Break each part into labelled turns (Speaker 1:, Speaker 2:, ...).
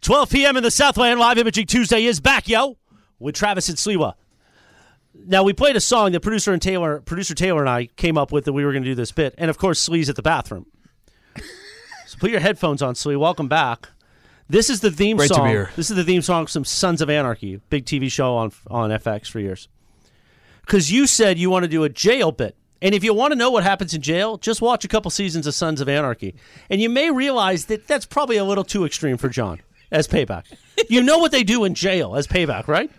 Speaker 1: 12 p.m. in the Southland. Live Imaging Tuesday is back, yo, with Travis and Sliwa. Now we played a song that producer and Taylor, producer Taylor and I came up with that we were going to do this bit, and of course Slee's at the bathroom. so put your headphones on, Slee. Welcome back. This is the theme
Speaker 2: Great to be
Speaker 1: song.
Speaker 2: here.
Speaker 1: This is the theme song from Sons of Anarchy, big TV show on on FX for years. Because you said you want to do a jail bit, and if you want to know what happens in jail, just watch a couple seasons of Sons of Anarchy, and you may realize that that's probably a little too extreme for John as payback. you know what they do in jail as payback, right?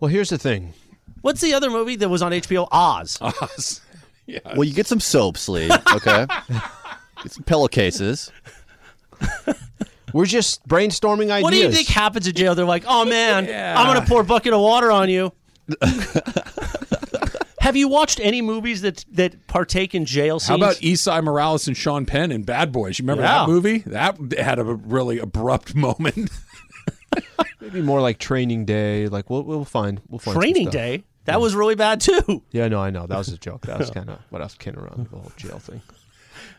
Speaker 2: Well, here's the thing.
Speaker 1: What's the other movie that was on HBO? Oz.
Speaker 3: Well, you get some soap, Slee, okay? get some pillowcases.
Speaker 2: We're just brainstorming ideas.
Speaker 1: What do you think happens in jail? They're like, oh man, I'm gonna pour a bucket of water on you. Have you watched any movies that that partake in jail scenes?
Speaker 4: How about Esai Morales and Sean Penn in Bad Boys? You remember
Speaker 1: Yeah.
Speaker 4: that movie? That had a really abrupt moment.
Speaker 2: Maybe more like Training Day. Like we'll we'll find we'll find some
Speaker 1: Training
Speaker 2: stuff.
Speaker 1: Day? That was really bad too.
Speaker 2: Yeah, no, I know that was a joke. That was kind of what I was kidding around with the whole jail thing.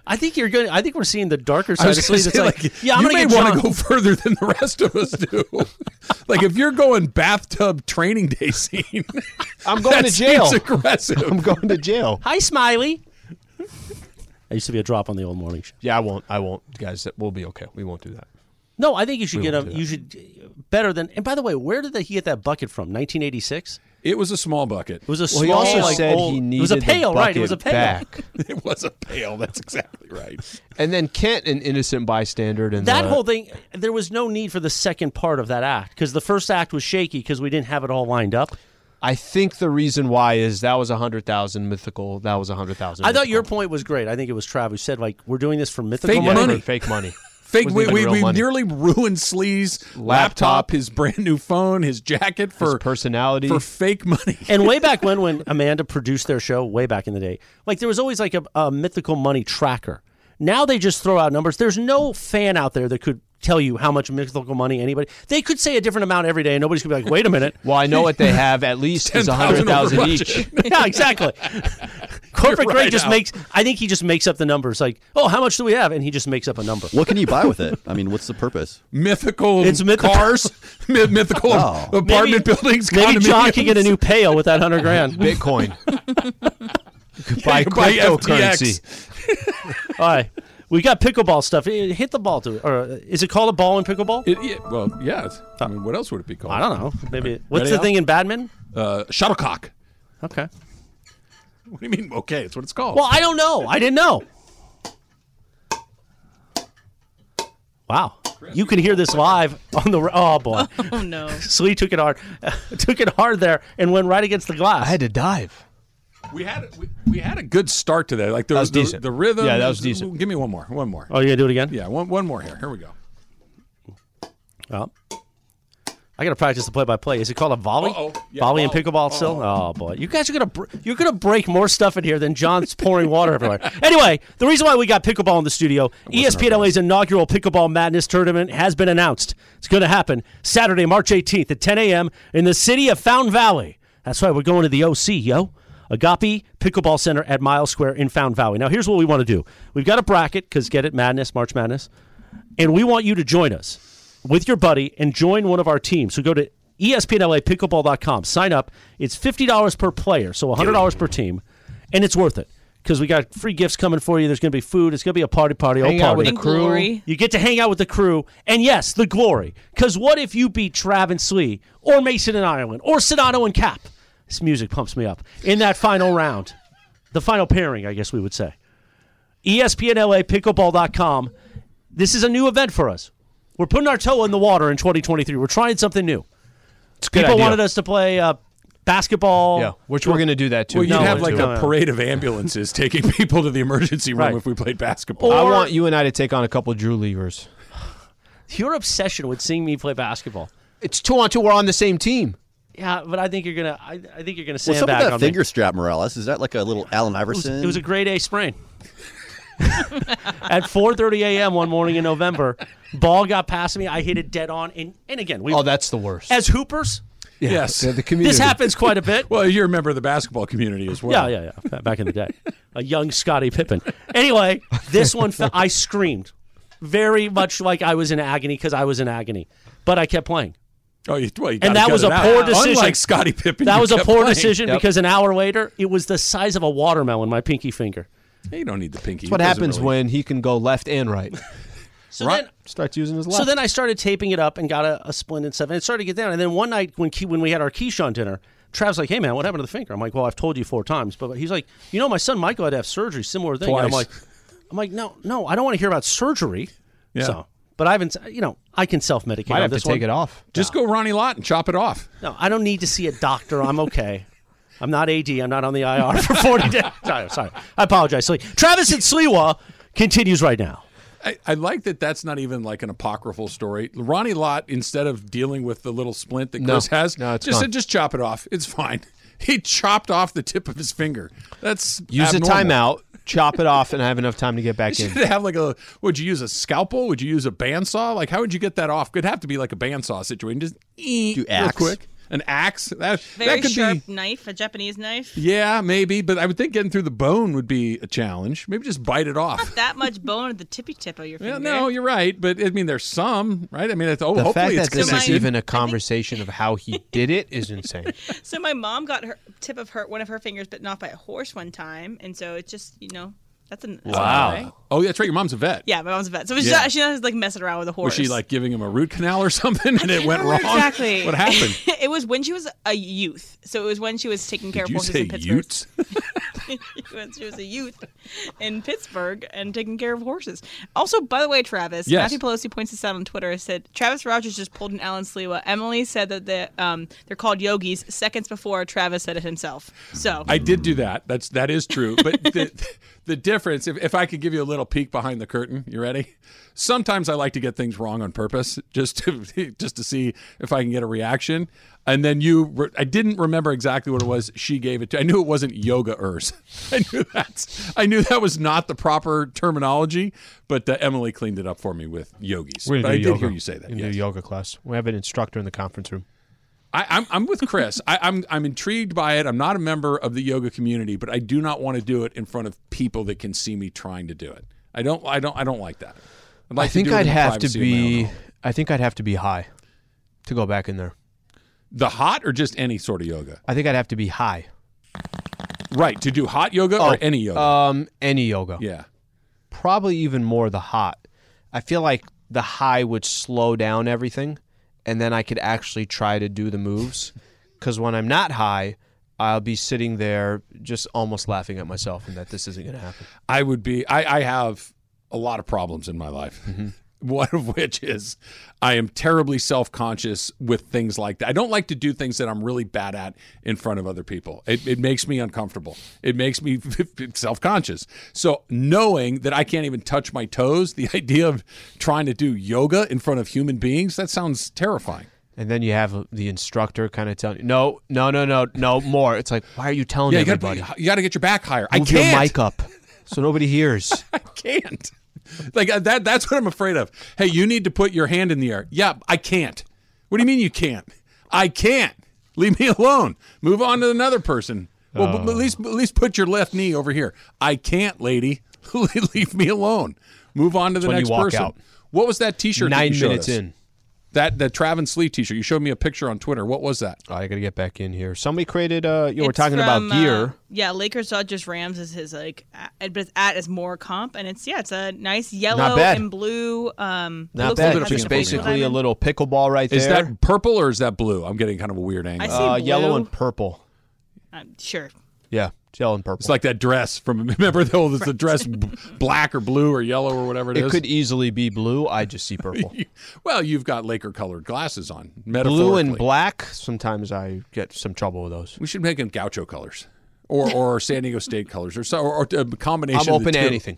Speaker 1: I think you're going. I think we're seeing the darker
Speaker 4: I
Speaker 1: side of
Speaker 4: was gonna
Speaker 1: sleep. It's
Speaker 4: say,
Speaker 1: like,
Speaker 4: like,
Speaker 1: yeah, I'm
Speaker 4: you
Speaker 1: gonna
Speaker 4: may
Speaker 1: get
Speaker 4: want
Speaker 1: John-
Speaker 4: to go further than the rest of us do. like if you're going bathtub training day scene,
Speaker 2: I'm going to
Speaker 4: that
Speaker 2: jail.
Speaker 4: seems aggressive.
Speaker 2: I'm going to jail.
Speaker 1: Hi, Smiley. I used to be a drop on the old morning show.
Speaker 2: Yeah, I won't. I won't, guys. that- We'll be okay. We won't do that.
Speaker 1: No, I think you should
Speaker 2: We
Speaker 1: get
Speaker 2: won't
Speaker 1: a.
Speaker 2: do that.
Speaker 1: You should better than. And by the way, where did they, he get that bucket from? 1986.
Speaker 4: it was a small bucket.
Speaker 1: It was a
Speaker 2: Well,
Speaker 1: small.
Speaker 2: he also
Speaker 1: like,
Speaker 2: said
Speaker 1: old-
Speaker 2: he needed
Speaker 1: It was a pail,
Speaker 2: the
Speaker 1: right? It was a
Speaker 2: bucket
Speaker 1: pail.
Speaker 2: back.
Speaker 4: It was a pail. That's exactly right.
Speaker 2: And then Kent, an innocent bystander, and
Speaker 1: That
Speaker 2: the-
Speaker 1: whole thing, there was no need for the second part of that act because the first act was shaky because we didn't have it all lined up.
Speaker 2: I think the reason why is that was a hundred thousand mythical. That was a hundred thousand.
Speaker 1: I thought your point was great. I think it was Trav who said, like, we're doing this for mythical
Speaker 4: Fake
Speaker 2: yeah,
Speaker 1: money.
Speaker 4: money.
Speaker 2: fake money.
Speaker 4: Fake.
Speaker 2: Wasn't
Speaker 4: We,
Speaker 2: even
Speaker 4: we,
Speaker 2: real
Speaker 4: we
Speaker 2: money.
Speaker 4: nearly ruined Slee's
Speaker 2: Laptop.
Speaker 4: laptop, his brand new phone, his jacket for
Speaker 2: His personality.
Speaker 4: for fake money.
Speaker 1: And way back when, when Amanda produced their show, way back in the day, like there was always like a, a mythical money tracker. Now they just throw out numbers. There's no fan out there that could tell you how much mythical money anybody. They could say a different amount every day, and nobody's gonna be like, wait a minute.
Speaker 2: Well, I know what they have at least is a
Speaker 4: 10,000
Speaker 2: hundred
Speaker 4: over
Speaker 2: thousand
Speaker 4: budget.
Speaker 2: each.
Speaker 1: yeah, exactly. Corporate
Speaker 4: You're
Speaker 1: Greg
Speaker 4: right
Speaker 1: just
Speaker 4: out.
Speaker 1: makes. I think he just makes up the numbers. Like, oh, how much do we have? And he just makes up a number.
Speaker 3: What can you buy with it? I mean, what's the purpose?
Speaker 4: mythical
Speaker 1: It's mythical.
Speaker 4: cars, my- mythical
Speaker 2: Oh.
Speaker 4: apartment
Speaker 1: Maybe-
Speaker 4: buildings.
Speaker 1: Maybe John can get a
Speaker 4: condominiums.
Speaker 1: new pail with that hundred grand.
Speaker 2: Bitcoin. You could buy
Speaker 4: You buy
Speaker 2: cryptocurrency.
Speaker 1: All right, we got pickleball stuff. Eh, Hit the ball to it. Or uh, is it called a ball in pickleball?
Speaker 4: It, yeah, well, yeah. it's- I mean, what else would it be called?
Speaker 1: I don't know. Maybe what's
Speaker 4: Ready
Speaker 1: the
Speaker 4: now?
Speaker 1: thing in badminton?
Speaker 4: Uh, shuttlecock.
Speaker 1: Okay.
Speaker 4: What do you mean? Okay, it's what it's called.
Speaker 1: Well, I don't know. I didn't know. Wow. You can hear this live on the. Oh boy,
Speaker 5: Oh no.
Speaker 1: Slee took it hard, took it hard there, and went right against the glass.
Speaker 2: I had to dive.
Speaker 4: we had we, we had a good start to that. Like there
Speaker 2: That
Speaker 4: was
Speaker 2: was
Speaker 4: the,
Speaker 2: decent.
Speaker 4: the rhythm.
Speaker 2: Yeah, that was decent.
Speaker 4: Give me one more. One more.
Speaker 1: oh, you gonna do it again?
Speaker 4: Yeah, one one more here. Here we go.
Speaker 1: Oh. I gotta practice the play-by-play. Is it called a volley?
Speaker 4: Uh-oh. Yeah,
Speaker 1: volley and
Speaker 4: volley.
Speaker 1: pickleball still? Oh boy, you guys are gonna br- you're gonna break more stuff in here than John's pouring water everywhere. Anyway, the reason why we got pickleball in the studio, E ESPN LA's inaugural pickleball madness tournament has been announced. It's gonna happen Saturday, March 18th at 10 a.m. in the city of Fountain Valley. That's right, we're going to the OC, yo. Agape Pickleball Center at Miles Square in Fountain Valley. Now, here's what we want to do. We've got a bracket because get it, madness, March Madness and we want you to join us with your buddy and join one of our teams. So go to E espnlapickleball.com, sign up. It's $50 per player, so $100 per team, and it's worth it because we got free gifts coming for you. There's going to be food, it's going to be a party party, oh
Speaker 2: Hang out with
Speaker 1: party.
Speaker 2: the crew.
Speaker 5: Glory.
Speaker 1: You get to hang out with the crew, and yes, the glory. Because what if you beat Trav and Slee, or Mason and Ireland, or Sedano and Cap? This music pumps me up in that final round, the final pairing, I guess we would say. E ESPNLAPickleball.com. This is a new event for us. We're putting our toe in the water in 2023. We're trying something new.
Speaker 2: It's a good
Speaker 1: People
Speaker 2: idea.
Speaker 1: wanted us to play uh, basketball.
Speaker 2: Yeah, which we're going to do that too.
Speaker 4: Well, you'd
Speaker 1: No,
Speaker 4: have
Speaker 1: it's
Speaker 4: like
Speaker 1: too-
Speaker 4: a parade of ambulances taking people to the emergency room
Speaker 1: Right.
Speaker 4: if we played basketball.
Speaker 2: I
Speaker 1: Or-
Speaker 2: want you and I to take on a couple of Drew Levers.
Speaker 1: Your obsession with seeing me play basketball.
Speaker 2: It's two on two. We're on the same team.
Speaker 1: Yeah, but I think you're gonna. I, I think you're gonna
Speaker 3: Well,
Speaker 1: sandbag
Speaker 3: some of
Speaker 1: on
Speaker 3: that
Speaker 1: me.
Speaker 3: finger strap, Morales, is that like a little Allen
Speaker 1: It
Speaker 3: Iverson?
Speaker 1: was, it was a grade A sprain. At 4:30 a.m. one morning in November, ball got past me. I hit it dead on, and, and again, we
Speaker 2: Oh, that's the worst.
Speaker 1: as hoopers,
Speaker 4: yes.
Speaker 2: the, the community.
Speaker 1: this happens quite a bit.
Speaker 4: well, you're a member of the basketball community as
Speaker 1: yeah,
Speaker 4: well.
Speaker 1: yeah, yeah. Back in the day, a young Scottie Pippen. Anyway, this one, fe- I screamed. very much like I was in agony because I was in agony, but I kept playing.
Speaker 4: Oh, you, well, you
Speaker 1: And
Speaker 4: gotta
Speaker 1: that
Speaker 4: cut
Speaker 1: was
Speaker 4: it
Speaker 1: a
Speaker 4: out.
Speaker 1: poor decision.
Speaker 4: Unlike Scottie Pippen,
Speaker 1: That
Speaker 4: you
Speaker 1: was a
Speaker 4: kept
Speaker 1: poor
Speaker 4: playing.
Speaker 1: decision
Speaker 2: Yep.
Speaker 1: because an hour later, it was the size of a watermelon, my pinky finger.
Speaker 4: You don't need the pinky.
Speaker 2: That's what
Speaker 4: It doesn't
Speaker 2: happens
Speaker 4: really-
Speaker 2: when he can go left and right.
Speaker 1: So
Speaker 4: Right.
Speaker 1: then,
Speaker 2: Starts using his left.
Speaker 1: so then I started taping it up and got a, a splint and stuff, and it started to get down. And then one night when Key, when we had our Keyshawn dinner, Trav's like, "Hey man, what happened to the finger?" I'm like, "Well, I've told you four times," but he's like, "You know, my son Michael had to have surgery, similar thing." And I'm
Speaker 4: Twice.
Speaker 1: like, "I'm like, no, no, I don't want to hear about surgery."
Speaker 4: Yeah.
Speaker 1: So, but I haven't, you know, I can self medicate.
Speaker 2: Might have to
Speaker 1: this
Speaker 2: take
Speaker 1: one.
Speaker 2: it off.
Speaker 4: Just go Ronnie Lott and chop it off.
Speaker 1: No, I don't need to see a doctor. I'm okay. I'm not AD. I'm not on the IR for 40 days. Sorry, sorry. I apologize. Slee. Travis at Sliwa continues right now.
Speaker 4: I, I like that that's not even like an apocryphal story. Ronnie Lott, instead of dealing with the little splint that Chris has,
Speaker 2: No, it's
Speaker 4: just
Speaker 2: gone.
Speaker 4: said, just chop it off. It's fine. He chopped off the tip of his finger. That's
Speaker 2: Use a
Speaker 4: abnormal.
Speaker 2: timeout, chop it off, and have enough time to get back
Speaker 4: You
Speaker 2: in.
Speaker 4: should have like a. Would you use a scalpel? Would you use a bandsaw? Like, how would you get that off? It'd have to be like a bandsaw situation. Just eat real
Speaker 3: axe.
Speaker 4: quick. An axe. That
Speaker 5: Very
Speaker 4: that could be.
Speaker 5: sharp knife, a Japanese knife.
Speaker 4: Yeah, maybe, but I would think getting through the bone would be a challenge. Maybe just bite it off.
Speaker 5: That much bone at the tippy tip of your finger.
Speaker 4: Yeah, no, you're right, but I mean, there's some, right? I mean, it's, oh,
Speaker 2: The fact
Speaker 4: hopefully it's
Speaker 2: that this is
Speaker 4: connected.
Speaker 2: even a conversation of how he did it is insane.
Speaker 5: So my mom got her tip of her one of her fingers bitten off by a horse one time, and so it's just you know that's an that's
Speaker 1: Wow.
Speaker 5: An, right?
Speaker 4: Oh, that's right. Your mom's a vet.
Speaker 5: Yeah, my mom's a vet, so she's
Speaker 4: Yeah.
Speaker 5: not, she's not just like messing around with a horse.
Speaker 4: Was she like giving him a root canal or something, and it went
Speaker 5: remember
Speaker 4: wrong?
Speaker 5: exactly.
Speaker 4: What happened?
Speaker 5: it was when she was a youth, so it was when she was taking care
Speaker 4: Did
Speaker 5: of
Speaker 4: you
Speaker 5: horses
Speaker 4: say
Speaker 5: in Pittsburgh.
Speaker 4: utes?
Speaker 5: when she was a youth in Pittsburgh and taking care of horses. Also, by the way, Travis,
Speaker 4: Yes.
Speaker 5: Matthew Pelosi points this out on Twitter. It said Travis Rogers just pulled an Alan Sliwa. Emily said that the, um, they're called yogis seconds before Travis said it himself. So
Speaker 4: I did do that. That's that is true. But the the difference, if, if I could give you a little peek behind the curtain, you ready? Sometimes I like to get things wrong on purpose, just to just to see if I can get a reaction. And then you, re- I didn't remember exactly what it was. She gave it to. I knew it wasn't yoga ers. I knew that. I knew that was not the proper terminology. But uh, Emily cleaned it up for me with yogis.
Speaker 2: We're
Speaker 4: But
Speaker 2: gonna
Speaker 4: I
Speaker 2: do
Speaker 4: did
Speaker 2: yoga.
Speaker 4: hear you say that.
Speaker 2: We're gonna
Speaker 4: yes.
Speaker 2: do yoga class. We have an instructor in the conference room.
Speaker 4: I, I'm, I'm with Chris. I, I'm I'm intrigued by it. I'm not a member of the yoga community, but I do not want to do it in front of people that can see me trying to do it. I don't I don't I don't like that. I'd like
Speaker 2: I think
Speaker 4: do it in
Speaker 2: I'd
Speaker 4: the
Speaker 2: have to
Speaker 4: privacy of my own
Speaker 2: be.
Speaker 4: home.
Speaker 2: I think I'd have to be high to go back in there.
Speaker 4: the hot or just any sort of yoga.
Speaker 2: I think I'd have to be high.
Speaker 4: Right to do hot yoga or any yoga.
Speaker 2: Um, any yoga.
Speaker 4: yeah,
Speaker 2: Probably even more the hot. I feel like the high would slow down everything, and then I could actually try to do the moves. Because when I'm not high, I'll be sitting there just almost laughing at myself and that this isn't going to happen.
Speaker 4: I would be. I I have a lot of problems in my life.
Speaker 2: Mm-hmm.
Speaker 4: One of which is I am terribly self conscious with things like that. I don't like to do things that I'm really bad at in front of other people. It, it makes me uncomfortable. It makes me self conscious. So, knowing that I can't even touch my toes, the idea of trying to do yoga in front of human beings, that sounds terrifying.
Speaker 2: And then you have the instructor kind of telling you, no, no, no, no, no, more. It's like, why are you telling
Speaker 4: Yeah, you
Speaker 2: everybody?
Speaker 4: gotta, you gotta get your back higher. I
Speaker 2: Move
Speaker 4: can't.
Speaker 2: your mic up so nobody hears.
Speaker 4: can't. Like uh, that that's what I'm afraid of. Hey, you need to put your hand in the air. Yeah, I can't. What do you mean you can't? I can't. Leave me alone. Move on to another person. Well,
Speaker 2: Oh.
Speaker 4: but at least at least put your left knee over here. I can't, lady. Leave me alone. Move on to the
Speaker 2: when you
Speaker 4: next
Speaker 2: walk
Speaker 4: person.
Speaker 2: out.
Speaker 4: What was that T-shirt? that
Speaker 2: Nine
Speaker 4: you showed
Speaker 2: minutes
Speaker 4: us?
Speaker 2: in.
Speaker 4: That the Travis Slee T-shirt. You showed me a picture on Twitter. What was that?
Speaker 2: Oh, I gotta get back in here. Somebody created. Uh, you were
Speaker 5: it's
Speaker 2: talking about
Speaker 5: from, uh,
Speaker 2: gear.
Speaker 5: yeah, Lakers, Dodgers, Rams is his like, a- but it's at is more comp, and it's yeah, it's a nice yellow
Speaker 2: bad.
Speaker 5: and blue. Um, it
Speaker 2: Not
Speaker 5: looks like
Speaker 2: bad.
Speaker 5: it has,
Speaker 2: Just
Speaker 5: like, a
Speaker 4: baseball
Speaker 2: basically a
Speaker 5: diamond.
Speaker 2: little pickleball right
Speaker 4: Is
Speaker 2: there.
Speaker 4: that purple or is that blue? I'm getting kind of a weird angle.
Speaker 5: I see
Speaker 2: uh,
Speaker 5: blue.
Speaker 2: yellow and purple?
Speaker 5: Um, sure.
Speaker 2: Yeah, yellow and purple.
Speaker 4: It's like that dress from remember the old the dress b- black or blue or yellow or whatever it
Speaker 2: it
Speaker 4: is.
Speaker 2: could easily be blue. I just see purple.
Speaker 4: well, you've got Laker colored glasses on.
Speaker 2: blue and
Speaker 4: metaphorically.
Speaker 2: black. Sometimes I get some trouble with those.
Speaker 4: We should make them gaucho colors. Or, or San Diego State colors, or so, or, or a combination.
Speaker 2: I'm
Speaker 4: of the
Speaker 2: open to
Speaker 4: two.
Speaker 2: anything.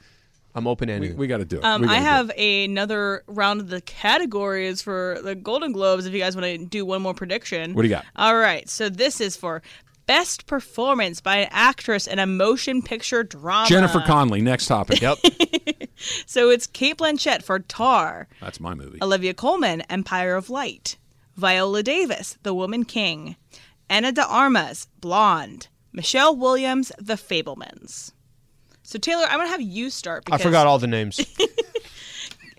Speaker 2: I'm open to
Speaker 4: We,
Speaker 2: anything.
Speaker 4: got to do it.
Speaker 5: Um,
Speaker 4: We
Speaker 5: I
Speaker 4: gotta do
Speaker 5: have another round of the categories for the Golden Globes if you guys want to do one more prediction.
Speaker 4: What do you got?
Speaker 5: All right. So this is for best performance by an actress in a motion picture drama.
Speaker 4: it. Jennifer Conley. Next topic.
Speaker 2: yep.
Speaker 5: So it's Kate Blanchett for Tar,
Speaker 4: That's my movie.
Speaker 5: Olivia Colman, Empire of Light, Viola Davis, The Woman King, Anna de Armas, Blonde, Michelle Williams, The Fablemans. So Taylor, I'm gonna have you start.
Speaker 2: I
Speaker 5: Because
Speaker 2: forgot all the names.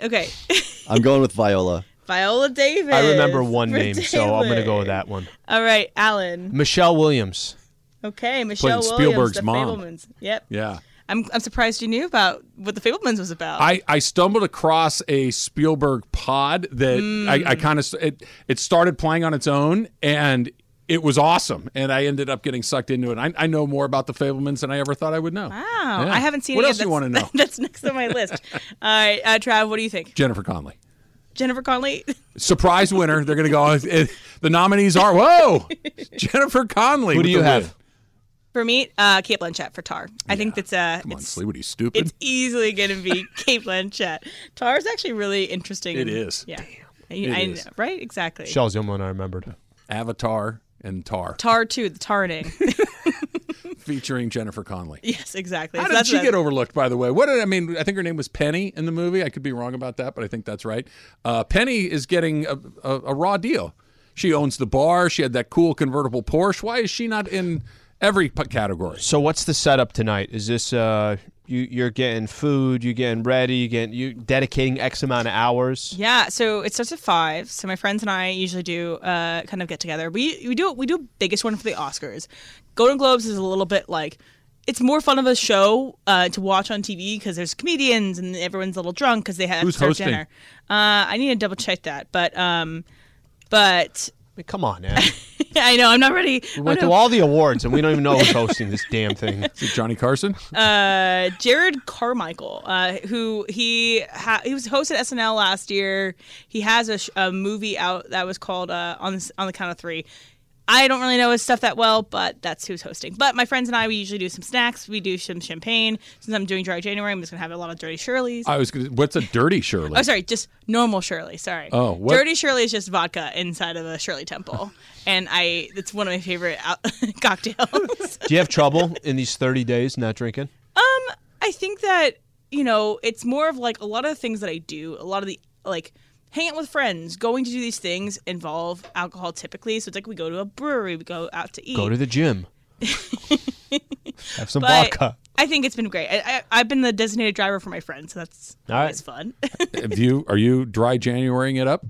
Speaker 5: Okay.
Speaker 3: I'm going with Viola.
Speaker 5: Viola Davis.
Speaker 2: I remember one
Speaker 5: for
Speaker 2: name, so I'm gonna go
Speaker 5: Taylor.
Speaker 2: with that one.
Speaker 5: All right, Alan.
Speaker 2: Michelle Williams.
Speaker 5: Okay, Michelle Williams,
Speaker 4: Spielberg's
Speaker 5: the
Speaker 4: mom.
Speaker 5: Fablemans. Yep.
Speaker 4: Yeah.
Speaker 5: I'm I'm surprised you knew about what the Fablemans was about.
Speaker 4: I, I stumbled across a Spielberg pod that I, I
Speaker 5: Mm.
Speaker 4: kind of it, it started playing on its own and it was awesome and I ended up getting sucked into it. I, I know more about the Fablemans than I ever thought I would know.
Speaker 5: wow,
Speaker 4: Yeah.
Speaker 5: I haven't seen
Speaker 4: What
Speaker 5: it
Speaker 4: else
Speaker 5: yet.
Speaker 4: do you
Speaker 5: That's-
Speaker 4: wanna know?
Speaker 5: That's next on my list. All right, uh, Trav, what do you think?
Speaker 4: Jennifer Conley,
Speaker 5: Jennifer Conley.
Speaker 4: surprise winner. They're gonna go. it- the nominees are whoa, Jennifer Conley.
Speaker 2: Who
Speaker 4: with
Speaker 2: do you
Speaker 4: the
Speaker 2: have?
Speaker 4: win.
Speaker 5: For me, uh, Kate Blanchett for Tar. I think that's uh,
Speaker 4: Come on,
Speaker 5: it's,
Speaker 4: Sleep, what are you stupid?
Speaker 5: it's easily going to be Kate Blanchett. Tar is actually really interesting.
Speaker 4: It is.
Speaker 5: Yeah.
Speaker 4: It
Speaker 5: I,
Speaker 4: is.
Speaker 5: I, right? Exactly.
Speaker 2: Michelle's the only one I remembered.
Speaker 4: Avatar and Tar,
Speaker 5: Tar 2, the tarning.
Speaker 4: featuring Jennifer Conley.
Speaker 5: yes, exactly.
Speaker 4: How
Speaker 5: So
Speaker 4: did
Speaker 5: that's
Speaker 4: she
Speaker 5: what-
Speaker 4: get overlooked, by the way? What did I mean? I think her name was Penny in the movie. I could be wrong about that, but I think that's right. Uh, Penny is getting a, a, a raw deal. She owns the bar. She had that cool convertible Porsche. Why is she not in every p- category?
Speaker 2: So what's the setup tonight? Is this uh you you're getting food, you're getting ready, you getting you dedicating X amount of hours?
Speaker 5: Yeah, so it starts at five. So my friends and I usually do uh, kind of get together. We we do we do biggest one for the Oscars. Golden Globes is a little bit like it's more fun of a show uh, to watch on TV because there's comedians and everyone's a little drunk because they have
Speaker 4: Who's
Speaker 5: served
Speaker 4: hosting?
Speaker 5: dinner. Uh, I need to double check that, but um, but
Speaker 2: I mean, come on, man.
Speaker 5: I know I'm not ready.
Speaker 2: We
Speaker 5: I'm
Speaker 2: went through
Speaker 5: not-
Speaker 2: all the awards and we don't even know who's hosting this damn thing.
Speaker 4: Is it Johnny Carson?
Speaker 5: uh, Jared Carmichael, uh, who he ha- he was hosted SNL last year. He has a, sh- a movie out that was called uh, on the S- on the count of three. I don't really know his stuff that well, but that's who's hosting. But my friends and I, we usually do some snacks. We do some champagne. Since I'm doing dry January, I'm just gonna have a lot of dirty Shirley's.
Speaker 4: I was. Gonna, what's a dirty Shirley?
Speaker 5: Oh, sorry, just normal Shirley. Sorry.
Speaker 4: Oh, what-
Speaker 5: Dirty Shirley is just vodka inside of a Shirley Temple, and I it's one of my favorite out- cocktails.
Speaker 2: Do you have trouble in these 30 days not drinking?
Speaker 5: Um, I think that you know it's more of like a lot of the things that I do. A lot of the like hang out with friends, going to do these things involve alcohol typically. So it's like we go to a brewery, we go out to eat.
Speaker 2: Go to the gym. have some
Speaker 5: but
Speaker 2: vodka.
Speaker 5: I think it's been great. I, I, I've been the designated driver for my friend, so that's
Speaker 2: All right.
Speaker 5: always fun.
Speaker 4: Have you are you dry Januarying it up?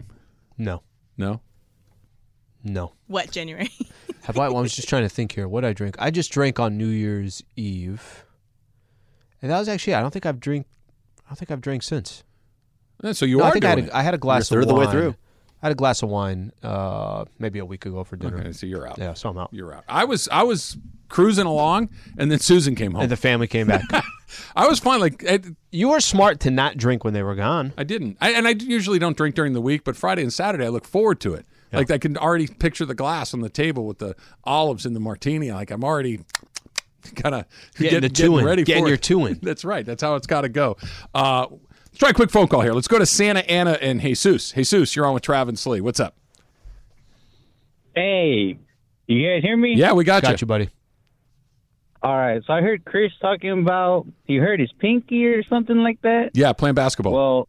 Speaker 2: No.
Speaker 4: No.
Speaker 2: No.
Speaker 5: Wet January.
Speaker 2: Have I, well, I was just trying to think here. What I drink? I just drank on New Year's Eve, and that was actually. I don't think I've drink. I don't think I've drank since.
Speaker 4: Yeah, So you
Speaker 2: No,
Speaker 4: are
Speaker 2: I think I
Speaker 4: doing
Speaker 2: had,
Speaker 4: it.
Speaker 2: a, I had a glass
Speaker 3: You're
Speaker 2: of
Speaker 3: third of the way
Speaker 2: wine.
Speaker 3: through.
Speaker 2: I had a glass of wine, uh, maybe a week ago for dinner.
Speaker 4: Okay, so you're out.
Speaker 2: Yeah, so I'm out.
Speaker 4: You're out. I was I was cruising along, and then Susan came home.
Speaker 2: And the family came back.
Speaker 4: I was fine. Like I,
Speaker 2: you were smart to not drink when they were gone.
Speaker 4: I didn't. I, and I usually don't drink during the week, but Friday and Saturday I look forward to it. Like I can already picture the glass on the table with the olives and the martini. Like I'm already kind of
Speaker 2: Getting the two in.
Speaker 4: ready
Speaker 2: Getting
Speaker 4: for
Speaker 2: your
Speaker 4: it.
Speaker 2: two in.
Speaker 4: That's right. That's how it's got to go. Uh, let's try a quick phone call here. Let's go to Santa Ana and Jesus. Jesus, you're on with Trav and Slee. What's up?
Speaker 6: Hey, you guys hear me?
Speaker 4: Yeah, we got,
Speaker 2: Got you, buddy.
Speaker 6: All right. So I heard Chris talking about you heard his pinky or something like that.
Speaker 4: Yeah, playing basketball.
Speaker 6: Well,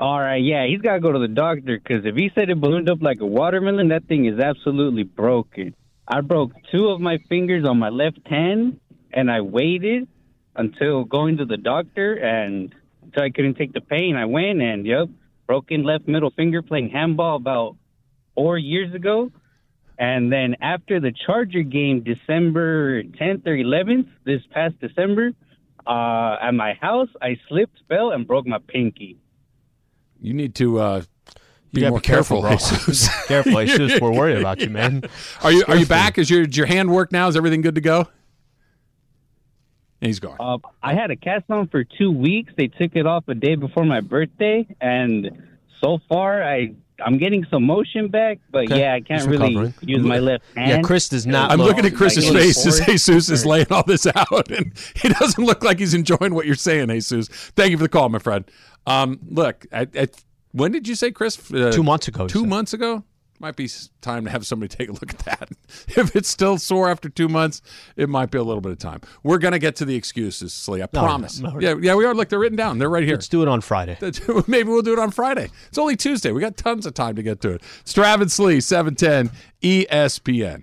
Speaker 6: all right. Yeah, he's got to go to the doctor because if he said it ballooned up like a watermelon, that thing is absolutely broken. I broke two of my fingers on my left hand, and I waited until going to the doctor and until I couldn't take the pain. I went and yep, broken left middle finger playing handball about four years ago. And then after the Charger game, December 10th or 11th, this past December, uh, at my house, I slipped, fell, and broke my pinky.
Speaker 4: you need to uh, be
Speaker 2: gotta
Speaker 4: more
Speaker 2: be careful, bro.
Speaker 4: Jesus.
Speaker 2: Careful, it's just we're worried about you, man.
Speaker 4: are you are you back? Is your is your hand work now? Is everything good to go? And he's gone.
Speaker 6: Uh, I had a cast on for two weeks. They took it off a day before my birthday, and so far, I I'm getting some motion back, but
Speaker 2: Okay.
Speaker 6: yeah, I can't
Speaker 2: He's
Speaker 6: really
Speaker 2: recovering.
Speaker 6: use my left hand.
Speaker 2: Yeah, Chris does not.
Speaker 4: I'm
Speaker 2: look-
Speaker 4: looking at Chris's
Speaker 6: Like,
Speaker 4: face as
Speaker 6: forward?
Speaker 4: Jesus is laying all this out, and he doesn't look like he's enjoying what you're saying, Jesus. Thank you for the call, my friend. Um, look, I, I, when did you say, Chris? Uh,
Speaker 2: two months ago. you
Speaker 4: Two
Speaker 2: said.
Speaker 4: months ago? Might be s- time to have somebody take a look at that. if it's still sore after two months, it might be a little bit of time. We're gonna get to the excuses, Slee. I promise.
Speaker 2: no, no.
Speaker 4: yeah, yeah, we are. Look, they're written down. They're right here.
Speaker 2: Let's do it on Friday.
Speaker 4: That- Maybe we'll do it on Friday. It's only E Tuesday. We got tons of time to get to it. Strav and Slee, 710 ESPN.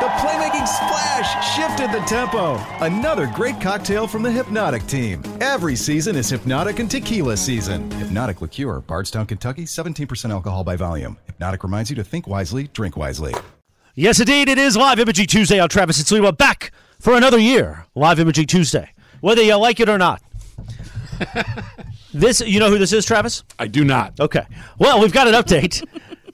Speaker 7: playmaking splash shifted the tempo. Another great cocktail from the Hypnotic team. Every season is Hypnotic and Tequila season. Hypnotic Liqueur, Bardstown, Kentucky, 17% alcohol by volume. Hypnotic reminds you to think wisely, drink wisely.
Speaker 1: Yes, indeed, it is Live Imaging Tuesday. I'm Travis and Sliwa back for another year. Live Imaging Tuesday, whether you like it or not. this, you know who this is, Travis?
Speaker 4: I do not.
Speaker 1: Okay. Well, we've got an update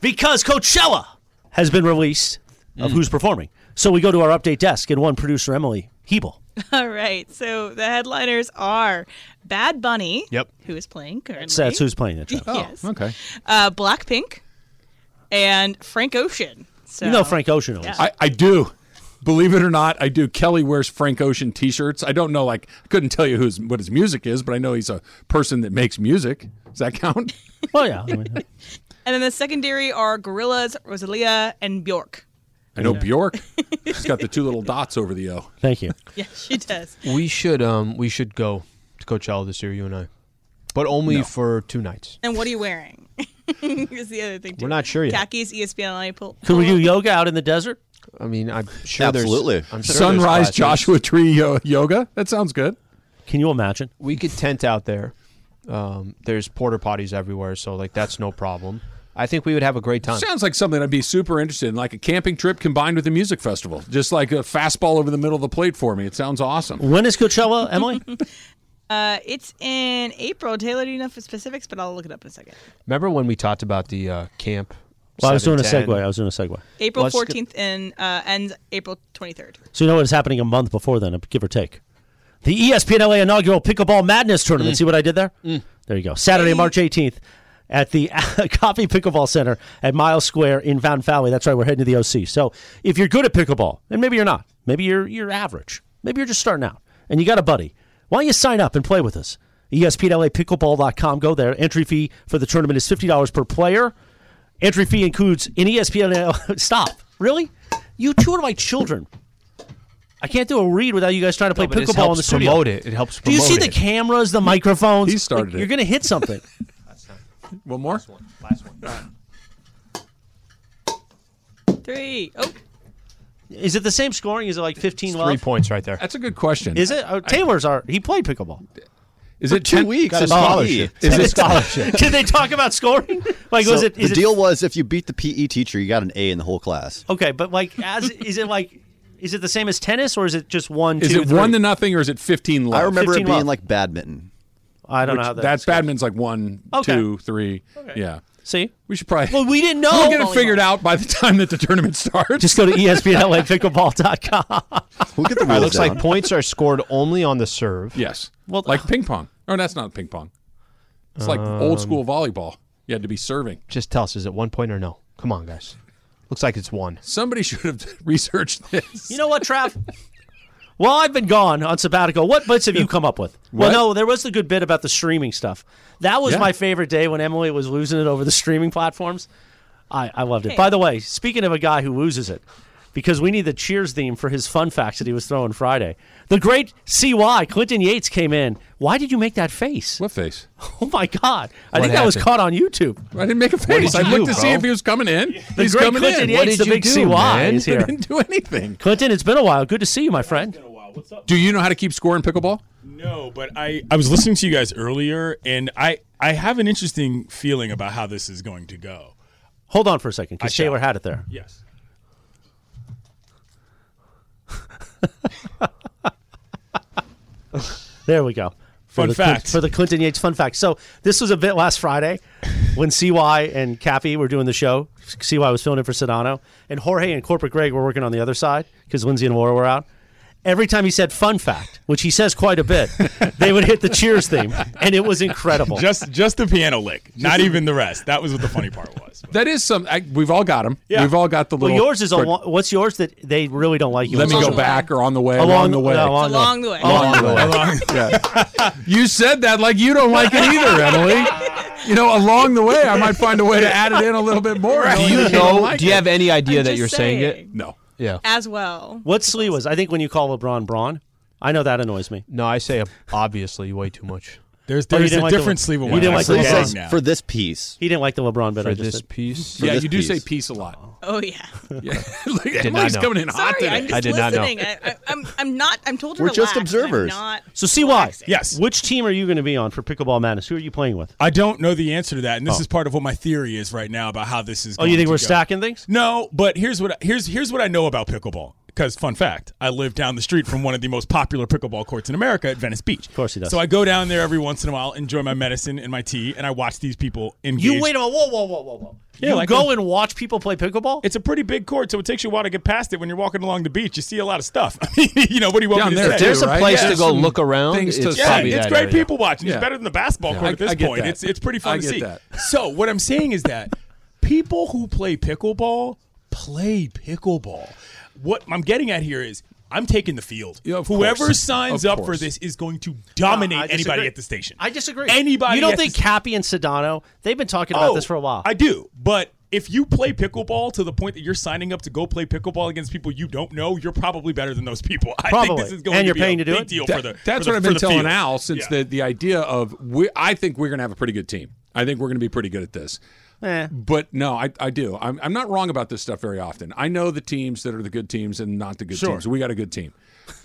Speaker 1: because Coachella has been released
Speaker 4: Mm.
Speaker 1: of who's performing. So we go to our update desk and one producer, Emily Hebel.
Speaker 5: All right. So the headliners are Bad Bunny.
Speaker 2: Yep. Oh.
Speaker 5: Who is playing currently?
Speaker 1: So that's who's playing
Speaker 2: E
Speaker 1: it. Travis.
Speaker 5: yes.
Speaker 4: Oh, Okay.
Speaker 5: Uh, Blackpink and Frank Ocean. So
Speaker 1: You know Frank Ocean. Yeah.
Speaker 4: I, I do. Believe it or not, I do. Kelly wears Frank Ocean T-shirts. I don't know, like, I couldn't tell you who's what his music is, but I know he's a person that makes music. Does that count?
Speaker 1: Well, Oh, yeah. I mean,
Speaker 5: And then the secondary are Gorillas, Rosalia, and Bjork.
Speaker 4: I know Bjork. She's got the two little dots over the O.
Speaker 1: thank you.
Speaker 5: Yeah, she does.
Speaker 2: We should um we should go to Coachella this year, you and I, but only for two nights.
Speaker 5: And what are you wearing? is the other thing. Too.
Speaker 2: We're not sure yet.
Speaker 5: Khakis, E ESPN, LA pull.
Speaker 1: Could we do yoga out in the desert?
Speaker 2: I mean, I'm sure
Speaker 3: Absolutely.
Speaker 2: there's I'm sure there's
Speaker 4: Sunrise
Speaker 2: classes.
Speaker 4: Joshua Tree yo- Yoga. That sounds good.
Speaker 1: Can you imagine?
Speaker 2: We could tent out there. Um, there's porta potties everywhere, so like that's no problem. I think we would have a great time.
Speaker 4: Sounds like something I'd be super interested in, like a camping trip combined with a music festival. Just like a fastball over the middle of the plate for me. It sounds awesome.
Speaker 1: When is Coachella, Emily?
Speaker 5: Uh, it's in April. Taylor, do you know for specifics? But I'll look it up in a second.
Speaker 2: Remember when we talked about the uh, camp?
Speaker 1: Well, I was doing a
Speaker 2: 710?
Speaker 1: segue. I was doing a segue.
Speaker 5: April
Speaker 2: Let's get-
Speaker 5: 14th and uh, ends April 23rd.
Speaker 1: So you know what is happening a month before then, give or take. The E ESPN LA inaugural Pickleball Madness tournament.
Speaker 4: Mm.
Speaker 1: See what I did there? Hmm. There you go. Saturday, March 18th at the Coffee Pickleball Center at Miles Square in Fountain Valley. That's right, we're heading to the OC. So if you're good at pickleball, and maybe you're not, maybe you're you're average, maybe you're just starting out, and you got a buddy, why don't you sign up and play with us? E ESPNLApickleball.com. Go there. Entry fee for the tournament is $50 per player. Entry fee includes E an ESPN. Stop. Really? You two are my children. I can't do a read without you guys trying to play
Speaker 2: No, but this
Speaker 1: pickleball in the
Speaker 2: helps
Speaker 1: studio.
Speaker 2: promote it. It helps
Speaker 1: Do you see
Speaker 2: promote it.
Speaker 1: the cameras, the microphones?
Speaker 4: He started it.
Speaker 1: You're going to hit something.
Speaker 4: One more?
Speaker 5: Three. Oh,
Speaker 1: Is it the same scoring? Is it like 15
Speaker 2: three
Speaker 1: love?
Speaker 2: points right there?
Speaker 4: That's a good question.
Speaker 1: Is it? Oh, Taylor's are he played pickleball.
Speaker 4: Is it
Speaker 3: Two
Speaker 4: ten-
Speaker 3: weeks
Speaker 2: got a
Speaker 3: is PE.
Speaker 2: scholarship.
Speaker 4: Is it
Speaker 2: Scholarship.
Speaker 1: Did they talk about scoring? Like
Speaker 3: So
Speaker 1: was it? Is
Speaker 3: the
Speaker 1: it,
Speaker 3: deal was if you beat the PE teacher, you got an A in the whole class.
Speaker 1: Okay, but like as is it like is it the same as tennis or is it just one?
Speaker 4: Is
Speaker 1: two,
Speaker 4: it one
Speaker 1: three?
Speaker 4: to nothing or is it fifteen love?
Speaker 3: I remember it
Speaker 1: 15
Speaker 3: being
Speaker 1: love.
Speaker 3: like badminton.
Speaker 1: I don't know how that.
Speaker 4: That's badminton's like one,
Speaker 1: Okay.
Speaker 4: two, three. Yeah.
Speaker 1: see.
Speaker 4: We should probably
Speaker 1: Well, we didn't know. Oh,
Speaker 4: We'll get it figured out by the time that the tournament starts.
Speaker 1: Just go to ESPNLApickleball.com.
Speaker 3: We'll get the
Speaker 2: It
Speaker 3: rules
Speaker 2: looks
Speaker 3: down.
Speaker 2: like points are scored only on the serve.
Speaker 4: yes.
Speaker 1: Well-
Speaker 4: like ping pong. Oh, that's not ping pong. It's like old school volleyball. You had to be serving.
Speaker 2: Just tell us, is it one point or no? Come on, guys. Looks like it's one.
Speaker 4: Somebody should have researched this.
Speaker 1: You know what, Trav? While I've been gone on sabbatical, what bits have you come up with? Well,
Speaker 4: What?
Speaker 1: no, there was the good bit about the streaming stuff. That was
Speaker 4: Yeah.
Speaker 1: my favorite day when Emily was losing it over the streaming platforms. I, I loved it. By the way, speaking of a guy who loses it, because we need the Cheers theme for his fun facts that he was throwing Friday. The great CY, Clinton Yates, came in. Why did you make that face?
Speaker 4: what face?
Speaker 1: Oh, my God. I think that was
Speaker 2: happened?
Speaker 1: caught on YouTube.
Speaker 4: I didn't make a face. I
Speaker 2: you
Speaker 4: looked
Speaker 2: do,
Speaker 4: to see
Speaker 2: bro?
Speaker 4: if he was coming in. He's
Speaker 1: great
Speaker 4: coming
Speaker 1: Clinton
Speaker 4: in.
Speaker 1: Yates, the big CY, is
Speaker 4: I
Speaker 1: here.
Speaker 4: didn't do anything.
Speaker 1: Clinton, it's been a while. Good to see you, my friend.
Speaker 4: Do you know how to keep score in pickleball?
Speaker 8: No, but I, I was listening to you guys earlier, and I, I have an interesting feeling about how this is going to go.
Speaker 1: Hold on for a second, because
Speaker 8: shall.
Speaker 1: Taylor had it there.
Speaker 8: Yes.
Speaker 1: There we go.
Speaker 8: Fun
Speaker 1: the Clin-
Speaker 8: fact.
Speaker 1: for the Clinton Yates fun fact. So this was a bit last Friday when CY and Cappy were doing the show. CY was filling in for Sedano, and Jorge and Corporate Greg were working on the other side because Lindsay and Laura were out. Every time he said "fun fact," which he says quite a bit, they would hit the Cheers theme, and it was incredible.
Speaker 8: Just just the piano lick, not even the rest. That was what the funny part was.
Speaker 4: That is some. I, we've all got them.
Speaker 8: Yeah.
Speaker 4: We've all got the
Speaker 1: well,
Speaker 4: little.
Speaker 1: yours is
Speaker 4: or-
Speaker 1: on. one- What's yours that they really don't like you?
Speaker 4: Let me
Speaker 5: Along
Speaker 4: go
Speaker 5: the
Speaker 4: back or on the way.
Speaker 1: along,
Speaker 4: Along the way.
Speaker 1: no, along the-
Speaker 5: Along the way.
Speaker 4: Along the way. Yeah. You said that like you don't like it either, Emily. You know, along the way, I might find a way to add it in a little bit more.
Speaker 2: Do
Speaker 4: knowing
Speaker 2: you
Speaker 4: that don't
Speaker 2: know?
Speaker 4: like
Speaker 2: do you
Speaker 4: it.
Speaker 2: have any idea that
Speaker 5: Just
Speaker 2: you're saying, it?
Speaker 4: No.
Speaker 2: Yeah.
Speaker 5: as well.
Speaker 1: What Slee was? I think when you call LeBron Braun, I know that annoys me. Oh,
Speaker 2: No, I say obviously way too much
Speaker 8: There's
Speaker 1: you
Speaker 8: there's
Speaker 1: didn't
Speaker 8: a
Speaker 1: like the-
Speaker 8: different sleeve of
Speaker 1: you
Speaker 8: one.
Speaker 1: didn't
Speaker 8: I
Speaker 1: like
Speaker 8: saw
Speaker 1: the
Speaker 8: it
Speaker 1: one.
Speaker 8: wrong
Speaker 3: says,
Speaker 8: now.
Speaker 3: for this piece.
Speaker 1: He didn't like the LeBron bit.
Speaker 2: for
Speaker 1: I just
Speaker 2: this
Speaker 1: did.
Speaker 2: piece.
Speaker 4: Yeah,
Speaker 3: this
Speaker 4: you do say
Speaker 3: piece.
Speaker 4: peace a lot.
Speaker 5: Oh yeah.
Speaker 4: Yeah. Like,
Speaker 2: not
Speaker 4: Emily's
Speaker 2: know.
Speaker 4: coming in hot
Speaker 5: Sorry,
Speaker 4: today.
Speaker 5: I'm just
Speaker 2: I did not know.
Speaker 5: listening. I, I, I'm, I'm not. I'm told to
Speaker 3: We're just
Speaker 5: relax, and I'm
Speaker 3: observers.
Speaker 5: not
Speaker 1: So CY,
Speaker 8: Yes.
Speaker 1: Which team are you going to be on for pickleball madness? Who are you playing with?
Speaker 8: I don't know the answer to that, and this is part of what my theory is right now about how this is.
Speaker 1: Oh, you think
Speaker 8: to
Speaker 1: we're
Speaker 8: go.
Speaker 1: stacking things?
Speaker 8: No, but here's what here's here's what I know about pickleball. Because fun fact, I live down the street from one of the most popular pickleball courts in America at Venice Beach. Of
Speaker 1: course he does.
Speaker 8: So I go down there every once in a while, enjoy my medicine and my tea, and I watch these people engage.
Speaker 1: You wait a minute. Whoa, whoa, whoa, whoa, whoa.
Speaker 8: Yeah,
Speaker 1: you
Speaker 8: like
Speaker 1: go
Speaker 8: a-
Speaker 1: and watch people play pickleball?
Speaker 8: It's a pretty big court, so it takes you a while to get past it. When you're walking along the beach, you see a lot of stuff. I mean, you know what do you want
Speaker 4: Down
Speaker 8: me to
Speaker 4: there,
Speaker 8: say?
Speaker 4: too.
Speaker 2: There's a
Speaker 4: right?
Speaker 2: place
Speaker 4: Yeah,
Speaker 2: to go
Speaker 4: some
Speaker 2: look around.
Speaker 4: things to
Speaker 2: It's
Speaker 4: see.
Speaker 8: Yeah,
Speaker 2: probably
Speaker 8: it's
Speaker 2: that
Speaker 8: great
Speaker 2: area.
Speaker 8: people watching.
Speaker 4: Yeah.
Speaker 8: It's better than the basketball court
Speaker 4: I-
Speaker 8: at this
Speaker 4: I get
Speaker 8: point.
Speaker 4: that.
Speaker 8: It's it's pretty
Speaker 4: I
Speaker 8: fun to
Speaker 4: get
Speaker 8: see.
Speaker 4: that.
Speaker 8: So what I'm saying is that people who play pickleball play pickleball. What I'm getting at here is I'm taking the field.
Speaker 4: Yeah, of
Speaker 8: Whoever
Speaker 4: course.
Speaker 8: signs
Speaker 4: Of
Speaker 8: up for
Speaker 4: course.
Speaker 8: this is going to dominate
Speaker 2: Uh,
Speaker 1: I disagree.
Speaker 8: anybody at the station.
Speaker 1: I disagree.
Speaker 8: Anybody?
Speaker 1: You don't
Speaker 8: at the
Speaker 1: think
Speaker 8: sta-
Speaker 1: Cappy and Sedano, they've been talking about
Speaker 8: Oh,
Speaker 1: this for a while.
Speaker 8: I do, but. If you play pickleball to the point that you're signing up to go play pickleball against people you don't know, you're probably better than those people. I think
Speaker 1: Probably.
Speaker 8: this is going
Speaker 1: And
Speaker 8: to
Speaker 1: you're
Speaker 8: be
Speaker 1: paying
Speaker 8: a
Speaker 1: to do
Speaker 8: big
Speaker 1: it?
Speaker 8: deal for
Speaker 4: That-
Speaker 8: the.
Speaker 4: that's what
Speaker 8: for
Speaker 4: I've
Speaker 8: the- for
Speaker 4: been
Speaker 8: the
Speaker 4: telling
Speaker 8: field.
Speaker 4: Al since
Speaker 8: Yeah.
Speaker 4: the, the idea of we, I think we're going to have a pretty good team. I think we're going to be pretty good at this.
Speaker 1: Eh.
Speaker 4: But no, I, I do. I'm, I'm not wrong about this stuff very often. I know the teams that are the good teams and not the good
Speaker 8: Sure.
Speaker 4: teams. We got a good team.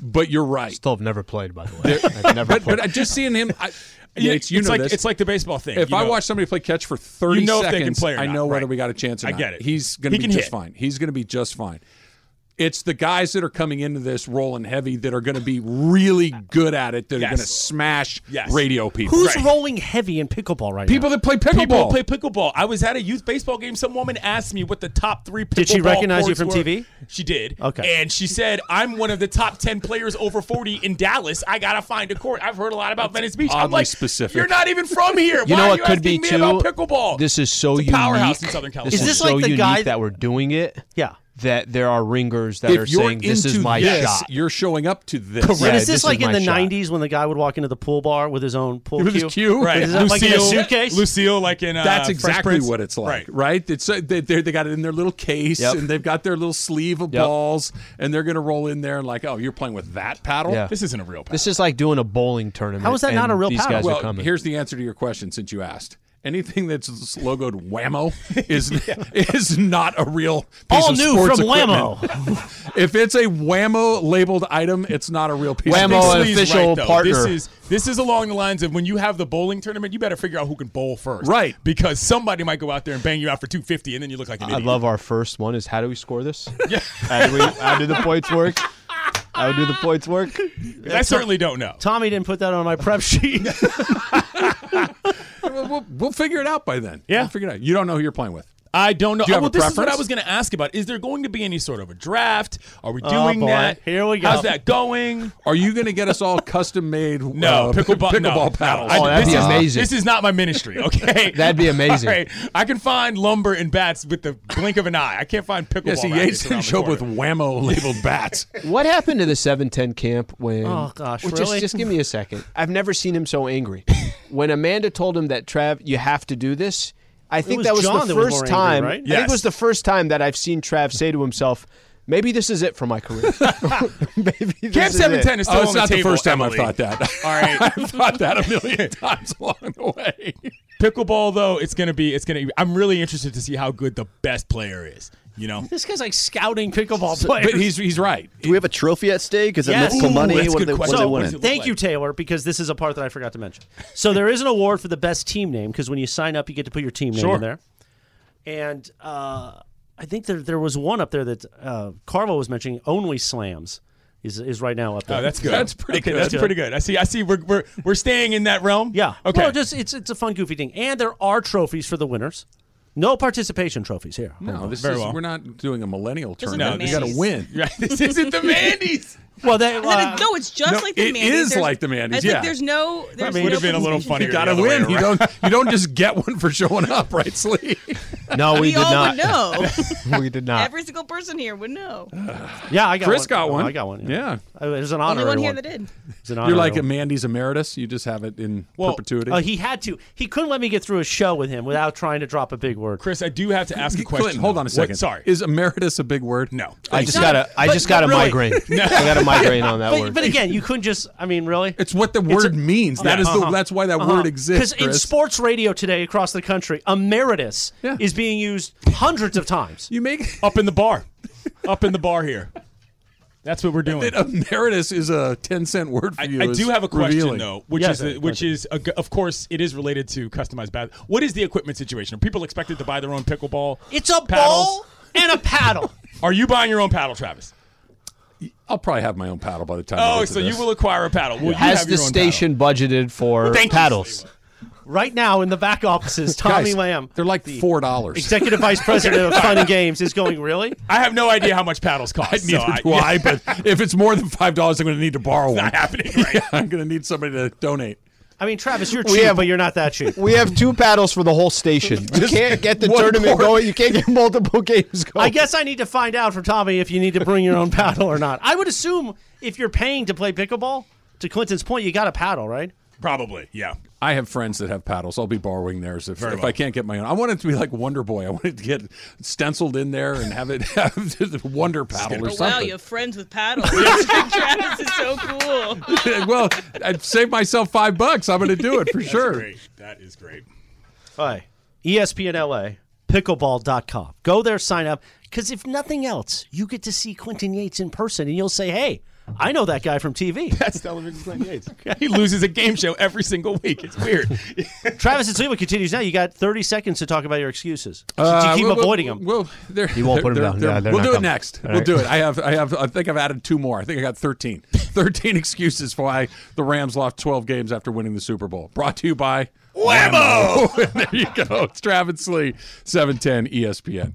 Speaker 4: But you're right.
Speaker 2: Still have never played, by the way. I've never
Speaker 4: But,
Speaker 2: played.
Speaker 4: but I- just seeing him, I,
Speaker 8: Yeah,
Speaker 4: Yates, you
Speaker 8: it's
Speaker 4: know
Speaker 8: like
Speaker 4: this.
Speaker 8: it's like the baseball thing.
Speaker 4: if
Speaker 8: you
Speaker 4: I
Speaker 8: know.
Speaker 4: watch somebody play catch for 30
Speaker 8: You know if they
Speaker 4: seconds,
Speaker 8: can play or
Speaker 4: I
Speaker 8: not,
Speaker 4: know whether
Speaker 8: right.
Speaker 4: we got a chance or
Speaker 8: I
Speaker 4: not.
Speaker 8: get it.
Speaker 4: He's going
Speaker 8: He
Speaker 4: to be
Speaker 8: can
Speaker 4: just
Speaker 8: hit.
Speaker 4: fine. He's going to be just fine. It's the guys that are coming into this rolling heavy that are going to be really good at it that are
Speaker 8: Yes.
Speaker 4: going to smash
Speaker 8: Yes.
Speaker 4: radio people.
Speaker 1: Who's
Speaker 8: Right.
Speaker 1: rolling heavy in pickleball right
Speaker 4: People
Speaker 1: now?
Speaker 4: that play
Speaker 8: people
Speaker 4: pickleball.
Speaker 8: play pickleball. I was at a youth baseball game. Some woman asked me what the top three. Pickleball
Speaker 1: Did she recognize you
Speaker 8: courts
Speaker 1: from
Speaker 8: were.
Speaker 1: TV?
Speaker 8: She did.
Speaker 1: Okay.
Speaker 8: And she said, "I'm one of the top ten players over 40 in Dallas. I gotta find a court. I've heard a lot about Venice Beach. I'm
Speaker 4: oddly
Speaker 8: like,
Speaker 4: specific.
Speaker 8: You're not even from here.
Speaker 2: You
Speaker 8: Why
Speaker 2: know
Speaker 8: are
Speaker 2: what
Speaker 8: you
Speaker 2: could be
Speaker 8: asking me
Speaker 2: too?
Speaker 8: about pickleball.
Speaker 2: This is so
Speaker 8: It's a
Speaker 2: unique.
Speaker 8: powerhouse in Southern
Speaker 2: This
Speaker 8: California.
Speaker 2: is,
Speaker 1: Is this
Speaker 2: so
Speaker 1: like the
Speaker 2: unique
Speaker 1: guy-
Speaker 2: that we're doing it.
Speaker 1: Yeah.
Speaker 2: That there are ringers that are
Speaker 4: if you're
Speaker 2: saying
Speaker 4: into
Speaker 2: this is my
Speaker 4: this,
Speaker 2: shot.
Speaker 4: you're showing up to this.
Speaker 2: Correct.
Speaker 1: and
Speaker 2: Yeah,
Speaker 1: is this,
Speaker 2: this is
Speaker 1: like in
Speaker 2: my
Speaker 1: the
Speaker 2: shot.
Speaker 1: 90s when the guy would walk into the pool bar with his own pool
Speaker 4: With
Speaker 1: cue?
Speaker 4: his cue?
Speaker 8: right?
Speaker 1: Is that like in a
Speaker 8: Lucille,
Speaker 1: suitcase?
Speaker 8: Lucille, like in uh,
Speaker 4: That's
Speaker 8: Fresh
Speaker 4: exactly
Speaker 8: Prince.
Speaker 4: what it's like, right?
Speaker 8: Right.
Speaker 4: It's uh, they they're- they got it in their little case,
Speaker 2: Yep.
Speaker 4: and they've got their little sleeve of
Speaker 2: Yep.
Speaker 4: balls, and they're going to roll in there and like, oh, you're playing with that paddle.
Speaker 2: Yeah.
Speaker 8: This isn't a real.
Speaker 2: This is like doing a bowling tournament.
Speaker 1: How is that not
Speaker 2: and
Speaker 1: a real
Speaker 2: These
Speaker 1: paddle?
Speaker 2: guys
Speaker 4: well,
Speaker 2: are coming.
Speaker 4: here's the answer to your question since you asked. Anything that's logoed Whammo is is not a real piece
Speaker 1: All
Speaker 4: of
Speaker 1: new
Speaker 4: sports
Speaker 1: from
Speaker 4: equipment.
Speaker 1: Whammo.
Speaker 4: if it's a Whammo labeled item, it's not a real piece.
Speaker 2: Whammo
Speaker 4: of
Speaker 2: an
Speaker 8: Slee's
Speaker 2: official
Speaker 8: though.
Speaker 2: partner.
Speaker 8: This is this is along the lines of when you have the bowling tournament, you better figure out who can bowl first,
Speaker 4: Right.
Speaker 8: Because somebody might go out there and bang you out for two fifty, and then you look like an
Speaker 2: I
Speaker 8: idiot.
Speaker 2: love our first one. Is how do we score this? Yeah. How do we? How do the points work? How do the points work?
Speaker 8: I certainly don't know.
Speaker 1: Tommy didn't put that on my prep sheet.
Speaker 4: We'll, we'll- we'll figure it out by then.
Speaker 8: Yeah.
Speaker 4: We'll figure it out. You don't know who you're playing with.
Speaker 8: I don't know.
Speaker 4: Do you
Speaker 8: Oh,
Speaker 4: have
Speaker 8: well,
Speaker 4: a
Speaker 8: this is what
Speaker 4: preference?
Speaker 8: I was going to ask about. Is there going to be any sort of a draft? Are we
Speaker 1: Oh,
Speaker 8: doing
Speaker 1: boy.
Speaker 8: that?
Speaker 1: Here we go.
Speaker 8: How's that going?
Speaker 4: Are you going to get us all custom made?
Speaker 8: No,
Speaker 4: uh,
Speaker 8: pickleball, no,
Speaker 4: pickleball paddles.
Speaker 8: no. I-
Speaker 2: Oh, that'd
Speaker 8: this
Speaker 2: be
Speaker 8: is-
Speaker 2: amazing.
Speaker 8: This is not my ministry, okay?
Speaker 2: That'd be amazing.
Speaker 8: All right. I can find lumber and bats with the blink of an eye. I can't find pickleball.
Speaker 4: Yeah, see, Yates
Speaker 8: rackets around
Speaker 4: didn't
Speaker 8: the
Speaker 4: show up with
Speaker 8: corner.
Speaker 4: Whammo labeled bats.
Speaker 2: What happened to the 710 camp when?
Speaker 1: Oh, gosh,
Speaker 2: Well,
Speaker 1: really?
Speaker 2: Just, just give me a second. I've never seen him so angry. when Amanda told him that Trav, you have to do this. I think
Speaker 1: was
Speaker 2: that was
Speaker 1: John
Speaker 2: the
Speaker 1: that was
Speaker 2: first
Speaker 1: more angry,
Speaker 2: time.
Speaker 1: right?
Speaker 2: I think
Speaker 8: Yes.
Speaker 2: it was the first time that I've seen Trav say to himself, "Maybe this is it for my career." Maybe this
Speaker 8: Camp
Speaker 2: is it.
Speaker 8: Seven Ten is still
Speaker 4: Oh, it's
Speaker 8: on the
Speaker 4: not the
Speaker 8: table,
Speaker 4: first time
Speaker 8: Emily.
Speaker 4: I've thought that.
Speaker 8: All right.
Speaker 4: I've thought that a million times along the way.
Speaker 8: Pickleball though, it's gonna be it's gonna. Be, I'm really interested to see how good the best player is. You know,
Speaker 1: this guy's like scouting pickleball players.
Speaker 4: But he's he's right.
Speaker 3: Do we have a trophy at stake? Is it
Speaker 1: Yes.
Speaker 3: multiple
Speaker 1: Ooh,
Speaker 3: money?
Speaker 8: that's a
Speaker 3: What are
Speaker 8: good
Speaker 3: they, what are
Speaker 8: question.
Speaker 3: they
Speaker 8: So, what is
Speaker 3: winning?
Speaker 8: it look
Speaker 1: Thank
Speaker 8: like?
Speaker 1: you, Taylor, because this is a part that I forgot to mention. So there is an award for the best team name because when you sign up, you get to put your team name
Speaker 8: Sure.
Speaker 1: in there. And uh, I think there there was one up there that uh, Carlo was mentioning, Only Slams. is is right now up there.
Speaker 8: Oh, that's good.
Speaker 4: That's pretty
Speaker 8: Okay,
Speaker 4: good.
Speaker 8: That's pretty good. I see. I see. We're we're, we're staying in that realm.
Speaker 1: Yeah.
Speaker 8: Okay.
Speaker 1: Well, just it's it's a fun, goofy thing, and there are trophies for the winners. No participation trophies here.
Speaker 4: No, this
Speaker 8: Very
Speaker 4: is
Speaker 8: well.
Speaker 4: we're not doing a millennial
Speaker 5: Just like the
Speaker 4: tournament. you got to
Speaker 5: Mandy's.
Speaker 4: win.
Speaker 8: Right, this isn't the Mandy's.
Speaker 1: Well, they,
Speaker 5: And then
Speaker 1: uh,
Speaker 5: it- no, it's just
Speaker 4: No,
Speaker 5: like the
Speaker 4: it
Speaker 5: Mandy's.
Speaker 4: is
Speaker 5: There's-
Speaker 4: like the Mandy's,
Speaker 5: it's like
Speaker 4: yeah.
Speaker 5: there's no. There's
Speaker 1: mean,
Speaker 5: no
Speaker 1: would've
Speaker 8: been a little
Speaker 5: participation.
Speaker 8: funnier
Speaker 4: You got to
Speaker 8: other way
Speaker 4: win. You don't you don't just get one for showing up, right, Slee?
Speaker 2: No,
Speaker 5: We, all would know.
Speaker 2: we did not.
Speaker 5: Every single person here would know.
Speaker 1: yeah, I got
Speaker 4: Chris
Speaker 1: one.
Speaker 4: got
Speaker 1: Oh,
Speaker 4: one.
Speaker 1: I got one.
Speaker 4: Yeah.
Speaker 1: Uh, It was an
Speaker 5: Only
Speaker 1: honorary
Speaker 5: one here
Speaker 1: one.
Speaker 5: that did.
Speaker 1: It's an
Speaker 4: You're
Speaker 1: honorary
Speaker 4: like a
Speaker 1: one.
Speaker 4: Mandy's emeritus. You just have it in perpetuity.
Speaker 1: Oh, he had to. He couldn't let me get through a show with him without trying to drop a big word.
Speaker 8: Chris, I do have to ask a question.
Speaker 4: Clinton, hold on a
Speaker 8: What-
Speaker 4: second.
Speaker 8: sorry.
Speaker 4: is emeritus a big word?
Speaker 8: no.
Speaker 2: I just got a. I just got a
Speaker 1: but really-
Speaker 2: migraine. I got a migraine on that
Speaker 1: But,
Speaker 2: word.
Speaker 1: but again, you couldn't just. I mean, really.
Speaker 4: it's what the word means. That is the that's why that word exists.
Speaker 1: Because uh-huh. in
Speaker 4: Chris.
Speaker 1: sports radio today across the country, emeritus
Speaker 4: Yeah.
Speaker 1: is being used hundreds of times.
Speaker 4: you make
Speaker 8: up in the bar, up in the bar here. That's what we're doing.
Speaker 4: that emeritus is a ten cent word for
Speaker 8: I,
Speaker 4: you.
Speaker 8: I
Speaker 4: is
Speaker 8: do have a question
Speaker 4: revealing.
Speaker 8: though, which
Speaker 1: Yes,
Speaker 8: is the,
Speaker 1: sir.
Speaker 8: which is a, of course it is related to customized bat. What is the equipment situation? Are people expected to buy their own pickleball?
Speaker 1: It's a
Speaker 8: paddles?
Speaker 1: ball and a paddle.
Speaker 8: Are you buying your own paddle, Travis?
Speaker 4: I'll probably have my own paddle by the time. we
Speaker 8: Oh,
Speaker 4: get to
Speaker 8: so you
Speaker 4: this.
Speaker 8: will acquire a paddle. Will you
Speaker 2: Has
Speaker 8: have
Speaker 2: the
Speaker 8: your own
Speaker 2: station budgeted for
Speaker 8: Thank you,
Speaker 2: paddles?
Speaker 1: right now in the back office is Tommy
Speaker 4: Guys,
Speaker 1: Lamb,
Speaker 4: They're like four dollars.
Speaker 1: executive vice president of Fun and Games, is going really.
Speaker 8: Paddle? I have no idea how much paddles cost. so
Speaker 4: Neither
Speaker 8: I-
Speaker 4: do I. But if it's more than five dollars, I'm going to need to borrow one.
Speaker 8: not happening.
Speaker 4: Yeah, I'm going to need somebody to donate.
Speaker 1: I mean, Travis, you're cheap,
Speaker 2: have-
Speaker 1: but you're not that cheap.
Speaker 2: We have two paddles for the whole station. You can't get the
Speaker 4: one
Speaker 2: tournament
Speaker 4: court.
Speaker 2: going. You can't get multiple games going.
Speaker 8: Oh.
Speaker 1: I guess I need to find out from Tommy if you need to bring your own paddle or not. I would assume if you're paying to play pickleball, to Clinton's point, you got a paddle, right?
Speaker 8: Probably, yeah.
Speaker 4: I have friends that have paddles. I'll be borrowing theirs if, if
Speaker 8: well.
Speaker 4: I can't get my own. I want it to be like Wonder Boy. I want it to get stenciled in there and have it have the Wonder paddle or
Speaker 5: Oh, wow,
Speaker 4: something.
Speaker 5: you have friends with paddles. Travis is so cool.
Speaker 4: well, I'd save myself five bucks. I'm going to do it for sure.
Speaker 8: Great. That is great.
Speaker 1: Hi. ESPN LA, pickleball.com. Go there, sign up, because if nothing else, you get to see Quentin Yates in person and you'll say, hey, I know that guy from TV.
Speaker 8: That's television Glenn Yates. He loses a game show every single week. It's weird.
Speaker 1: Travis and Sleewa continues now. You got 30 seconds to talk about your excuses. To
Speaker 4: Uh,
Speaker 1: keep
Speaker 4: we'll- we'll-
Speaker 1: avoiding them.
Speaker 4: We'll, they're, he
Speaker 2: won't put 'em down. Yeah, they're
Speaker 4: we'll
Speaker 2: not
Speaker 4: do it
Speaker 2: coming.
Speaker 4: next.
Speaker 2: All
Speaker 4: we'll
Speaker 2: right.
Speaker 4: do it. I have. I have. I think I've added two more. I think I got 13. 13 excuses for why the Rams lost 12 games after winning the Super Bowl. Brought to you by Whammo. there you go. It's Travis Lee, 710 ESPN.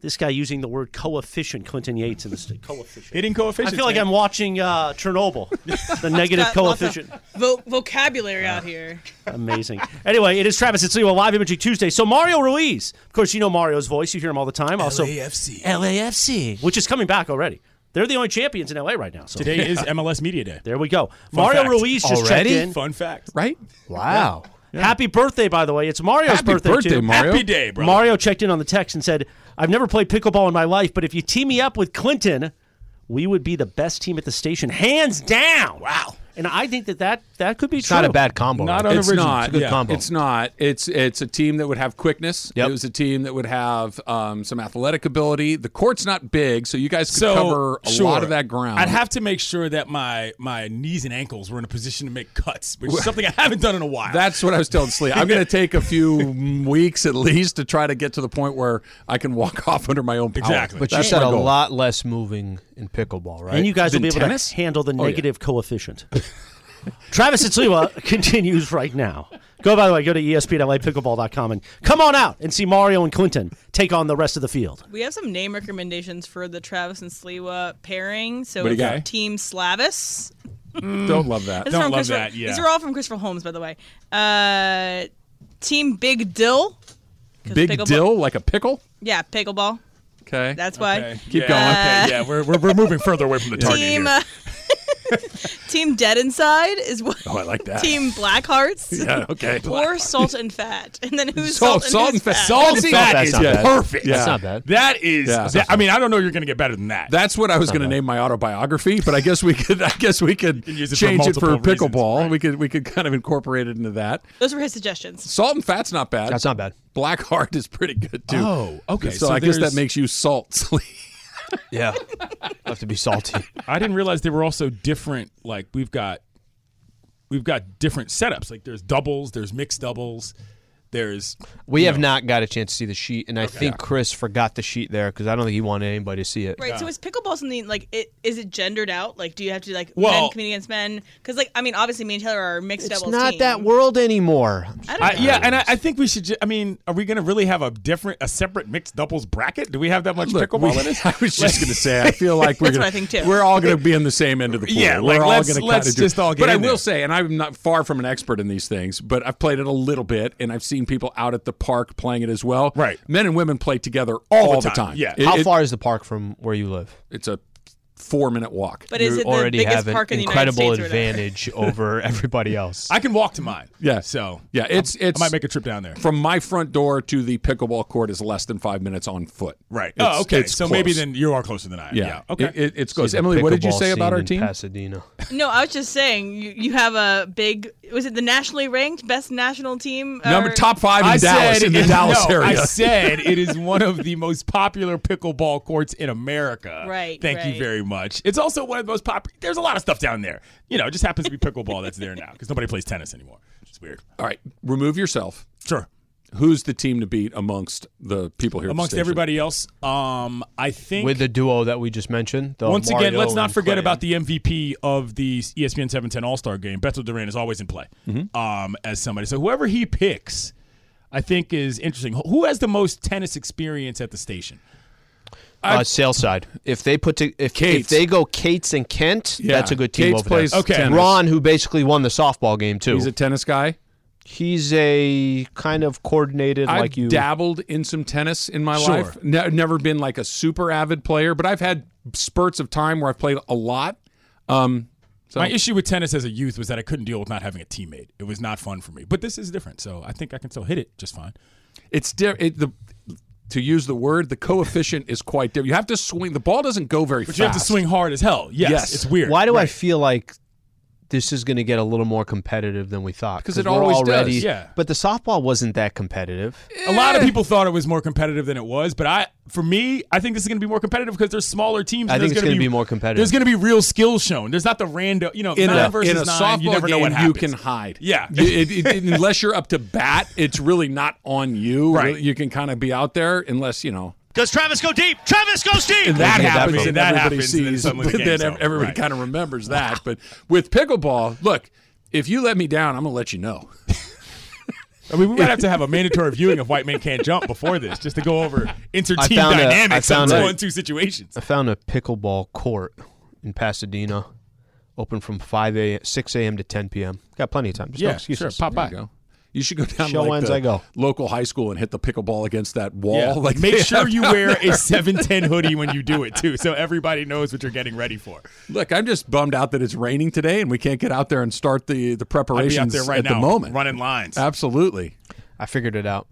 Speaker 1: This guy using the word coefficient, Clinton Yates in the state. Coefficient.
Speaker 8: Hitting
Speaker 1: I
Speaker 8: coefficients.
Speaker 1: feel like
Speaker 8: man.
Speaker 1: I'm watching uh, Chernobyl, the negative
Speaker 5: Got lots of
Speaker 1: coefficient.
Speaker 5: vo- vocabulary out here.
Speaker 1: Amazing. Anyway, it is Travis and Sliwa live imaging Tuesday. So Mario Ruiz, of course, you know Mario's voice. You hear him all the time. Also,
Speaker 8: LAFC.
Speaker 1: LAFC, which is coming back already. They're the only champions in LA right now. So
Speaker 8: Today is MLS Media Day.
Speaker 1: there we go. Mario
Speaker 8: fact.
Speaker 1: Ruiz just
Speaker 2: Already?
Speaker 1: checked in.
Speaker 8: Fun fact.
Speaker 4: Right?
Speaker 2: Wow.
Speaker 1: Happy birthday, by the way. It's Mario's
Speaker 4: Happy
Speaker 1: birthday,
Speaker 4: birthday,
Speaker 1: too.
Speaker 4: Mario.
Speaker 8: Happy day, brother.
Speaker 1: Mario checked in on the text and said, "I've never played pickleball in my life, but if you team me up with Clinton, we would be the best team at the station, hands down." Wow. And I think that that, that could be
Speaker 2: It's
Speaker 1: true.
Speaker 2: not a bad combo.
Speaker 8: Not
Speaker 2: right?
Speaker 8: on
Speaker 4: It's
Speaker 8: original.
Speaker 4: not.
Speaker 8: It's a good
Speaker 4: yeah.
Speaker 2: combo.
Speaker 4: It's not. It's it's a team that would have quickness.
Speaker 2: Yep.
Speaker 4: It was a team that would have um, some athletic ability. The court's not big, so you guys could
Speaker 8: So
Speaker 4: cover a
Speaker 8: sure.
Speaker 4: lot of that ground.
Speaker 8: I'd have to make sure that my my knees and ankles were in a position to make cuts, which is something I haven't done in a while.
Speaker 4: That's what I was telling Slee. I'm going to take a few mm, weeks at least to try to get to the point where I can walk off under my own power.
Speaker 8: Exactly.
Speaker 2: But you
Speaker 4: That's
Speaker 2: said
Speaker 4: my
Speaker 2: a
Speaker 4: goal.
Speaker 2: lot less moving in pickleball, right?
Speaker 1: And you guys will be
Speaker 4: Than
Speaker 1: able
Speaker 4: tennis?
Speaker 2: Oh,
Speaker 1: to handle the negative coefficient. Travis Atsuwa continues right now. Go, by the way, go to E espnlapickleball.com and come on out and see Mario and Clinton take on the rest of the field.
Speaker 5: We have some name recommendations for the Travis and Sliwa pairing. So
Speaker 1: What do
Speaker 5: it's
Speaker 1: you got?
Speaker 5: Team Slavis.
Speaker 4: Mm. Don't love that.
Speaker 5: This is
Speaker 4: Don't
Speaker 5: from
Speaker 4: love
Speaker 5: Christopher-
Speaker 4: that, yeah.
Speaker 5: These are all from Christopher Holmes, by the way. Uh, team Big Dill. 'cause
Speaker 4: Big
Speaker 5: pickleball-
Speaker 4: dill like a pickle.
Speaker 5: Yeah, pickleball.
Speaker 4: Okay.
Speaker 5: That's why. Yeah.
Speaker 4: Keep going.
Speaker 5: Uh,
Speaker 8: yeah, we're, we're, we're moving further away from the target
Speaker 5: Team
Speaker 8: here.
Speaker 5: uh, Team Dead Inside is what.
Speaker 8: Oh, I like that.
Speaker 5: Team Black Hearts.
Speaker 8: Yeah, okay. Black
Speaker 5: Or Salt and Fat, and then who's
Speaker 4: Salt-
Speaker 5: salt, and
Speaker 4: salt
Speaker 5: who's
Speaker 4: and fat.
Speaker 5: fat?
Speaker 4: Salt and
Speaker 8: See,
Speaker 4: fat
Speaker 8: that
Speaker 4: is
Speaker 8: is
Speaker 4: not bad.
Speaker 8: perfect.
Speaker 4: Yeah. That's not bad.
Speaker 8: That is.
Speaker 4: Yeah.
Speaker 8: that- I mean, I don't know. You're going to get better than that.
Speaker 4: That's what I was going
Speaker 2: Uh-huh.
Speaker 4: to name my autobiography, but I guess we could. I guess we could
Speaker 8: use it for
Speaker 4: change it for
Speaker 8: multiple reasons,
Speaker 4: pickleball. We could. We could kind of incorporate it into that.
Speaker 5: Those were his suggestions.
Speaker 4: Salt and fat's not bad. That's
Speaker 2: not bad.
Speaker 4: Black heart is pretty good too.
Speaker 8: Oh, okay,
Speaker 4: So,
Speaker 8: so
Speaker 4: I guess that
Speaker 8: there's-
Speaker 4: makes you salt. Slee.
Speaker 2: Yeah. have to be salty.
Speaker 8: I didn't realize they were also different. Like we've got, we've got different setups. Like there's doubles, there's mixed doubles, there's.
Speaker 2: We
Speaker 8: you
Speaker 2: have
Speaker 8: know,
Speaker 2: not got a chance to see the sheet, and I think Chris forgot the sheet there because I don't think he wanted anybody to see it.
Speaker 5: Right. So is pickleball something like it? Is it gendered out? Like, do you have to like
Speaker 2: Well-
Speaker 5: men competing against men? Because like, I mean, obviously, me and Taylor are a mixed
Speaker 2: It's
Speaker 5: doubles.
Speaker 2: not
Speaker 5: team.
Speaker 2: that world anymore.
Speaker 8: I, yeah, and I, I think we should. Ju- I mean, are we going to really have a different, a separate mixed doubles bracket? Do we have that much
Speaker 4: Look, we-
Speaker 8: pickleball in us?
Speaker 4: I was just going to say, I feel like we're
Speaker 5: That's what
Speaker 4: gonna,
Speaker 5: I think, too.
Speaker 4: We're all going to be in the same end of the pool.
Speaker 8: Yeah,
Speaker 4: we're
Speaker 8: like,
Speaker 4: all
Speaker 8: let's-
Speaker 4: going to
Speaker 8: let's just all get
Speaker 4: But I
Speaker 8: in
Speaker 4: will
Speaker 8: there.
Speaker 4: say, and I'm not far from an expert in these things, but I've played it a little bit, and I've seen people out at the park playing it as well.
Speaker 8: Right.
Speaker 4: men and women play together all,
Speaker 8: All
Speaker 4: the
Speaker 8: the
Speaker 4: time.
Speaker 8: time, yeah.
Speaker 4: It-
Speaker 2: How
Speaker 4: it-
Speaker 2: far is the park from where you live?
Speaker 4: It's a four minute walk.
Speaker 5: But is
Speaker 2: you
Speaker 5: it the
Speaker 2: already
Speaker 5: biggest
Speaker 2: have an
Speaker 5: park in the United
Speaker 2: incredible
Speaker 5: States or whatever?
Speaker 2: advantage over everybody else.
Speaker 8: I can walk to mine.
Speaker 4: Yeah.
Speaker 8: So
Speaker 4: Yeah, it's
Speaker 8: I
Speaker 4: it's
Speaker 8: might make a trip down there.
Speaker 4: from my front door to the pickleball court is less than five minutes on foot.
Speaker 8: Right.
Speaker 4: It's-
Speaker 8: oh, okay.
Speaker 4: it's
Speaker 8: So maybe
Speaker 4: close.
Speaker 8: then you are closer than I am.
Speaker 4: Yeah.
Speaker 8: Yeah. Okay.
Speaker 4: It, it- it's
Speaker 2: See
Speaker 4: close.
Speaker 2: the
Speaker 4: Emily, what did you
Speaker 2: pickleball
Speaker 4: say about our
Speaker 2: scene in
Speaker 4: team?
Speaker 2: Pasadena.
Speaker 5: No, I was just saying you, you have a big. Was it the nationally ranked best national team?
Speaker 4: Number
Speaker 5: or-
Speaker 4: top five in
Speaker 8: I
Speaker 4: Dallas
Speaker 8: said
Speaker 4: in the
Speaker 8: it-
Speaker 4: Dallas
Speaker 8: no,
Speaker 4: area.
Speaker 8: I said it is one of the most popular pickleball courts in America.
Speaker 5: Right,
Speaker 8: Thank
Speaker 5: right.
Speaker 8: you very much. It's also one of the most popular. There's a lot of stuff down there. You know, it just happens to be pickleball that's there now because nobody plays tennis anymore. It's weird.
Speaker 4: All right, remove yourself.
Speaker 8: Sure.
Speaker 4: Who's the team to beat amongst the people here? at the
Speaker 8: Amongst
Speaker 4: station?
Speaker 8: everybody else, um, I think
Speaker 2: With the duo that we just mentioned. the
Speaker 8: once again,
Speaker 2: Mario
Speaker 8: let's not
Speaker 2: and
Speaker 8: forget
Speaker 2: Clay.
Speaker 8: about the MVP of the E ESPN 710 All Star game. Beto Duran is always in play
Speaker 2: Mm-hmm.
Speaker 8: um, as somebody. So whoever he picks, I think is interesting. Who has the most tennis experience at the station?
Speaker 2: uh, sales side. If they put to, if, if
Speaker 4: Cates.
Speaker 2: they go Cates and Kent,
Speaker 4: Yeah,
Speaker 2: that's a good team
Speaker 4: Cates
Speaker 2: over
Speaker 4: plays
Speaker 2: there.
Speaker 4: Okay. tennis.
Speaker 2: Ron, who basically won the softball game too.
Speaker 4: He's a tennis guy.
Speaker 2: He's a kind of coordinated
Speaker 4: I've
Speaker 2: like you.
Speaker 4: dabbled in some tennis in my
Speaker 8: Sure.
Speaker 4: life. Ne- never been like a super avid player, but I've had spurts of time where I've played a lot. Um, so
Speaker 8: My issue with tennis as a youth was that I couldn't deal with not having a teammate. It was not fun for me. But this is different, so I think I can still hit it just fine.
Speaker 4: it's di- it, the to use the word the coefficient is quite different. You have to swing. The ball doesn't go very
Speaker 8: But
Speaker 4: fast.
Speaker 8: you have to swing hard as hell. Yes,
Speaker 4: Yes.
Speaker 8: it's weird.
Speaker 2: Why do I feel like this is going to get a little more competitive than we thought?
Speaker 4: 'Cause it
Speaker 2: we're
Speaker 4: always does.
Speaker 2: already,
Speaker 8: Yeah.
Speaker 2: But the softball wasn't that competitive.
Speaker 8: A lot of
Speaker 4: Eh.
Speaker 8: people thought it was more competitive than it was, but I, for me, I think this is going to be more competitive because there's smaller teams.
Speaker 2: I think
Speaker 8: and there's
Speaker 2: it's
Speaker 8: gonna
Speaker 2: gonna be more competitive.
Speaker 8: There's going to be real skill shown. There's not the random, you know,
Speaker 4: in
Speaker 8: nine
Speaker 4: a,
Speaker 8: versus
Speaker 4: in a
Speaker 8: nine.
Speaker 4: softball
Speaker 8: you never know
Speaker 4: game,
Speaker 8: what
Speaker 4: you
Speaker 8: happens.
Speaker 4: can hide.
Speaker 8: Yeah.
Speaker 4: You- it- it- unless you're up to bat, it's really not on you.
Speaker 8: Right.
Speaker 4: You can kind of be out there unless you know.
Speaker 1: Does Travis go deep? Travis goes deep.
Speaker 4: And that
Speaker 8: Yeah, that
Speaker 4: happens,
Speaker 8: phone.
Speaker 4: and
Speaker 8: That
Speaker 4: everybody
Speaker 8: happens, and then
Speaker 4: sees.
Speaker 8: suddenly the game's
Speaker 4: ev-
Speaker 8: over.
Speaker 4: everybody
Speaker 8: Right.
Speaker 4: kind of remembers that. But with pickleball, look, if you let me down, I'm gonna let you know.
Speaker 8: I mean, we might have to have a mandatory viewing of White Men Can't Jump before this just to go over
Speaker 2: I
Speaker 8: inter-team
Speaker 2: found a- I
Speaker 8: dynamics on
Speaker 2: found
Speaker 8: two
Speaker 2: a-
Speaker 8: on two situations.
Speaker 2: I found a pickleball court in Pasadena, open from five a six a.m. to ten p.m. Got plenty of time. Just no
Speaker 8: Yeah,
Speaker 2: excuses.
Speaker 8: sure. Pop
Speaker 4: There
Speaker 8: by.
Speaker 4: you go. You should go down to
Speaker 2: Show
Speaker 4: like
Speaker 2: ends
Speaker 4: the
Speaker 2: I go.
Speaker 4: local high school and hit the pickleball against that wall.
Speaker 8: Yeah.
Speaker 4: Like
Speaker 8: make
Speaker 4: they
Speaker 8: sure
Speaker 4: have
Speaker 8: you
Speaker 4: down
Speaker 8: wear
Speaker 4: there.
Speaker 8: a 710 hoodie when you do it too, so everybody knows what you're getting ready for.
Speaker 4: Look, I'm just bummed out that it's raining today and we can't get out there and start the the
Speaker 8: I'd
Speaker 4: preparations
Speaker 8: be out there right
Speaker 4: at
Speaker 8: now,
Speaker 4: the moment.
Speaker 8: running lines.
Speaker 4: Absolutely.
Speaker 2: I figured it out.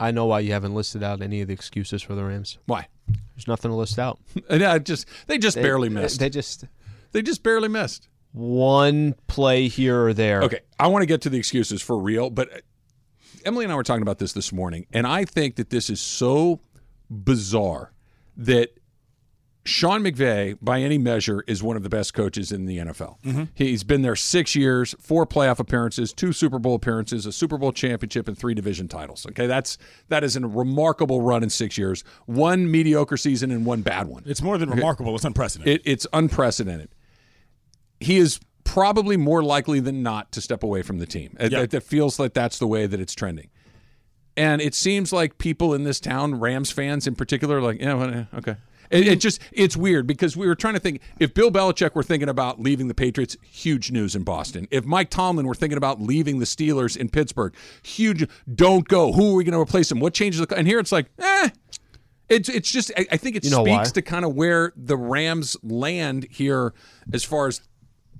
Speaker 2: I know why you haven't listed out any of the excuses for the Rams.
Speaker 4: Why?
Speaker 2: There's nothing to list out.
Speaker 4: And I just they just barely missed.
Speaker 2: They just
Speaker 4: They just barely missed.
Speaker 2: one play here or there.
Speaker 4: Okay, I want to get to the excuses for real, but uh, Emily and I were talking about this this morning, and I think that this is so bizarre that Sean McVay, by any measure, is one of the best coaches in the NFL.
Speaker 9: Mm-hmm.
Speaker 4: He's been there six years, four playoff appearances, two Super Bowl appearances, a Super Bowl championship, and three division titles. Okay, that's that is a remarkable run in six years. One mediocre season and one bad one.
Speaker 8: It's more than remarkable. It's unprecedented.
Speaker 4: It, it's unprecedented. He is probably more likely than not to step away from the team. Uh, That, that feels like that's the way that it's trending. And it seems like people in this town, Rams fans in particular, are like, yeah, well, yeah, okay. It, it just it's weird because we were trying to think if Bill Belichick were thinking about leaving the Patriots, huge news in Boston. If Mike Tomlin were thinking about leaving the Steelers in Pittsburgh, huge. Don't go. Who are we going to replace him? What changes? The, and here it's like, eh. It's it's just I, I think it
Speaker 2: You know
Speaker 4: speaks
Speaker 2: why?
Speaker 4: to kind of where the Rams land here as far as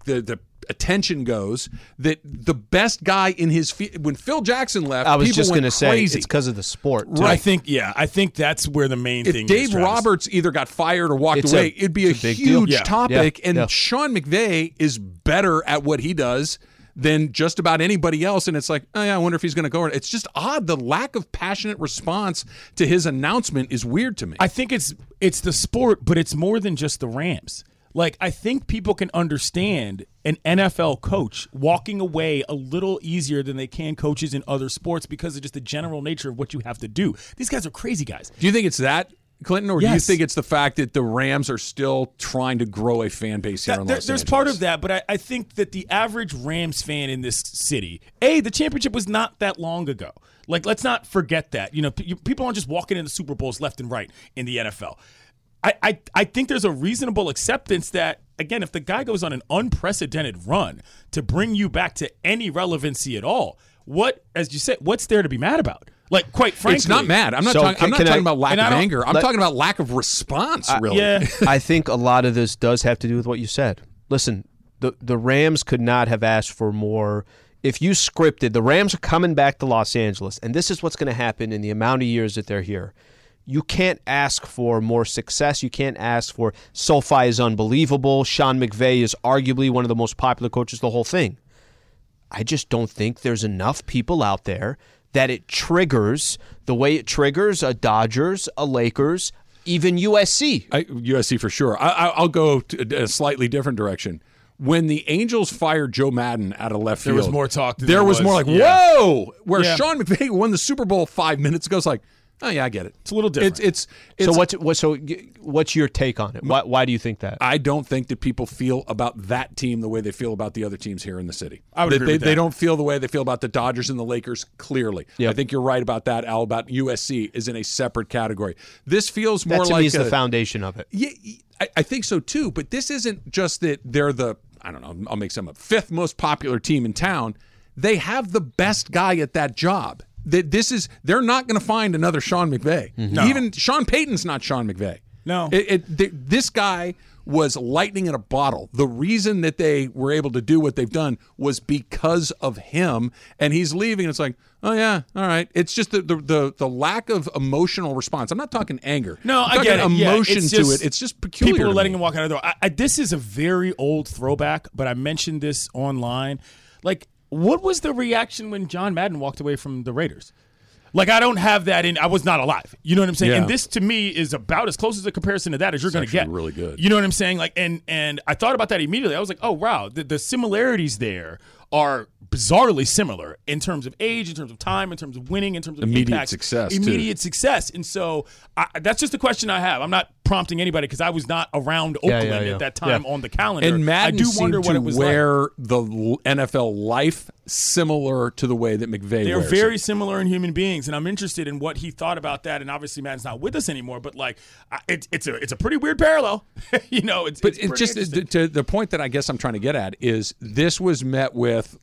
Speaker 4: the the attention goes. That the best guy in his field when Phil Jackson left,
Speaker 2: I was
Speaker 4: people
Speaker 2: just
Speaker 4: went
Speaker 2: going to say
Speaker 4: crazy.
Speaker 2: it's because of the sport. too.
Speaker 8: I think yeah, I think that's where the main
Speaker 4: if
Speaker 8: thing is.
Speaker 4: Dave
Speaker 8: Travis.
Speaker 4: Roberts either got fired or walked
Speaker 2: It's a-
Speaker 4: away, it'd be a,
Speaker 2: it's a big deal.
Speaker 4: huge
Speaker 8: Yeah.
Speaker 4: topic.
Speaker 2: Yeah.
Speaker 4: And
Speaker 2: Yeah.
Speaker 4: Sean McVay is better at what he does than just about anybody else. And it's like, oh, yeah, I wonder if he's going to go. It's just odd. The lack of passionate response to his announcement is weird to me.
Speaker 8: I think it's it's the sport, but it's more than just the Rams. Like I think people can understand an NFL coach walking away a little easier than they can coaches in other sports because of just the general nature of what you have to do. These guys are crazy guys.
Speaker 4: Do you think it's that, Clinton, or do you
Speaker 8: Yes.
Speaker 4: think it's the fact that the Rams are still trying to grow a fan base here
Speaker 8: That-
Speaker 4: in
Speaker 8: there-
Speaker 4: Los
Speaker 8: there's
Speaker 4: Angeles?
Speaker 8: part of that, but I, I think that the average Rams fan in this city, a the championship was not that long ago. Like, let's not forget that. You know, p- you- people aren't just walking into Super Bowls left and right in the NFL. I, I I think there's a reasonable acceptance that again, if the guy goes on an unprecedented run to bring you back to any relevancy at all, what as you said, what's there to be mad about? Like, quite frankly,
Speaker 4: It's not mad. I'm not,
Speaker 2: So
Speaker 4: talking,
Speaker 2: can-
Speaker 4: I'm not
Speaker 2: can I-
Speaker 4: talking about lack
Speaker 8: and I
Speaker 4: of
Speaker 8: don't-
Speaker 4: anger. I'm
Speaker 2: let-
Speaker 4: talking about lack of response, really.
Speaker 8: Yeah.
Speaker 2: I think a lot of this does have to do with what you said. Listen, the the Rams could not have asked for more. If you scripted, the Rams are coming back to Los Angeles, and this is what's going to happen in the amount of years that they're here. You can't ask for more success. You can't ask for SoFi is unbelievable. Sean McVay is arguably one of the most popular coaches. The whole thing. I just don't think there's enough people out there that it triggers the way it triggers a Dodgers, a Lakers, even USC.
Speaker 4: I, USC for sure. I, I, I'll go to a slightly different direction. When the Angels fired Joe Madden out of left
Speaker 8: There
Speaker 4: field,
Speaker 8: was more talk than
Speaker 4: There
Speaker 8: there
Speaker 4: was, more
Speaker 8: was,
Speaker 4: like,
Speaker 8: yeah.
Speaker 4: "Whoa!" Where
Speaker 8: Yeah.
Speaker 4: Sean McVay won the Super Bowl five minutes ago. It's like, oh yeah, I get it. It's
Speaker 8: a little different.
Speaker 4: It's it's.
Speaker 2: so what's what, so y- what's your take on it? Why, why do you think that?
Speaker 4: I don't think that people feel about that team the way they feel about the other teams here in the city.
Speaker 8: I would
Speaker 4: they,
Speaker 8: agree
Speaker 4: they,
Speaker 8: with that.
Speaker 4: they don't feel the way they feel about the Dodgers and the Lakers. Clearly,
Speaker 2: Yep.
Speaker 4: I think you're right about that. Al about USC is in a separate category. This feels more
Speaker 2: that to
Speaker 4: like
Speaker 2: me is
Speaker 4: a,
Speaker 2: the foundation of it.
Speaker 4: Yeah, y- I, I think so too. But this isn't just that they're the I don't know. I'll make some up. Fifth most popular team in town. They have the best guy at that job. That this is they're not going to find another Sean McVay. Even Sean Payton's not Sean McVay.
Speaker 8: No.
Speaker 4: It, it, th- this guy was lightning in a bottle. The reason that they were able to do what they've done was because of him, and he's leaving. It's like, oh yeah, all right. It's just the the the, the lack of emotional response. I'm not talking anger.
Speaker 8: No,
Speaker 4: I'm talking
Speaker 8: I get it. Yeah,
Speaker 4: emotion
Speaker 8: it's
Speaker 4: to
Speaker 8: just-
Speaker 4: it. It's just peculiar.
Speaker 8: People are
Speaker 4: to
Speaker 8: letting
Speaker 4: me.
Speaker 8: him walk out of the door. I, I, this is a very old throwback, but I mentioned this online. Like, what was the reaction when John Madden walked away from the Raiders? Like, I don't have that in. I was not alive. You know what I'm saying?
Speaker 4: Yeah.
Speaker 8: And this to me is about as close as a comparison to that as you're going to
Speaker 4: actually
Speaker 8: get.
Speaker 4: really good.
Speaker 8: You know what I'm saying? Like, and and I thought about that immediately. I was like, oh wow, the, the similarities there are bizarrely similar in terms of age, in terms of time, in terms of winning, in terms of
Speaker 4: Immediate
Speaker 8: impact,
Speaker 4: success, too.
Speaker 8: immediate immediate success. And so I, that's just a question I have. I'm not prompting anybody because I was not around Oakland
Speaker 2: yeah, yeah.
Speaker 8: at that time on the calendar.
Speaker 4: And Madden
Speaker 8: I do
Speaker 4: seemed
Speaker 8: wonder what
Speaker 4: to
Speaker 8: it was like.
Speaker 4: wear the l- NFL life similar to the way that McVay
Speaker 8: They're
Speaker 4: wears
Speaker 8: very
Speaker 4: it.
Speaker 8: similar in human beings, and I'm interested in what he thought about that. And obviously, Madden's not with us anymore, but like, I, it, it's a it's a pretty weird parallel, you know. It's,
Speaker 4: But
Speaker 8: it's
Speaker 4: it's
Speaker 8: pretty
Speaker 4: just
Speaker 8: interesting.
Speaker 4: to, to the point that I guess I'm trying to get at is this was met with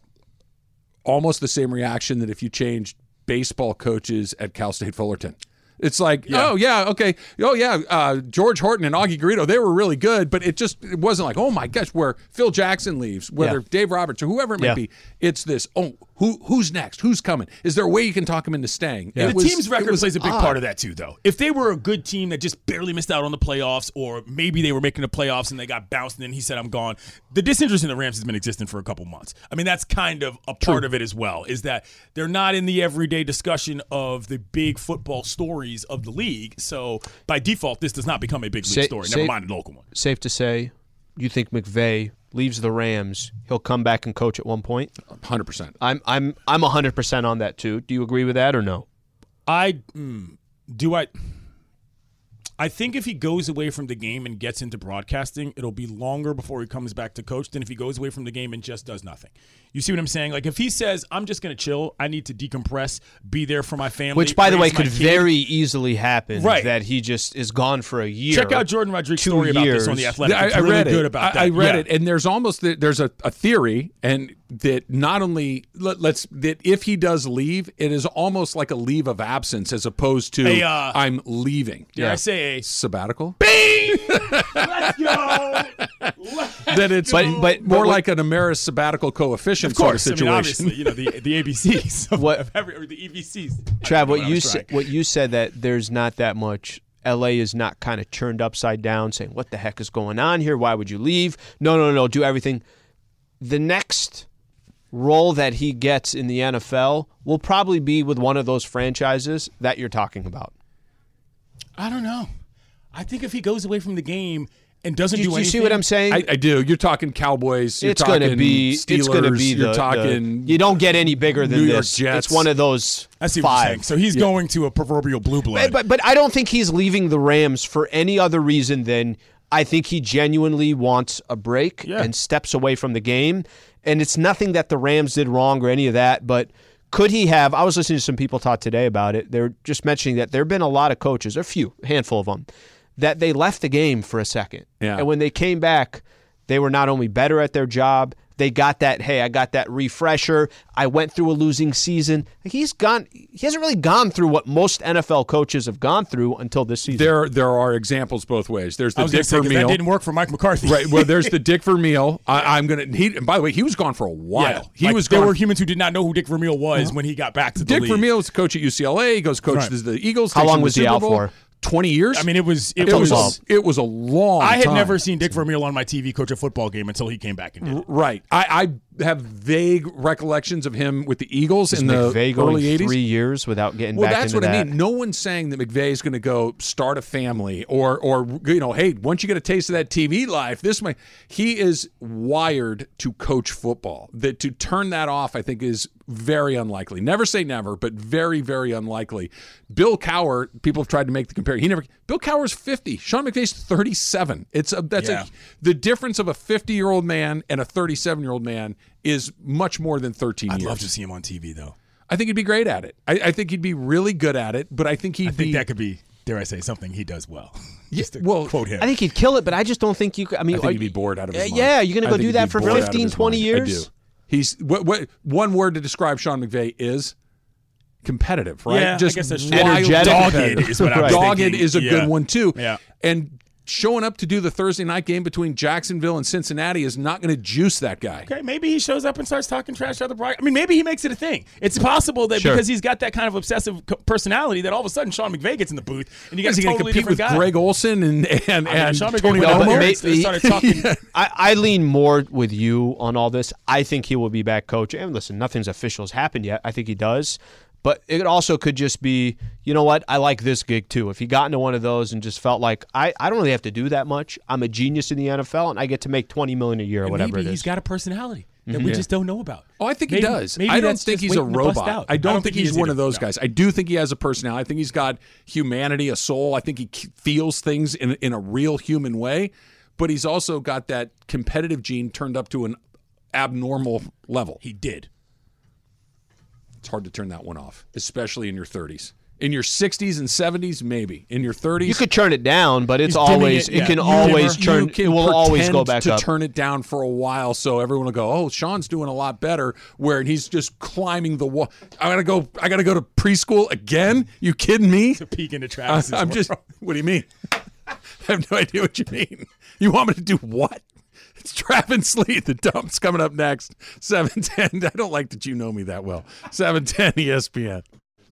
Speaker 4: almost the same reaction that if you changed baseball coaches at Cal State Fullerton. It's like, oh yeah, okay, oh yeah, uh, George Horton and Augie Garrido, they were really good, but it just it wasn't like, oh my gosh, where Phil Jackson leaves, whether Dave Roberts or whoever it may
Speaker 2: Yeah.
Speaker 4: be, it's this. Oh, who who's next? Who's coming? Is there a way you can talk him into staying?
Speaker 8: And
Speaker 4: It
Speaker 8: the
Speaker 4: was-
Speaker 8: team's
Speaker 4: it
Speaker 8: record
Speaker 4: was
Speaker 8: plays a big
Speaker 4: odd.
Speaker 8: part of that too, though. If they were a good team that just barely missed out on the playoffs, or maybe they were making the playoffs and they got bounced, and then he said, "I'm gone." The disinterest in the Rams has been existing for a couple months. I mean, that's kind of a part of it as well. Is that they're not in the everyday discussion of the big football stories of the league. So by default, this does not become a big league
Speaker 2: Say-
Speaker 8: story.
Speaker 2: say-
Speaker 8: Never mind a local one.
Speaker 2: Safe to say, you think McVay leaves the Rams, he'll come back and coach at one point.
Speaker 4: 100%.
Speaker 2: I'm I'm I'm 100% on
Speaker 8: mm,
Speaker 2: that too. Do you agree with that or no?
Speaker 8: I mm, do I. I think if he goes away from the game and gets into broadcasting, it'll be longer before he comes back to coach than if he goes away from the game and just does nothing. You see what I'm saying? Like if he says, "I'm just going to chill. I need to decompress, be there for my family,"
Speaker 2: Which, by the way,
Speaker 8: raise my
Speaker 2: could
Speaker 8: kid."
Speaker 2: very easily happen.
Speaker 8: Right.
Speaker 2: That he just is gone for a year.
Speaker 8: Check out Jordan Rodriguez's
Speaker 2: two
Speaker 8: story about this
Speaker 2: years.
Speaker 8: on The Athletic.
Speaker 4: I,
Speaker 8: It's
Speaker 4: I
Speaker 8: really
Speaker 4: read it.
Speaker 8: good about
Speaker 4: I, I
Speaker 8: that.
Speaker 4: read
Speaker 8: Yeah.
Speaker 4: it, and there's almost the, there's a, a theory, and that not only let, let's that if he does leave, it is almost like a leave of absence as opposed to
Speaker 8: A, uh,
Speaker 4: I'm leaving.
Speaker 8: Dare I say a
Speaker 4: sabbatical?
Speaker 8: Let's go.
Speaker 4: that it's
Speaker 2: But- but-
Speaker 4: more
Speaker 2: but-
Speaker 4: like an Ameris sabbatical coefficient
Speaker 8: Of course,
Speaker 4: sort of
Speaker 8: I mean,
Speaker 4: situation.
Speaker 8: obviously, you know the the ABCs of,
Speaker 2: What-
Speaker 8: of every or the E EVCs. I
Speaker 2: Trav,
Speaker 8: don't know
Speaker 2: what
Speaker 8: I
Speaker 2: you
Speaker 8: was
Speaker 2: said,
Speaker 8: trying.
Speaker 2: what you said that there's not that much. L.A. is not kind of turned upside down, saying, "What the heck is going on here? Why would you leave? No, no, no, do everything." The next role that he gets in the NFL will probably be with one of those franchises that you're talking about.
Speaker 8: I don't know. I think if he goes away from the game and doesn't
Speaker 2: You,
Speaker 8: do
Speaker 2: you
Speaker 8: anything,
Speaker 2: see what I'm saying?
Speaker 4: I, I do. You're talking Cowboys. You're
Speaker 2: it's
Speaker 4: talking
Speaker 2: going to be
Speaker 4: Steelers.
Speaker 2: it's going to be the,
Speaker 4: you're talking.
Speaker 2: the- you don't get any bigger than
Speaker 4: New York
Speaker 2: this.
Speaker 4: Jets.
Speaker 2: It's one of those
Speaker 8: I see what you're saying.
Speaker 2: five.
Speaker 8: So he's going to a proverbial blue blood.
Speaker 2: But, but but I don't think he's leaving the Rams for any other reason than I think he genuinely wants a break
Speaker 8: Yeah.
Speaker 2: and steps away from the game. And it's nothing that the Rams did wrong or any of that, but could he have I was listening to some people talk today about it. They're just mentioning that there have been a lot of coaches, a few, a handful of them, that they left the game for a second.
Speaker 4: Yeah.
Speaker 2: And when they came back, they were not only better at their job, they got that, hey, I got that refresher. I went through a losing season. He's gone he hasn't really gone through what most NFL coaches have gone through until this season.
Speaker 4: there, there are examples both ways. There's
Speaker 8: I
Speaker 4: the
Speaker 8: was going
Speaker 4: Dick
Speaker 8: to say 'cause that
Speaker 4: Vermeil.
Speaker 8: didn't work for Mike McCarthy.
Speaker 4: Right. Well, there's the Dick Vermeil. I, I'm gonna. He. And by the way, he was gone for a while.
Speaker 8: Yeah,
Speaker 4: he
Speaker 8: like,
Speaker 4: was
Speaker 8: There
Speaker 4: gone.
Speaker 8: were humans who did not know who Dick Vermeil was when he got back to the
Speaker 4: Dick
Speaker 8: league.
Speaker 4: Vermeil was coach at UCLA. He goes coach
Speaker 8: Right.
Speaker 4: to the Eagles.
Speaker 2: How
Speaker 4: takes
Speaker 2: long
Speaker 4: them to
Speaker 2: was
Speaker 4: the
Speaker 2: he
Speaker 4: Super
Speaker 2: out
Speaker 4: Bowl.
Speaker 2: for?
Speaker 4: Twenty years.
Speaker 8: I mean, it was it
Speaker 4: it
Speaker 8: was.
Speaker 4: was. It was a long.
Speaker 8: I had
Speaker 4: time.
Speaker 8: never seen Dick Vermeil on my TV coach a football game until he came back and did it.
Speaker 4: Right. I, I have vague recollections of him with the Eagles in the
Speaker 2: McVay going
Speaker 4: early '80s.
Speaker 2: three years without getting
Speaker 4: Well,
Speaker 2: back
Speaker 4: that's
Speaker 2: into
Speaker 4: what I
Speaker 2: that.
Speaker 4: mean. No one's saying that McVay is going to go start a family or, or you know, hey, once you get a taste of that TV life, this might. He is wired to coach football. That to turn that off, I think, is very unlikely. Never say never, but very, very unlikely. Bill Cower, people have tried to make the comparison. He never. Bill Cower's fifty. Sean McVay's thirty-seven. It's a that's
Speaker 8: Yeah.
Speaker 4: a the difference of a fifty-year-old man and a thirty-seven-year-old man is much more than thirteen
Speaker 8: I'd
Speaker 4: years.
Speaker 8: love to see him on TV though.
Speaker 4: I think he'd be great at it. I, I think he'd be really good at it, but I think he'd
Speaker 8: I think
Speaker 4: be.
Speaker 8: that could be, dare I say, something he does well. Just to
Speaker 4: well,
Speaker 8: quote him.
Speaker 2: I think he'd kill it, but I just don't think you. c- I mean,
Speaker 4: I think
Speaker 2: are-
Speaker 4: he'd be bored out of
Speaker 2: Uh,
Speaker 4: his mind.
Speaker 2: Yeah, you're going
Speaker 4: I
Speaker 2: to go
Speaker 4: think
Speaker 2: do
Speaker 4: he'd
Speaker 2: that
Speaker 4: be
Speaker 2: for
Speaker 4: bored out of
Speaker 2: 15,
Speaker 4: his
Speaker 2: 20
Speaker 4: mind.
Speaker 2: years.
Speaker 4: I do. He's what, what one word to describe Sean McVay is competitive, right?
Speaker 8: Yeah, I
Speaker 4: Just
Speaker 8: guess that's true.
Speaker 4: wild-
Speaker 2: Energetic
Speaker 8: Dogged
Speaker 4: competitive.
Speaker 8: is what I was
Speaker 4: Dogged
Speaker 8: thinking.
Speaker 4: is a
Speaker 8: Yeah.
Speaker 4: good one too.
Speaker 8: Yeah.
Speaker 4: and showing up to do the Thursday night game between Jacksonville and Cincinnati is not going to juice that guy.
Speaker 8: Okay, maybe he shows up and starts talking trash to other broad. I mean, maybe he makes it a thing. It's possible that
Speaker 4: Sure.
Speaker 8: because he's got that kind of obsessive co- personality, that all of a sudden Sean McVay gets in the booth and you got
Speaker 4: Is
Speaker 8: a
Speaker 4: he going to
Speaker 8: totally
Speaker 4: compete with
Speaker 8: different guy.
Speaker 4: Greg Olson and and,
Speaker 8: I mean,
Speaker 4: and
Speaker 8: Sean McVay
Speaker 4: Tony
Speaker 8: went
Speaker 2: Well,
Speaker 8: out
Speaker 2: but
Speaker 4: Romo?
Speaker 8: there and
Speaker 2: may-
Speaker 8: st- started talking.
Speaker 2: I, I lean more with you on all this. I think he will be back coach. And listen, nothing's official has happened yet. I think he does. But it also could just be, you know what? I like this gig too. If he got into one of those and just felt like, I, I don't really have to do that much. I'm a genius in the NFL and I get to make 20 million a year or
Speaker 8: And
Speaker 2: whatever
Speaker 8: maybe
Speaker 2: it
Speaker 8: he's
Speaker 2: is.
Speaker 8: got a personality that we just don't know about.
Speaker 4: Oh, I think
Speaker 8: Maybe-
Speaker 4: he does.
Speaker 8: maybe
Speaker 4: I don't
Speaker 8: that's
Speaker 4: think
Speaker 8: just
Speaker 4: he's a
Speaker 8: waiting to bust
Speaker 4: robot.
Speaker 8: out.
Speaker 4: I don't, think, he's
Speaker 8: is
Speaker 4: one
Speaker 8: either.
Speaker 4: of those
Speaker 8: No.
Speaker 4: guys. I do think he has a personality. I think he's got humanity, a soul. I think he k- feels things in in a real human way, but he's also got that competitive gene turned up to an abnormal level.
Speaker 8: He did.
Speaker 4: It's hard to turn that one off, especially in your 30s. In your 60s and 70s, maybe. In your 30s,
Speaker 2: You could turn it down, but it's
Speaker 8: He's dimming
Speaker 2: always,
Speaker 8: it,
Speaker 2: it,
Speaker 8: yeah.
Speaker 2: can
Speaker 8: You
Speaker 2: always
Speaker 4: dimmer.
Speaker 2: turn,
Speaker 4: You can
Speaker 2: it will always go
Speaker 4: pretend
Speaker 2: back
Speaker 4: to
Speaker 2: up.
Speaker 4: turn it down for a while, so everyone will go, "Oh, Sean's doing a lot better." Where and he's just climbing the wall. I gotta go. I gotta go to preschool again. You kidding me?
Speaker 8: To peek into
Speaker 4: I-
Speaker 8: Travis's
Speaker 4: I'm
Speaker 8: world.
Speaker 4: just. What do you mean? I have no idea what you mean. You want me to do what? It's Travis Slee, the dumps coming up next. Seven ten. I don't like that you know me that well. Seven ten E ESPN.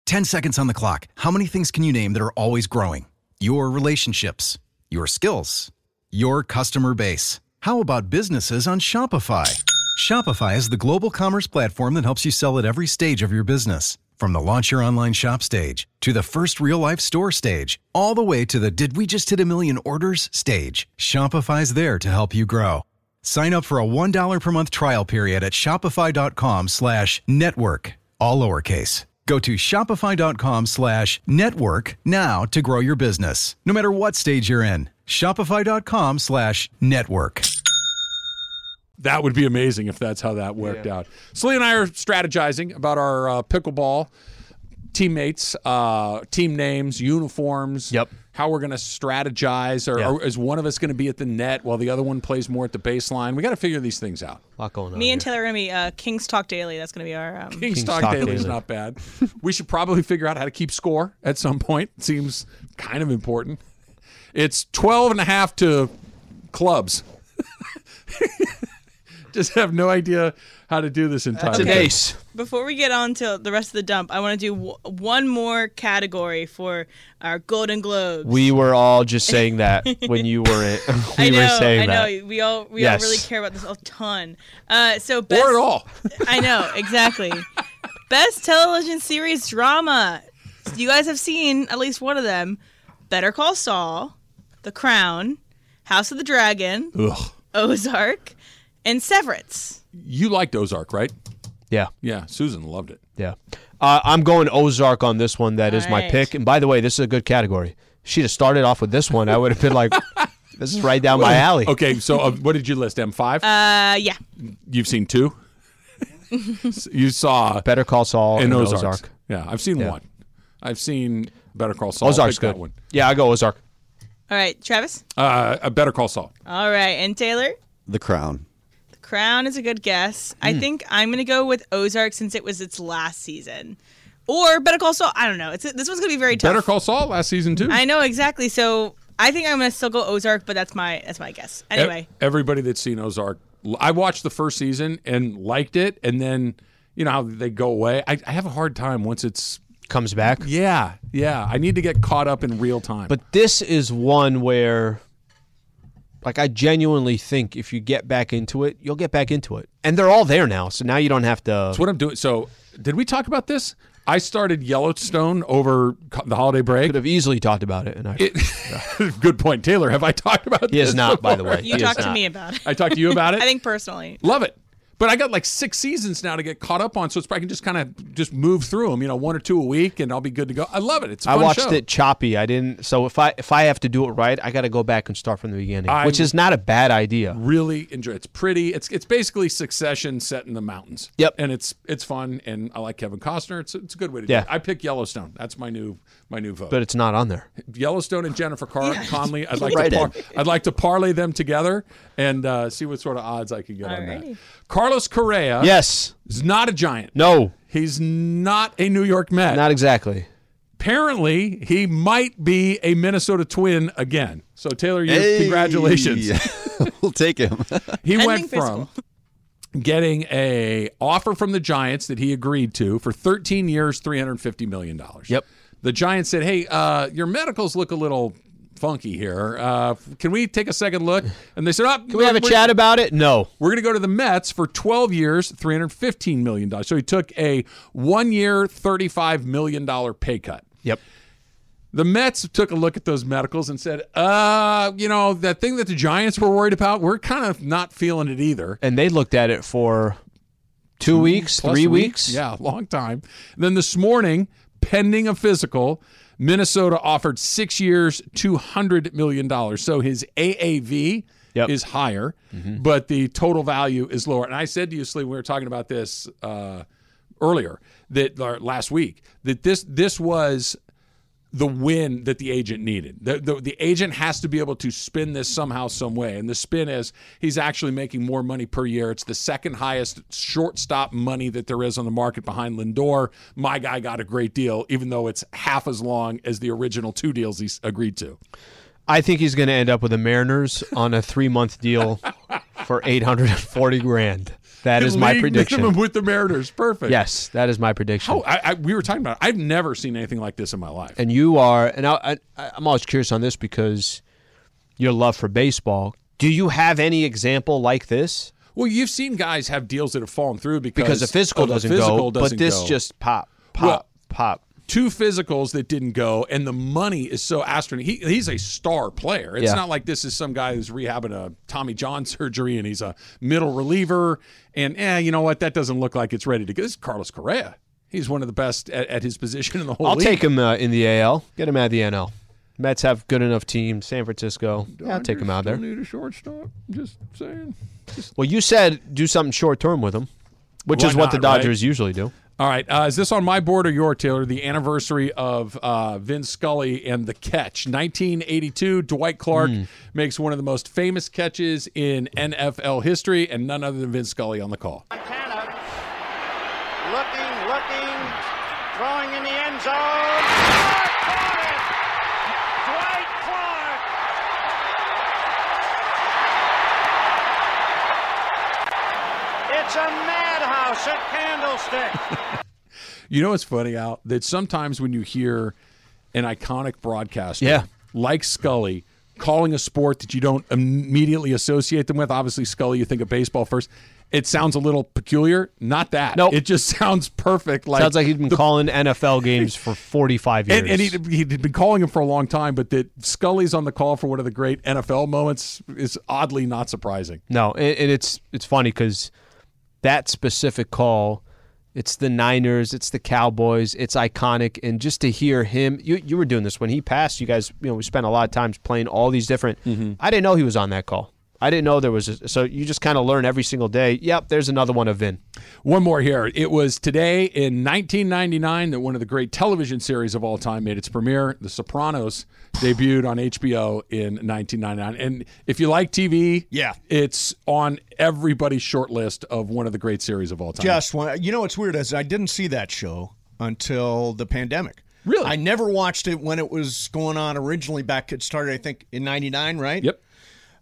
Speaker 7: 10 seconds on the clock. How many things can you name that are always growing? Your relationships, your skills, your customer base. How about businesses on Shopify? Shopify is the global commerce platform that helps you sell at every stage of your business. From the launch your online shop stage to the first real life store stage, all the way to the did we just hit a million orders stage. Shopify's there to help you grow. Sign up for a $1 per month trial period at shopify.com slash network, all lowercase. Go to Shopify.com slash network now to grow your business. No matter what stage you're in, Shopify.com slash network.
Speaker 4: That would be amazing if that's how that worked out. Celia and I are strategizing about our uh, pickleball teammates, uh, team names, uniforms. Yep. How we're going to strategize, or, or is one of us going to be at the net while the other one plays more at the baseline? We got to figure these things out.
Speaker 2: lot going on.
Speaker 5: Me and Taylor are gonna be uh, Kings Talk Daily. That's gonna be our um,
Speaker 4: King's Talk
Speaker 2: Talk
Speaker 4: Daily is
Speaker 2: Daily.
Speaker 4: not bad. we should probably figure out how to keep score at some point. It seems kind of important. It's 12 and a half to clubs. Just have no idea how to do this in time.
Speaker 5: Okay. Before we get on to the rest of the dump, I want to do w- one more category for our Golden Globes.
Speaker 2: We were all just saying that when you were it. We
Speaker 5: I know,
Speaker 2: were saying
Speaker 5: I know.
Speaker 2: that.
Speaker 5: We all we
Speaker 2: Yes.
Speaker 5: all really care about this a ton. Uh, so best,
Speaker 4: Or at all.
Speaker 5: I know exactly. best television series drama. You guys have seen at least one of them: Better Call Saul, The Crown, House of the Dragon,
Speaker 4: Ugh.
Speaker 5: Ozark, and Severance.
Speaker 4: You liked Ozark, right?
Speaker 2: Yeah,
Speaker 4: Yeah, Susan loved it.
Speaker 2: yeah. Uh, I'm going Ozark on this one. That is my
Speaker 5: Alright.
Speaker 2: pick. And by the way, this is a good category. She'd have started off with this one. I would have been like, this is right down my alley.
Speaker 4: Okay, so uh, what did you list? M5?
Speaker 5: Uh, yeah.
Speaker 4: You've seen two? you saw
Speaker 2: Better Call Saul
Speaker 4: in
Speaker 2: and
Speaker 4: Ozarks.
Speaker 2: Ozark.
Speaker 4: Yeah, I've seen
Speaker 2: Yeah.
Speaker 4: one. I've seen Better Call Saul.
Speaker 2: Ozark's
Speaker 4: Pick that
Speaker 2: good.
Speaker 4: One.
Speaker 2: Yeah, I go Ozark.
Speaker 5: All right, Travis.
Speaker 4: Uh, a Better Call Saul.
Speaker 5: All right, and Taylor.
Speaker 3: The Crown.
Speaker 5: Crown is a good guess. I
Speaker 4: Hmm.
Speaker 5: think I'm gonna go with Ozark since it was its last season, or Better Call Saul. I don't know. It's this one's gonna be very tough.
Speaker 4: Better Call Saul last season too. E-
Speaker 5: I know exactly. So I think I'm gonna still go Ozark, but that's my that's my guess.
Speaker 4: E-
Speaker 5: Anyway,
Speaker 4: everybody that's seen Ozark, I watched the first season and liked it, and then you know how they go away. I, I have a hard time once it's
Speaker 2: Comes back.
Speaker 4: yeah, yeah. I need to get caught up in real time.
Speaker 2: But this is one where, like, I genuinely think if you get back into it, you'll get back into it. And they're all there now, so now you don't have to.
Speaker 4: that's what I'm doing. So, did we talk about this? I started Yellowstone over co- the holiday break.
Speaker 2: Could have easily talked about it, and I
Speaker 4: Good point, Taylor. Have I talked about?
Speaker 2: he
Speaker 4: this
Speaker 2: is not. By the way,
Speaker 5: you
Speaker 2: He is
Speaker 5: talk to
Speaker 2: not.
Speaker 5: me about it.
Speaker 4: I talked to you about it.
Speaker 5: I think personally,
Speaker 4: Love it. But I got like six seasons now to get caught up on, so it's I can just kind of just move through them. You know, one or two a week, and I'll be good to go. I love it. It's a
Speaker 2: I
Speaker 4: fun
Speaker 2: watched
Speaker 4: show.
Speaker 2: it choppy. I didn't. So if I if I have to do it right, I got to go back and start from the beginning,
Speaker 4: I'm-
Speaker 2: which is not a bad idea.
Speaker 4: really enjoy. It's pretty. It's it's basically Succession set in the mountains.
Speaker 2: Yep.
Speaker 4: And it's it's fun, and I like Kevin Costner. It's it's a good way to
Speaker 2: Yeah.
Speaker 4: do it. I pick Yellowstone. That's my new my new vote.
Speaker 2: But it's not on there.
Speaker 4: Yellowstone and Jennifer Car- Conley. I'd like
Speaker 3: Right
Speaker 4: to par-
Speaker 3: in.
Speaker 4: I'd like to parlay them together and uh, see what sort of odds I can get on that. Carlos Correa.
Speaker 2: Yes.
Speaker 4: is not a giant.
Speaker 2: No.
Speaker 4: He's not a New York Met.
Speaker 2: Not exactly.
Speaker 4: Apparently, he might be a Minnesota Twin again. So Taylor, you congratulations.
Speaker 3: Hey. we'll take him.
Speaker 4: He
Speaker 5: Ending
Speaker 4: went from getting a offer from the Giants that he agreed to for 13 years, 350 million dollars.
Speaker 2: Yep.
Speaker 4: The Giants said, "Hey, uh, your medicals look a little funky here. Uh, can we take a second look?" And they said, "Up,
Speaker 2: Can we have a chat about it? No.
Speaker 4: We're going to go to the Mets for 12 years, 315 million dollars. So he took a one-year, 35 million dollar pay cut."
Speaker 2: Yep.
Speaker 4: The Mets took a look at those medicals and said, uh, you know, that thing that the Giants were worried about, we're kind of not feeling it either.
Speaker 2: And they looked at it for two weeks,
Speaker 4: Plus
Speaker 2: three
Speaker 4: a week.
Speaker 2: weeks.
Speaker 4: Yeah, long time. Then this morning, pending a physical, Minnesota offered six years, $200 million. So his AAV
Speaker 2: Yep. Mm-hmm.
Speaker 4: is higher, but the total value is lower. And I said to you, Slee, when we were talking about this uh, earlier, that or last week, that this this was the win that the agent needed. The, the, the agent has to be able to spin this somehow, some way. And the spin is he's actually making more money per year. It's the second highest shortstop money that there is on the market behind Lindor. My guy got a great deal, even though it's half as long as the original two deals he s- agreed to.
Speaker 2: I think he's going to end up with the Mariners on a three month deal for 840 grand. That is my
Speaker 4: League
Speaker 2: prediction.
Speaker 4: minimum with the Mariners. Perfect.
Speaker 2: Yes, that is my prediction.
Speaker 4: Oh, I, I, we were talking about it. I've never seen anything like this in my life.
Speaker 2: and you are, and I, I, I'm always curious on this because your love for baseball. Do you have any example like this?
Speaker 4: Well, you've seen guys have deals that have fallen through because,
Speaker 2: Because the physical
Speaker 4: of the
Speaker 2: doesn't go,
Speaker 4: physical doesn't
Speaker 2: but this
Speaker 4: go.
Speaker 2: just pop, pop,
Speaker 4: Well-
Speaker 2: pop.
Speaker 4: two physicals that didn't go, and the money is so astronomical. He, he's a star player. It's
Speaker 2: Yeah.
Speaker 4: not like this is some guy who's rehabbing a Tommy John surgery and he's a middle reliever. And eh, you know what? That doesn't look like it's ready to go. This is Carlos Correa. He's one of the best at, at his position in the whole
Speaker 2: I'll
Speaker 4: league.
Speaker 2: take him uh, in the AL. Get him out of the NL. Mets have good enough team. San Francisco. Yeah, I'll take him out of there.
Speaker 4: Need a shortstop. Just saying.
Speaker 2: Well, you said do something short term with him, which
Speaker 4: Why
Speaker 2: is what the
Speaker 4: not, right?
Speaker 2: Dodgers usually do.
Speaker 4: All right. Uh, is this on my board or your, Taylor? The anniversary of uh, Vin Scully and the catch. 1982, Dwight Clark
Speaker 2: Hmm.
Speaker 4: makes one of the most famous catches in NFL history, and none other than Vin Scully on the call.
Speaker 10: Looking, looking, throwing in the end zone. Clark caught it! Dwight Clark! It's a madhouse at Candlestick.
Speaker 4: You know what's funny, Al? That sometimes when you hear an iconic broadcaster
Speaker 2: Yeah.
Speaker 4: like Scully calling a sport that you don't immediately associate them with, obviously, Scully, you think of baseball first. It sounds a little peculiar. Not that.
Speaker 2: Nope.
Speaker 4: It just sounds perfect. Like
Speaker 2: Sounds like he's been calling NFL games for 45 years.
Speaker 4: And, and he, he'd been calling him for a long time, but that Scully's on the call for one of the great NFL moments is oddly not surprising.
Speaker 2: No, and, and it's it's funny because that specific call, it's the Niners, it's the Cowboys, it's iconic, and just to hear him, you you were doing this when he passed. You guys, you know, we spent a lot of times playing all these different.
Speaker 4: Mm-hmm.
Speaker 2: I didn't know he was on that call. I didn't know there was a, so you just kind of learn every single day. Yep, there's another one of Vin.
Speaker 4: One more here. It was today in 1999 that one of the great television series of all time made its premiere. The Sopranos debuted on HBO in 1999. And if you like TV,
Speaker 11: Yeah.
Speaker 4: it's on everybody's short list of one of the great series of all time.
Speaker 11: Just one. You know what's weird is I didn't see that show until the pandemic. Really? I never watched it when it was going on originally. Back it started, I think, in '99, right? Yep.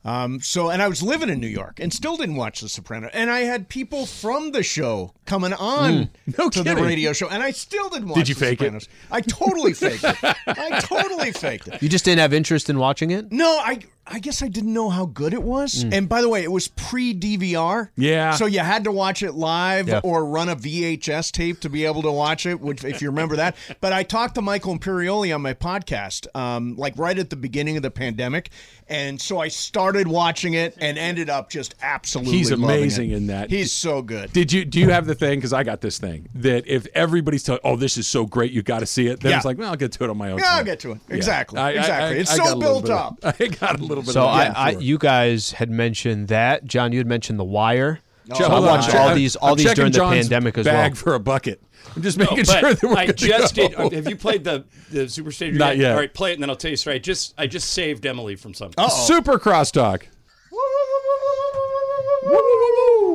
Speaker 11: Um, so, and I was living in New York and still didn't watch The Soprano. And I had people from the show coming on to the
Speaker 4: kidding.
Speaker 11: radio show, and I still didn't watch.
Speaker 2: Did you
Speaker 11: The
Speaker 2: fake it?
Speaker 11: Sopranos. I totally faked it. I totally faked it.
Speaker 2: You just didn't have interest in watching it.
Speaker 11: No, I I guess I didn't know how good it was.
Speaker 2: Mm.
Speaker 11: And by the way, it was pre DVR.
Speaker 2: Yeah.
Speaker 11: So you had to watch it live
Speaker 2: Yeah.
Speaker 11: or run a VHS tape to be able to watch it, which if you remember that. But I talked to Michael Imperioli on my podcast, um, like right at the beginning of the pandemic, and so I started watching it and ended up just absolutely.
Speaker 4: He's
Speaker 11: loving it.
Speaker 4: amazing in that.
Speaker 11: He's so good.
Speaker 4: Did you do you have the thing? Because I got this thing that if everybody's telling, "Oh, this is so great, you got to see it," then
Speaker 11: Yeah.
Speaker 4: it's like, "Well, I'll get to it on my own."
Speaker 11: Yeah, I'll
Speaker 4: time."
Speaker 11: get to it.
Speaker 4: Yeah.
Speaker 11: Exactly.
Speaker 4: I- I-
Speaker 11: Exactly.
Speaker 4: I-
Speaker 11: It's
Speaker 4: I
Speaker 11: so
Speaker 4: got a
Speaker 11: built
Speaker 4: little bit of-
Speaker 11: up.
Speaker 4: I got a little bit.
Speaker 2: So
Speaker 4: of that.
Speaker 2: I, I, you guys had mentioned that. John, you had mentioned The Wire.
Speaker 4: No,
Speaker 2: so I
Speaker 4: hold on.
Speaker 2: watched all these, all
Speaker 4: I'm
Speaker 2: these
Speaker 4: checking
Speaker 2: during the
Speaker 4: John's
Speaker 2: pandemic as
Speaker 4: bag
Speaker 2: well.
Speaker 4: for a bucket. I'm just
Speaker 12: No,
Speaker 4: making
Speaker 12: but
Speaker 4: sure that we're
Speaker 12: I
Speaker 4: good to
Speaker 12: just
Speaker 4: go.
Speaker 12: did. uh, Have you played the the Super Stage?
Speaker 4: Not yet.
Speaker 12: All right, play it, and then I'll tell you. Sorry, I just I just saved Emily from something.
Speaker 4: Super crosstalk.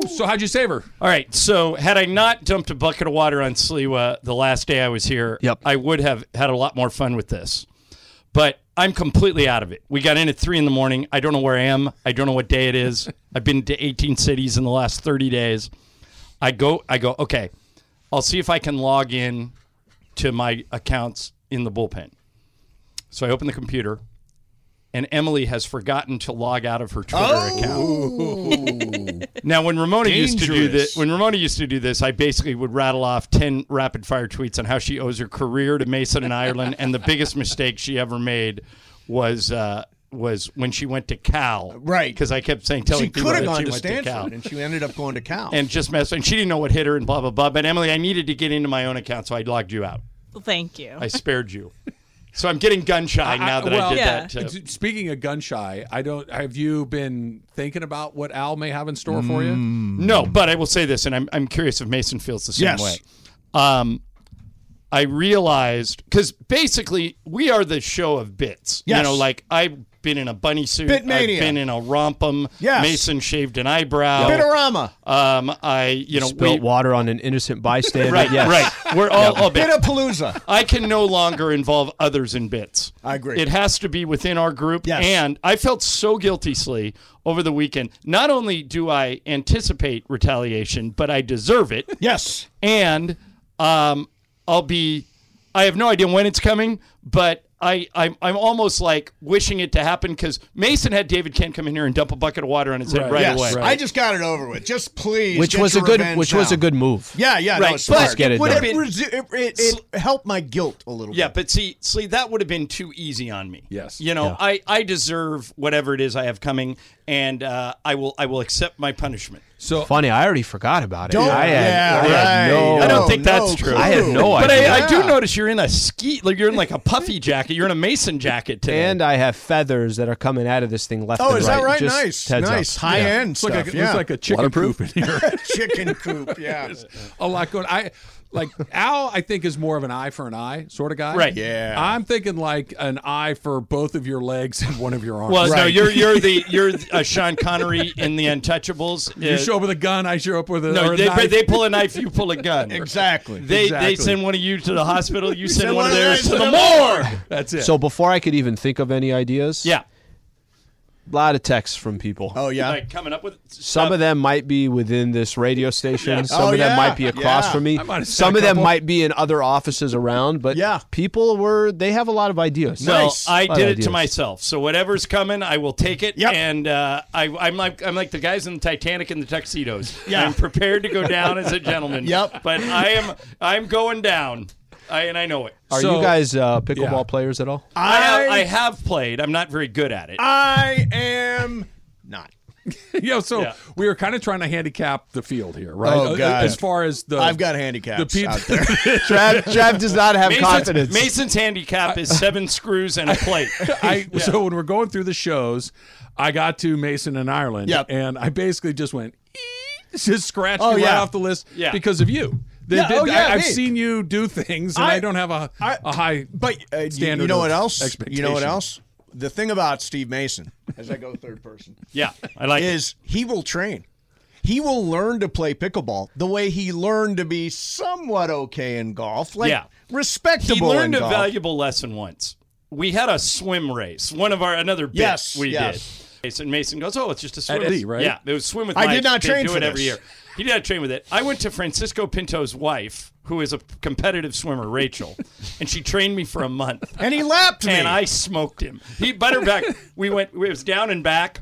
Speaker 4: So how'd you save her?
Speaker 12: All right. So had I not dumped a bucket of water on Sliwa the last day I was here, yep. I would have had a lot more fun with this. But I'm completely out of it. We got in at three in the morning. I don't know where I am. I don't know what day it is. I've been to 18 cities in the last 30 days. I go. I go. Okay. I'll see if I can log in to my accounts in the bullpen. So I open the computer, and Emily has forgotten to log out of her Twitter account. now, when Ramona used to do
Speaker 9: Dangerous.
Speaker 12: this, when Ramona used to do this, I basically would rattle off ten rapid fire tweets on how she owes her career to Mason and Ireland, and the biggest mistake she ever made was. Uh, was when she went to Cal, right? Because I kept saying, telling
Speaker 11: she
Speaker 12: people
Speaker 11: could have
Speaker 12: that
Speaker 11: gone
Speaker 12: she
Speaker 11: to
Speaker 12: went to Cal
Speaker 11: Stanford, and she ended up going to Cal.
Speaker 12: and just messed. And she didn't know what hit her and blah blah blah. But Emily, I needed to get into my own account, so I logged you out.
Speaker 5: Thank you.
Speaker 12: I spared you. So I'm getting gun shy now that I
Speaker 4: well,
Speaker 12: did that. uh, To,
Speaker 4: d- Speaking of gun shy, I don't. Have you been thinking about what Al may have in store for
Speaker 12: Mm,
Speaker 4: you?
Speaker 11: Mm.
Speaker 12: no, but I will say this, and I'm I'm curious if Mason feels the same
Speaker 4: Yes.
Speaker 12: way. Um, I realized because basically we are the show of bits. You
Speaker 11: Yes.
Speaker 12: know, like I've been in a bunny suit.
Speaker 11: Bitmania.
Speaker 12: I've been in a rompum.
Speaker 11: Yes.
Speaker 12: Mason shaved an eyebrow.
Speaker 11: Bitterama.
Speaker 12: Um, I you know
Speaker 2: Spilt
Speaker 12: we,
Speaker 2: water on an innocent bystander.
Speaker 12: Right,
Speaker 2: yes.
Speaker 12: right. We're all, all bit.
Speaker 11: Pitapalooza.
Speaker 12: I can no longer involve others in bits.
Speaker 11: I agree.
Speaker 12: It has to be within our group. And I felt so guilty, Slee, over the weekend. Not only do I anticipate retaliation, but I deserve it.
Speaker 11: Yes.
Speaker 12: And um, I'll be, I have no idea when it's coming, but. I, I'm, I'm almost like wishing it to happen because Mason had David Kent come in here and dump a bucket of water on his head right
Speaker 11: yes.
Speaker 12: away.
Speaker 11: I just got it over with. Just please.
Speaker 12: Which
Speaker 11: get
Speaker 12: was a
Speaker 11: your
Speaker 12: good-
Speaker 11: revenge
Speaker 12: which was
Speaker 11: now.
Speaker 12: a good move.
Speaker 11: Yeah, yeah,
Speaker 12: Right,
Speaker 11: No, it's smart.
Speaker 12: but- Let's get it
Speaker 11: Would
Speaker 12: done.
Speaker 11: it, resu- it, it, it helped my guilt a little.
Speaker 12: Yeah, but see, see, that would have been too easy on me.
Speaker 4: Yes,
Speaker 12: you know, I, I deserve whatever it is I have coming, and uh, I will I will accept my punishment.
Speaker 4: So
Speaker 2: funny, I already forgot about it.
Speaker 12: Don't-
Speaker 2: I had,
Speaker 12: yeah,
Speaker 2: I had
Speaker 12: right.
Speaker 2: no-
Speaker 12: I don't think that's true.
Speaker 2: I had no
Speaker 12: but
Speaker 2: idea.
Speaker 12: I, I do notice you're in a ski, like you're in like a puffy jacket. You're in a mason jacket today.
Speaker 2: And I have feathers that are coming out of this thing left.
Speaker 12: Oh,
Speaker 2: and
Speaker 12: is that right?
Speaker 2: Just
Speaker 12: Nice,
Speaker 2: heads up.
Speaker 12: nice. High-end
Speaker 4: It's like a-
Speaker 12: stuff,
Speaker 4: it's
Speaker 12: yeah.
Speaker 4: like a chicken
Speaker 12: Waterproof?
Speaker 4: coop in here.
Speaker 11: chicken coop. Yeah.
Speaker 4: a lot going. I like Al. I think is more of an eye for an eye sort of guy.
Speaker 12: Right. Yeah.
Speaker 4: I'm thinking like an eye for both of your legs and one of your arms.
Speaker 12: Well, no, you're you're the you're uh, Sean Connery in The Untouchables.
Speaker 4: You
Speaker 12: Uh,
Speaker 4: show up with a gun. I show up with a or
Speaker 12: no,
Speaker 4: a
Speaker 12: they,
Speaker 4: knife.
Speaker 12: they pull a knife, you pull a gun.
Speaker 11: Exactly.
Speaker 12: They
Speaker 4: Exactly.
Speaker 12: they send one of you to the hospital, you send, one of theirs to the morgue.
Speaker 4: That's
Speaker 2: So before I could even think of any ideas,
Speaker 12: yeah,
Speaker 2: a lot of texts from people.
Speaker 12: like coming up with
Speaker 2: Some of them might be within this radio station.
Speaker 12: Yeah.
Speaker 2: Some
Speaker 12: Oh,
Speaker 2: of them
Speaker 12: yeah.
Speaker 2: might be across
Speaker 12: Yeah.
Speaker 2: from me.
Speaker 12: I might have seen
Speaker 2: Some
Speaker 12: a
Speaker 2: of them
Speaker 12: couple.
Speaker 2: might be in other offices around. But yeah, people were they have a lot of ideas.
Speaker 12: Well, I
Speaker 2: A lot
Speaker 12: did
Speaker 2: of
Speaker 12: it
Speaker 2: ideas.
Speaker 12: to myself. So whatever's coming, I will take it. And uh, I, I'm like I'm like the guys in the Titanic in the tuxedos.
Speaker 11: Yeah.
Speaker 12: I'm prepared to go down as a gentleman.
Speaker 11: Yep.
Speaker 12: But I am I'm going down. I and I know it.
Speaker 2: Are you guys uh, pickleball players at all?
Speaker 12: I have,
Speaker 11: I-
Speaker 12: I have played. I'm not very good at it.
Speaker 11: I am.
Speaker 4: yeah, so
Speaker 12: Yeah.
Speaker 4: we are kind of trying to handicap the field here, right?
Speaker 11: Oh,
Speaker 4: Uh,
Speaker 11: God.
Speaker 4: As far as the
Speaker 11: I've got handicaps
Speaker 4: peop-
Speaker 11: out there.
Speaker 2: Trav, Trav does not have
Speaker 12: Mason's,
Speaker 2: confidence.
Speaker 12: Mason's handicap is seven screws and a plate.
Speaker 4: I so when we're going through the shows, I got to Mason in Ireland,
Speaker 12: Yep.
Speaker 4: and I basically just went "Ee," just scratched
Speaker 12: Oh,
Speaker 4: me right
Speaker 12: yeah.
Speaker 4: off the list
Speaker 12: Yeah.
Speaker 4: because of you. They
Speaker 11: Yeah,
Speaker 4: did-
Speaker 11: oh, yeah,
Speaker 4: I, have
Speaker 11: me.
Speaker 4: seen you do things, and I, don't have a a high
Speaker 11: but uh, you-
Speaker 4: standard.
Speaker 11: You know
Speaker 4: of
Speaker 11: what else? You know what
Speaker 4: expectation.
Speaker 11: else? The thing about Steve Mason, as I go third person,
Speaker 12: yeah, I like it.
Speaker 11: is he will train. He will learn to play pickleball the way he learned to be somewhat okay in golf, like
Speaker 12: Yeah.
Speaker 11: respectable.
Speaker 12: He
Speaker 11: in
Speaker 12: learned a
Speaker 11: golf.
Speaker 12: valuable lesson once. We had a swim race. One of our another bit
Speaker 11: Yes,
Speaker 12: we
Speaker 11: yes.
Speaker 12: did. Mason Mason goes, oh, it's just a swim.
Speaker 4: At Eddie, right?
Speaker 12: Yeah, it was swim with.
Speaker 11: I did
Speaker 12: Mike.
Speaker 11: not
Speaker 12: They
Speaker 11: train
Speaker 12: do
Speaker 11: for
Speaker 12: it every
Speaker 11: this.
Speaker 12: year. He did not train with it. I went to Francisco Pinto's wife, who is a competitive swimmer, Rachel, and she trained me for a month.
Speaker 11: And he lapped me.
Speaker 12: And I smoked him. He butter back. we went. It was down and back,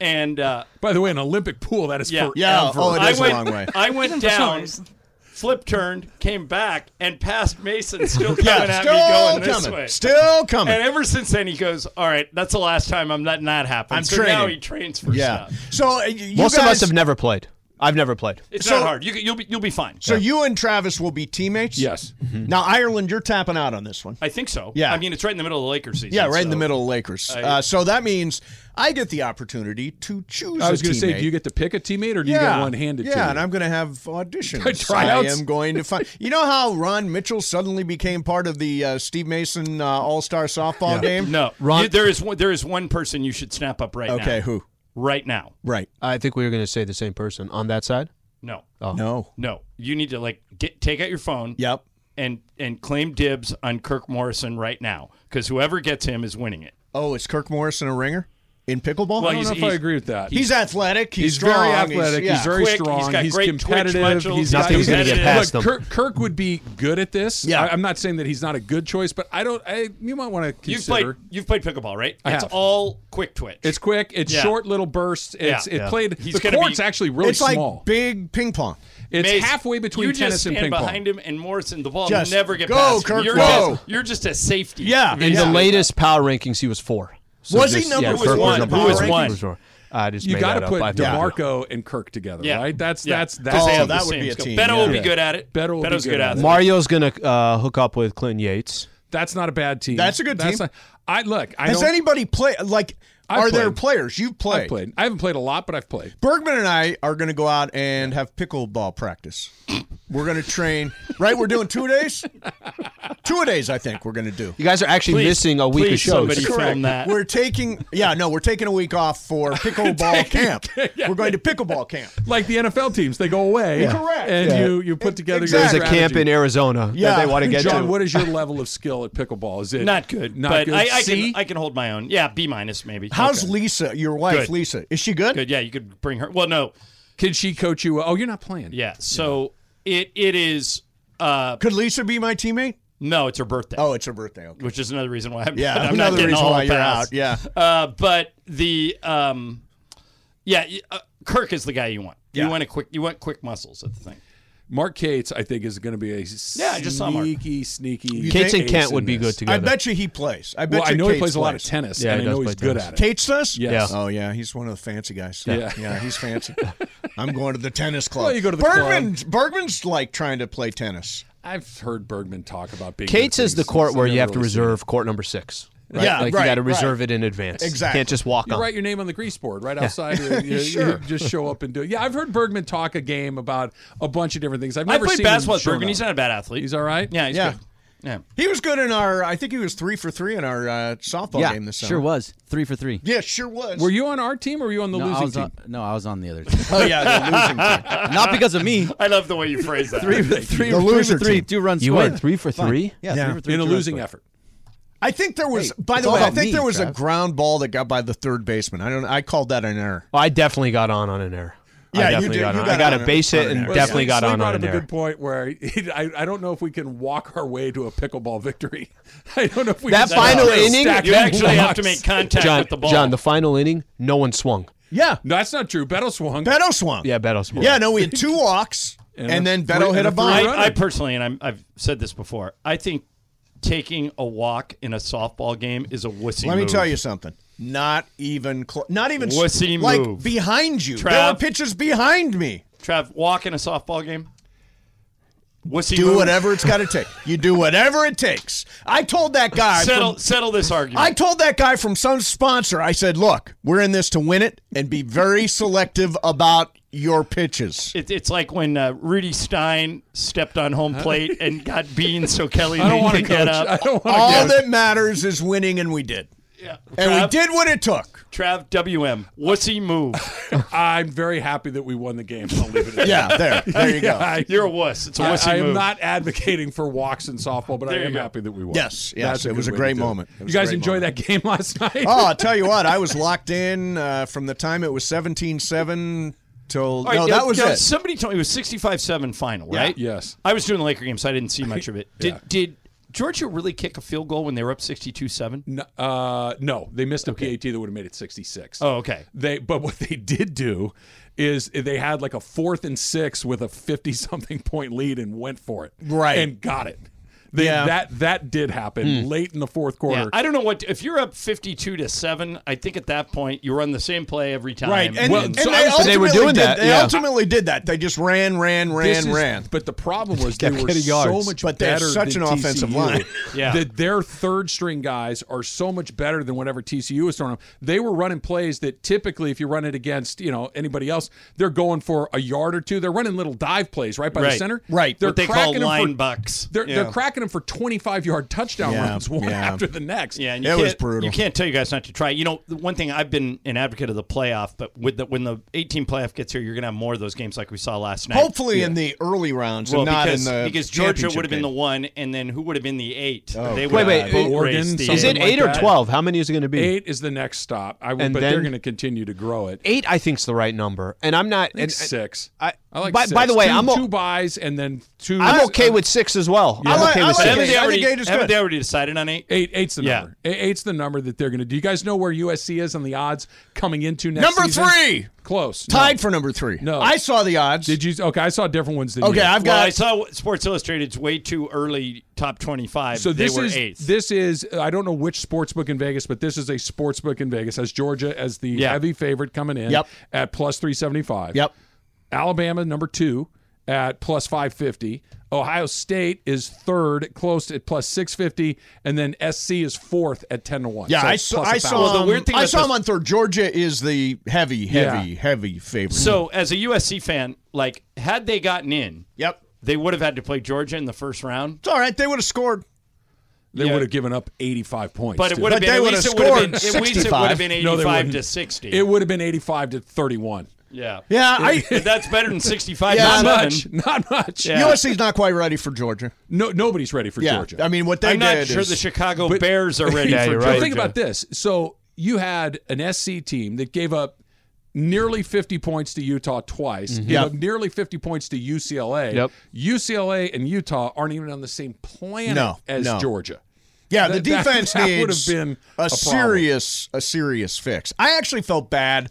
Speaker 12: and uh,
Speaker 4: By the way, an Olympic pool that is
Speaker 12: yeah,
Speaker 4: forever.
Speaker 11: oh, it
Speaker 12: I
Speaker 11: is a
Speaker 12: went,
Speaker 11: long way.
Speaker 12: I went
Speaker 4: For some
Speaker 12: down,
Speaker 4: reason.
Speaker 12: flip turned, came back, and passed Mason, still coming
Speaker 11: Yeah,
Speaker 12: at
Speaker 11: still
Speaker 12: me, going this
Speaker 11: coming,
Speaker 12: way,
Speaker 11: still coming.
Speaker 12: And ever since then, he goes, "All right, that's the last time I'm letting that happen."
Speaker 11: I'm
Speaker 12: so now
Speaker 11: training.
Speaker 12: he trains for
Speaker 11: yeah.
Speaker 12: stuff.
Speaker 11: So uh, y- you
Speaker 2: Most of us
Speaker 11: guys-
Speaker 2: have never played. I've never played.
Speaker 12: It's
Speaker 11: So-
Speaker 12: not hard. You, you'll be you'll be fine.
Speaker 11: So you and Travis will be teammates. Mm-hmm.
Speaker 4: Yes.
Speaker 11: Now Ireland, you're tapping out on this one.
Speaker 12: I think so.
Speaker 11: Yeah.
Speaker 12: I mean, it's right in the middle of the Lakers season.
Speaker 11: Yeah, right in the
Speaker 12: so-
Speaker 11: middle of Lakers.
Speaker 12: I-
Speaker 11: uh, so that means I get the opportunity to choose.
Speaker 4: I was
Speaker 11: going to
Speaker 4: say, do you get to pick a teammate or do you
Speaker 11: yeah,
Speaker 4: get one handed?
Speaker 11: Yeah,
Speaker 4: to you?
Speaker 11: and I'm going to have auditions. I
Speaker 4: Tryouts?
Speaker 11: am going to find. You know how Ron Mitchell suddenly became part of the uh, Steve Mason uh, All Star softball game?
Speaker 12: No,
Speaker 11: Ron.
Speaker 12: You- there is one, there is one person you should snap up right now.
Speaker 11: okay, who?
Speaker 12: Right now.
Speaker 11: Right.
Speaker 2: I think we were going to say the same person on that side.
Speaker 12: No.
Speaker 2: Oh.
Speaker 11: No.
Speaker 12: No, you need to like get take out your phone.
Speaker 11: Yep.
Speaker 12: And and claim dibs on Kirk Morrison right now because whoever gets him is winning it.
Speaker 11: Oh, is Kirk Morrison a ringer in pickleball?
Speaker 12: Well,
Speaker 4: I don't
Speaker 12: he's-
Speaker 4: know if I
Speaker 12: he's-
Speaker 4: agree with that.
Speaker 11: He's, athletic. He's,
Speaker 4: He's
Speaker 11: strong.
Speaker 4: very athletic. He's,
Speaker 11: yeah.
Speaker 4: very
Speaker 12: Quick,
Speaker 4: strong.
Speaker 12: he's got
Speaker 4: He's
Speaker 12: great twitch
Speaker 4: competitive.
Speaker 12: muscles.
Speaker 4: He's
Speaker 12: He's Nothing's
Speaker 2: gonna get
Speaker 4: competitive.
Speaker 2: past
Speaker 4: Look,
Speaker 2: him.
Speaker 4: Kirk, Kirk would be good at this.
Speaker 11: Yeah.
Speaker 4: I, I'm not saying that he's not a good choice, but I don't. I, you might want to
Speaker 12: You've
Speaker 4: consider.
Speaker 12: played you've played pickleball, right?
Speaker 4: I
Speaker 12: it's
Speaker 4: have.
Speaker 12: all quick twitch.
Speaker 4: It's quick. It's
Speaker 12: Yeah.
Speaker 4: short little bursts. It's
Speaker 12: Yeah.
Speaker 4: it
Speaker 12: Yeah.
Speaker 4: played.
Speaker 12: He's
Speaker 4: the
Speaker 12: gonna be-
Speaker 4: court's actually really
Speaker 11: it's
Speaker 4: small.
Speaker 11: like big ping pong.
Speaker 4: it's
Speaker 12: Maze,
Speaker 4: halfway between
Speaker 12: you
Speaker 4: tennis
Speaker 12: just
Speaker 4: and
Speaker 12: stand
Speaker 4: ping pong.
Speaker 12: behind him and Morrison. The ball
Speaker 11: Just
Speaker 12: never get
Speaker 11: go,
Speaker 12: past him.
Speaker 11: Kirk,
Speaker 12: You're,
Speaker 11: go.
Speaker 12: Just, you're just a safety.
Speaker 11: Yeah.
Speaker 2: In the latest power rankings, he was four. So
Speaker 11: Was he
Speaker 2: just-
Speaker 11: number
Speaker 2: yeah,
Speaker 11: one?
Speaker 2: Kirk
Speaker 11: Who was
Speaker 2: number
Speaker 11: one?
Speaker 2: four.
Speaker 11: Who was
Speaker 2: He
Speaker 12: one?
Speaker 2: four. I just
Speaker 4: You
Speaker 2: made
Speaker 4: got
Speaker 2: that
Speaker 4: to
Speaker 2: up.
Speaker 4: put
Speaker 2: I've never-
Speaker 4: Demarco and Kirk together,
Speaker 12: Yeah.
Speaker 4: right? That's
Speaker 12: Yeah.
Speaker 4: that's
Speaker 12: Because they
Speaker 4: that's
Speaker 11: Oh,
Speaker 12: have
Speaker 11: that
Speaker 12: the
Speaker 11: would be
Speaker 12: same
Speaker 11: a
Speaker 12: skill.
Speaker 11: team,
Speaker 12: Beto will
Speaker 11: yeah.
Speaker 12: be good at it.
Speaker 4: Beto will be
Speaker 12: Beto's
Speaker 4: good
Speaker 12: good
Speaker 4: at
Speaker 12: at
Speaker 4: it.
Speaker 12: it.
Speaker 2: Mario's going to uh, hook up with Clinton Yates.
Speaker 4: that's not a bad team.
Speaker 11: That's a good
Speaker 4: That's
Speaker 11: team.
Speaker 4: not- I look. I
Speaker 11: Has
Speaker 4: don't-
Speaker 11: anybody played? Like,
Speaker 4: I've
Speaker 11: are there
Speaker 4: played.
Speaker 11: players you've played?
Speaker 4: I've played. I haven't played a lot, but I've played.
Speaker 11: Bergman and I are going to go out and have pickleball practice. We're going to train, right? We're doing two days, two a days. I think we're going to do.
Speaker 2: You guys are actually
Speaker 12: Please-
Speaker 2: missing a week
Speaker 12: please
Speaker 2: of shows.
Speaker 12: somebody film that.
Speaker 11: We're taking, yeah, no, we're taking a week off for pickleball camp. We're going to pickleball camp.
Speaker 4: Like the NFL teams, they go away.
Speaker 11: Correct.
Speaker 4: And
Speaker 11: Yeah.
Speaker 4: you you put together
Speaker 2: There's
Speaker 11: Exactly.
Speaker 2: a
Speaker 4: your
Speaker 2: camp
Speaker 4: strategy.
Speaker 2: in Arizona
Speaker 11: Yeah.
Speaker 2: that they want to get
Speaker 4: John,
Speaker 2: to.
Speaker 4: what is your level of skill at pickleball? Is it
Speaker 12: Not good.
Speaker 4: Not
Speaker 12: but
Speaker 4: good.
Speaker 12: I, I
Speaker 4: C?
Speaker 12: can I can hold my own. Yeah, B minus maybe.
Speaker 11: How's
Speaker 12: Okay.
Speaker 11: Lisa, your wife,
Speaker 12: Good.
Speaker 11: Lisa? Is she good?
Speaker 12: good? Yeah, you could bring her. Well, no.
Speaker 4: Can she coach you? Oh, you're not playing.
Speaker 12: Yeah. So it it is. Uh,
Speaker 11: Could Lisa be my teammate?
Speaker 12: no, it's her birthday.
Speaker 11: Oh, it's her birthday. Okay.
Speaker 12: which is another reason why I'm,
Speaker 11: Yeah,
Speaker 12: I'm not
Speaker 11: another
Speaker 12: getting
Speaker 11: reason
Speaker 12: all
Speaker 11: why you're
Speaker 12: pass.
Speaker 11: out, yeah.
Speaker 12: uh, but the um, yeah, y- uh, Kirk is the guy you want.
Speaker 11: Yeah.
Speaker 12: You want a quick, you want quick muscles at the thing.
Speaker 4: Mark Cates, I think, is going to be a
Speaker 11: Yeah, I just saw Mark.
Speaker 4: sneaky, sneaky.
Speaker 11: You Cates and
Speaker 4: ace
Speaker 11: Kent
Speaker 4: in
Speaker 11: would be
Speaker 4: this.
Speaker 11: good I together. bet you he plays. I bet
Speaker 4: well, I
Speaker 11: you
Speaker 4: know he
Speaker 11: Cates
Speaker 4: plays a lot of
Speaker 11: plays.
Speaker 4: tennis,
Speaker 11: Yeah,
Speaker 4: and
Speaker 11: he
Speaker 4: I
Speaker 11: does
Speaker 4: know he's
Speaker 11: play
Speaker 4: good
Speaker 11: tennis.
Speaker 4: at it.
Speaker 11: Cates does?
Speaker 4: Yes.
Speaker 11: Oh yeah, he's one of the fancy guys.
Speaker 4: Yeah.
Speaker 11: yeah, he's fancy. I'm going to the tennis club.
Speaker 4: Well, you go to the
Speaker 11: Bergman, Bergman's like trying to play tennis.
Speaker 4: I've heard Bergman talk about being.
Speaker 2: Cates
Speaker 4: good
Speaker 2: is the
Speaker 4: things.
Speaker 2: court where
Speaker 4: I've
Speaker 2: you have
Speaker 4: never
Speaker 2: to
Speaker 4: really seen it.
Speaker 2: reserve court number six. Right?
Speaker 4: Yeah,
Speaker 2: like
Speaker 4: right,
Speaker 2: you got to reserve
Speaker 4: right.
Speaker 2: it in advance.
Speaker 4: Exactly.
Speaker 2: Can't just walk
Speaker 4: you
Speaker 2: on.
Speaker 4: write your name on the grease board right
Speaker 2: Yeah.
Speaker 4: outside. or you, you
Speaker 2: Sure.
Speaker 4: just show up and do it. Yeah, I've heard Bergman talk a game about a bunch of different things. I've
Speaker 12: I
Speaker 4: never
Speaker 12: played
Speaker 4: seen him
Speaker 12: basketball with
Speaker 4: shown
Speaker 12: Bergman.
Speaker 4: up.
Speaker 12: He's not a bad athlete.
Speaker 4: He's all right.
Speaker 12: Yeah, he's
Speaker 11: Yeah.
Speaker 12: good. Yeah.
Speaker 11: He was good in our. I think he was three for three in our uh, softball
Speaker 13: yeah,
Speaker 11: game this summer.
Speaker 13: sure was three for three.
Speaker 11: Yeah, sure was.
Speaker 4: Were you on our team or were you on the
Speaker 13: no, I
Speaker 4: losing
Speaker 13: was
Speaker 4: team?
Speaker 13: on, no, I was on the other team.
Speaker 11: Oh, yeah, the losing
Speaker 13: team. Not because of me.
Speaker 12: I love the way you phrase that.
Speaker 13: Three for three, three, for three, two runs.
Speaker 2: You
Speaker 13: scored.
Speaker 2: went three for
Speaker 13: Fine.
Speaker 2: three?
Speaker 13: Yeah,
Speaker 11: Yeah.
Speaker 13: three for three,
Speaker 11: In a
Speaker 13: two runs
Speaker 11: losing
Speaker 13: scored.
Speaker 4: effort.
Speaker 11: I think there was. by
Speaker 13: it's
Speaker 11: the
Speaker 13: all
Speaker 11: way, I
Speaker 13: about
Speaker 11: think
Speaker 13: me,
Speaker 11: there was a
Speaker 13: Trav.
Speaker 11: ground ball that got by the third baseman. I don't. I called that an error.
Speaker 2: Well, I definitely got on on an error. I
Speaker 11: Yeah, you
Speaker 2: definitely
Speaker 11: did.
Speaker 2: Got
Speaker 11: You
Speaker 2: on.
Speaker 11: got
Speaker 2: I got
Speaker 11: on
Speaker 2: a
Speaker 11: an-
Speaker 2: base
Speaker 11: on
Speaker 2: hit
Speaker 11: an
Speaker 2: and
Speaker 11: error.
Speaker 2: definitely
Speaker 4: Slee-
Speaker 2: got
Speaker 4: Slee
Speaker 2: on
Speaker 4: brought
Speaker 2: on
Speaker 4: up
Speaker 2: an
Speaker 4: a
Speaker 2: error.
Speaker 4: good point where he- I, I don't know if we can walk our way to a pickleball victory. I don't know if we
Speaker 2: that
Speaker 4: can
Speaker 2: final
Speaker 4: stack
Speaker 2: inning,
Speaker 4: that
Speaker 2: that
Speaker 4: box.
Speaker 2: sucks. John, John, the final inning, no one swung.
Speaker 11: Yeah,
Speaker 4: no, that's not true. Beto swung.
Speaker 11: Beto swung.
Speaker 2: Yeah, Beto swung.
Speaker 11: Yeah, no, we had two walks, and, then Beto hit a bomb.
Speaker 12: I, I personally, and I'm, I've said this before, I think taking a walk in a softball game is a wussy
Speaker 11: Let me
Speaker 12: move.
Speaker 11: tell you something. Not even close. Not even s-
Speaker 12: Wussy
Speaker 11: like
Speaker 12: move.
Speaker 11: behind you. There
Speaker 12: Trav.
Speaker 11: were pitches behind me.
Speaker 12: Trav, walk in a softball game. Wussy
Speaker 11: do
Speaker 12: move.
Speaker 11: whatever it's got to take. You do whatever it takes. I told that guy.
Speaker 12: Settle,
Speaker 11: from-
Speaker 12: settle this argument.
Speaker 11: I told that guy from some sponsor. I said, "Look, we're in this to win it, and be very selective about your pitches."
Speaker 12: It, it's like when uh, Rudy Stein stepped on home plate and got beaten, so Kelly
Speaker 11: I don't
Speaker 12: needed
Speaker 11: wanna
Speaker 12: to get
Speaker 11: coach.
Speaker 12: up.
Speaker 11: I don't wanna All coach. that matters is winning, and we did.
Speaker 12: Yeah,
Speaker 11: And we did what it took.
Speaker 12: Trav WM, wussy move.
Speaker 4: I'm very happy that we won the game. I'll leave it. At
Speaker 11: Yeah,
Speaker 4: that.
Speaker 11: there. There you go.
Speaker 4: I-
Speaker 12: You're a wuss. It's a wussy
Speaker 4: I, I am
Speaker 12: move.
Speaker 4: not advocating for walks in softball, but
Speaker 12: There
Speaker 4: I
Speaker 12: you
Speaker 4: am
Speaker 12: go.
Speaker 4: happy that we won.
Speaker 11: Yes, yes,
Speaker 4: That's
Speaker 11: it was
Speaker 4: good
Speaker 11: a
Speaker 4: way
Speaker 11: great
Speaker 4: to do it.
Speaker 11: moment. It
Speaker 4: You
Speaker 11: was a
Speaker 4: guys
Speaker 11: great
Speaker 4: enjoy that game last night?
Speaker 11: Oh, I'll tell you what, I was locked in uh, from the time it was 17-7 till
Speaker 12: All right,
Speaker 11: no,
Speaker 12: now-
Speaker 11: that was
Speaker 12: now
Speaker 11: it.
Speaker 12: Somebody told me it was 65-7 final,
Speaker 11: Yeah.
Speaker 12: right?
Speaker 4: Yes.
Speaker 12: I was doing the Laker game, so I didn't see much of it. Did
Speaker 4: Yeah.
Speaker 12: did Georgia really kick a field goal when they were up 62-7?
Speaker 4: No, uh, no, they missed a PAT that would have made it 66.
Speaker 12: Oh, okay.
Speaker 4: They but what they did do is they had like a fourth and six with a 50 something point lead and went for it.
Speaker 12: Right.
Speaker 4: And got it. They,
Speaker 12: Yeah.
Speaker 4: that that did happen
Speaker 12: Hmm.
Speaker 4: late in the fourth quarter.
Speaker 12: Yeah, I don't know what if you're up 52 to 7, I think at that point you run the same play every time.
Speaker 11: Right, and,
Speaker 12: Well,
Speaker 11: and
Speaker 12: so I
Speaker 11: they,
Speaker 12: was-
Speaker 11: ultimately did, They ultimately did that. They just ran, ran, ran,
Speaker 4: This is-
Speaker 11: ran.
Speaker 4: But the problem was they
Speaker 11: Kept
Speaker 4: were
Speaker 11: getting
Speaker 4: so
Speaker 11: yards.
Speaker 4: much
Speaker 11: But they have
Speaker 4: better.
Speaker 11: such
Speaker 4: than
Speaker 11: an offensive
Speaker 4: TCU
Speaker 11: line.
Speaker 12: Yeah.
Speaker 4: that their third string guys are so much better than whatever TCU was throwing them. They were running plays that typically, if you run it against you know anybody else, they're going for a yard or two. They're running little dive plays right by the
Speaker 12: Right.
Speaker 4: center.
Speaker 12: Right.
Speaker 4: They're
Speaker 12: What they call
Speaker 4: cracking 'em
Speaker 12: line
Speaker 4: for,
Speaker 12: bucks.
Speaker 4: They're,
Speaker 12: Yeah.
Speaker 4: they're cracking them for twenty five yard touchdown
Speaker 12: Yeah,
Speaker 4: runs one
Speaker 12: yeah.
Speaker 4: after the next.
Speaker 12: Yeah, and you can't- You can't tell you guys not to try. You know, the one thing I've been an advocate of the playoff, but with the, when the 18 playoff gets here, you're going to have more of those games like we saw last night.
Speaker 11: Hopefully in the early rounds and not
Speaker 12: because,
Speaker 11: in the
Speaker 12: because Georgia
Speaker 11: championship
Speaker 12: would have been
Speaker 11: game.
Speaker 12: the one, and then who would have been the eight?
Speaker 11: Oh,
Speaker 12: they
Speaker 2: wait,
Speaker 12: would
Speaker 2: wait.
Speaker 12: have boat
Speaker 2: Oregon,
Speaker 12: raced the
Speaker 2: is it
Speaker 12: eight?
Speaker 2: eight or twelve? How many is it going to be?
Speaker 4: Eight is the next stop. I would,
Speaker 2: And
Speaker 4: but they're
Speaker 2: then-
Speaker 4: going to continue to grow it.
Speaker 2: Eight, I think, is the right number. And I'm not.
Speaker 4: I think
Speaker 2: and-
Speaker 4: six.
Speaker 2: I,
Speaker 4: I like
Speaker 2: by,
Speaker 4: six.
Speaker 2: by the way,
Speaker 4: Two-
Speaker 2: I'm o-
Speaker 4: two buys and then two.
Speaker 2: I'm okay with six as well.
Speaker 4: Yeah.
Speaker 2: I'm okay with six.
Speaker 12: Haven't they already,
Speaker 4: eight is
Speaker 12: haven't
Speaker 4: good.
Speaker 12: they already decided on eight?
Speaker 4: Eight, eight's the
Speaker 12: Yeah.
Speaker 4: number. Eight, eight's the number that they're going to do. You guys know where USC is on the odds coming into next
Speaker 11: Number
Speaker 4: season?
Speaker 11: three!
Speaker 4: close,
Speaker 11: tied for number three.
Speaker 4: No,
Speaker 11: I saw the odds.
Speaker 4: Did you? Okay, I saw different ones than you.
Speaker 12: Well, I saw Sports Illustrated's way too early top twenty-five.
Speaker 4: So this
Speaker 12: they were
Speaker 4: is
Speaker 12: eighth.
Speaker 4: this is I don't know which sports book in Vegas, but this is a sports book in Vegas has Georgia as the
Speaker 12: Yeah.
Speaker 4: heavy favorite coming in
Speaker 12: Yep.
Speaker 4: at plus three seventy five.
Speaker 11: Yep.
Speaker 4: Alabama number two at plus five fifty. Ohio State is third, close at plus six fifty, and then SC is fourth at ten to one.
Speaker 11: Yeah,
Speaker 4: So
Speaker 11: I
Speaker 4: it's
Speaker 11: saw.
Speaker 4: plus a
Speaker 11: I
Speaker 4: thousand.
Speaker 11: saw. um, I saw him on third. Georgia is the heavy, heavy, heavy favorite.
Speaker 12: So as a USC fan, like had they gotten in,
Speaker 11: yep,
Speaker 12: they would have had to play Georgia in the first round.
Speaker 11: it's all right. They would have scored.
Speaker 4: They would have given up 85 points.
Speaker 12: But it
Speaker 4: to
Speaker 12: would have
Speaker 4: them.
Speaker 12: been- But they at would least have it would have scored been- at least it would have 65. been
Speaker 4: No, they
Speaker 12: 85 to
Speaker 4: wouldn't.
Speaker 12: 60.
Speaker 4: It would have been 85 to 31.
Speaker 12: Yeah.
Speaker 11: Yeah, I-
Speaker 12: that's better than sixty-five.
Speaker 11: Yeah,
Speaker 12: to
Speaker 11: not
Speaker 12: seven.
Speaker 4: much. Not much.
Speaker 12: Yeah.
Speaker 11: USC's not quite ready for Georgia.
Speaker 4: No, nobody's ready for
Speaker 11: Yeah,
Speaker 4: Georgia.
Speaker 11: I mean, what they
Speaker 12: I'm not
Speaker 11: did
Speaker 12: sure
Speaker 11: is-
Speaker 12: the Chicago Bears are ready for
Speaker 4: But
Speaker 12: Georgia.
Speaker 4: Think about this. So you had an SC team that gave up nearly 50 points to Utah twice, gave
Speaker 11: Yep.
Speaker 4: up nearly 50 points to UCLA.
Speaker 11: Yep.
Speaker 4: UCLA and Utah aren't even on the same planet
Speaker 11: No,
Speaker 4: as
Speaker 11: no.
Speaker 4: Georgia.
Speaker 11: Yeah,
Speaker 4: That-
Speaker 11: the
Speaker 4: that-
Speaker 11: defense
Speaker 4: that,
Speaker 11: needs
Speaker 4: would have been
Speaker 11: a,
Speaker 4: a problem.
Speaker 11: serious, a serious fix. I actually felt bad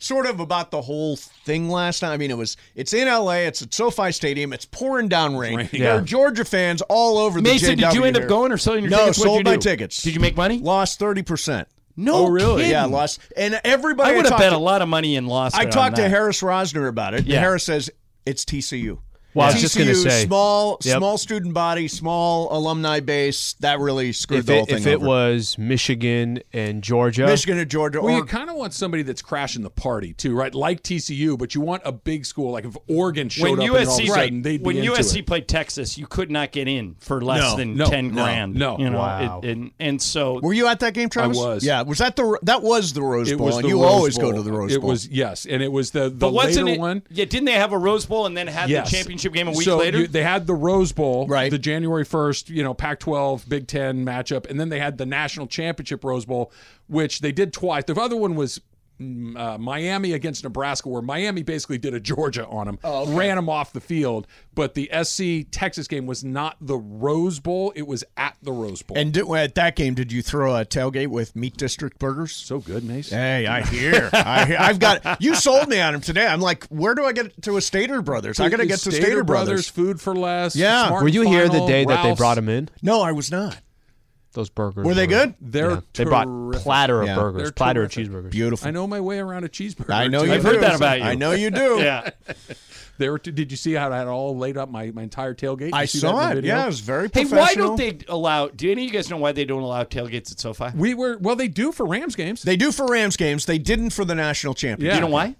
Speaker 11: sort of about the whole thing last night. I mean, it was it's in L.A. It's at SoFi Stadium. It's pouring down rain. There
Speaker 12: Yeah.
Speaker 11: are Georgia fans all over the
Speaker 12: Mason, did
Speaker 11: JW
Speaker 12: you end up
Speaker 11: here.
Speaker 12: going or selling your
Speaker 11: no,
Speaker 12: tickets? What'd
Speaker 11: sold
Speaker 12: you
Speaker 11: my
Speaker 12: do?
Speaker 11: tickets.
Speaker 12: Did you make money?
Speaker 11: Lost thirty percent.
Speaker 12: No Oh, really?
Speaker 11: Yeah,
Speaker 12: kidding.
Speaker 11: lost. And everybody
Speaker 12: I would have
Speaker 11: talked
Speaker 12: bet
Speaker 11: to-
Speaker 12: a lot of money and lost.
Speaker 11: I
Speaker 12: it on
Speaker 11: talked to
Speaker 12: that.
Speaker 11: Harris Rosner about it. and
Speaker 12: Yeah.
Speaker 11: Harris says it's TCU.
Speaker 12: Well, I was
Speaker 11: TCU,
Speaker 12: just gonna say.
Speaker 11: small,
Speaker 2: Yep.
Speaker 11: small student body, small alumni base. That really screwed
Speaker 2: if
Speaker 11: the whole
Speaker 2: it,
Speaker 11: thing
Speaker 2: if it
Speaker 11: over.
Speaker 2: was Michigan and Georgia,
Speaker 11: Michigan and Georgia,
Speaker 4: Well, you
Speaker 11: or-
Speaker 4: kind of want somebody that's crashing the party too, right? Like TCU, but you want a big school. Like if Oregon showed
Speaker 12: When
Speaker 4: up, and all of a
Speaker 12: USC
Speaker 4: sudden
Speaker 12: right,
Speaker 4: they'd be
Speaker 12: when
Speaker 4: into
Speaker 12: USC
Speaker 4: it.
Speaker 12: played Texas, you could not get in for less
Speaker 4: No,
Speaker 12: than
Speaker 4: no,
Speaker 12: ten
Speaker 4: no,
Speaker 12: grand.
Speaker 4: no.
Speaker 12: you know,
Speaker 4: Wow.
Speaker 12: it- and and so
Speaker 11: Were you at that game, Travis?
Speaker 4: was.
Speaker 11: Yeah, was that the that was the Rose
Speaker 4: It
Speaker 11: Bowl?
Speaker 4: was
Speaker 11: and
Speaker 4: the
Speaker 11: you
Speaker 4: Rose
Speaker 11: always
Speaker 4: Bowl.
Speaker 11: go to the Rose
Speaker 4: It
Speaker 11: Bowl.
Speaker 4: was yes, and it was the the
Speaker 12: But wasn't
Speaker 4: later
Speaker 12: it-
Speaker 4: one.
Speaker 12: Yeah, didn't they have a Rose Bowl and then had
Speaker 4: Yes.
Speaker 12: the championship game a week
Speaker 4: so
Speaker 12: later?
Speaker 4: you- they had the Rose Bowl, right? The January first, you know, Pac-12, Big Ten matchup, and then they had the national championship Rose Bowl, which they did twice. The other one was. mm, Uh, Miami against Nebraska, where Miami basically did a Georgia on them,
Speaker 11: Oh,
Speaker 4: ran them off the field. But the SC Texas game was not the Rose Bowl; it was at the Rose Bowl.
Speaker 11: And did, at that game, did you throw a tailgate with Meat District burgers? So
Speaker 4: good, Mason.
Speaker 11: Hey, I hear. I hear. I've got. You sold me on them today. I'm like, where do I get to a Stater Brothers? I got to get to Stater, Brothers.
Speaker 4: Food for less.
Speaker 11: Yeah.
Speaker 4: Smart
Speaker 11: Were you
Speaker 4: Final,
Speaker 11: here the day that they
Speaker 4: Ralph's.
Speaker 11: brought 'em in? No, I was not.
Speaker 2: Those burgers
Speaker 11: Were they good?
Speaker 4: They're
Speaker 2: Yeah. They brought
Speaker 4: terrific.
Speaker 2: platter of
Speaker 4: Yeah.
Speaker 2: burgers,
Speaker 4: They're
Speaker 2: platter
Speaker 4: terrific.
Speaker 2: of cheeseburgers.
Speaker 11: Beautiful.
Speaker 4: I know my way around a cheeseburger.
Speaker 2: I know you
Speaker 4: I've
Speaker 2: do.
Speaker 4: heard that about
Speaker 2: I
Speaker 4: you.
Speaker 2: know you do. Yeah.
Speaker 4: They were. Did you see how I had all laid up my, my entire tailgate? Did
Speaker 12: I
Speaker 4: you see
Speaker 12: saw
Speaker 4: that in the
Speaker 12: it.
Speaker 4: video?
Speaker 12: Yeah, it was
Speaker 11: very
Speaker 12: Hey, why don't they allow? Do any of you guys know why they don't allow tailgates at SoFi?
Speaker 4: We were well. They do for Rams games.
Speaker 11: They do for Rams games. They didn't for the national championship.
Speaker 12: You know why?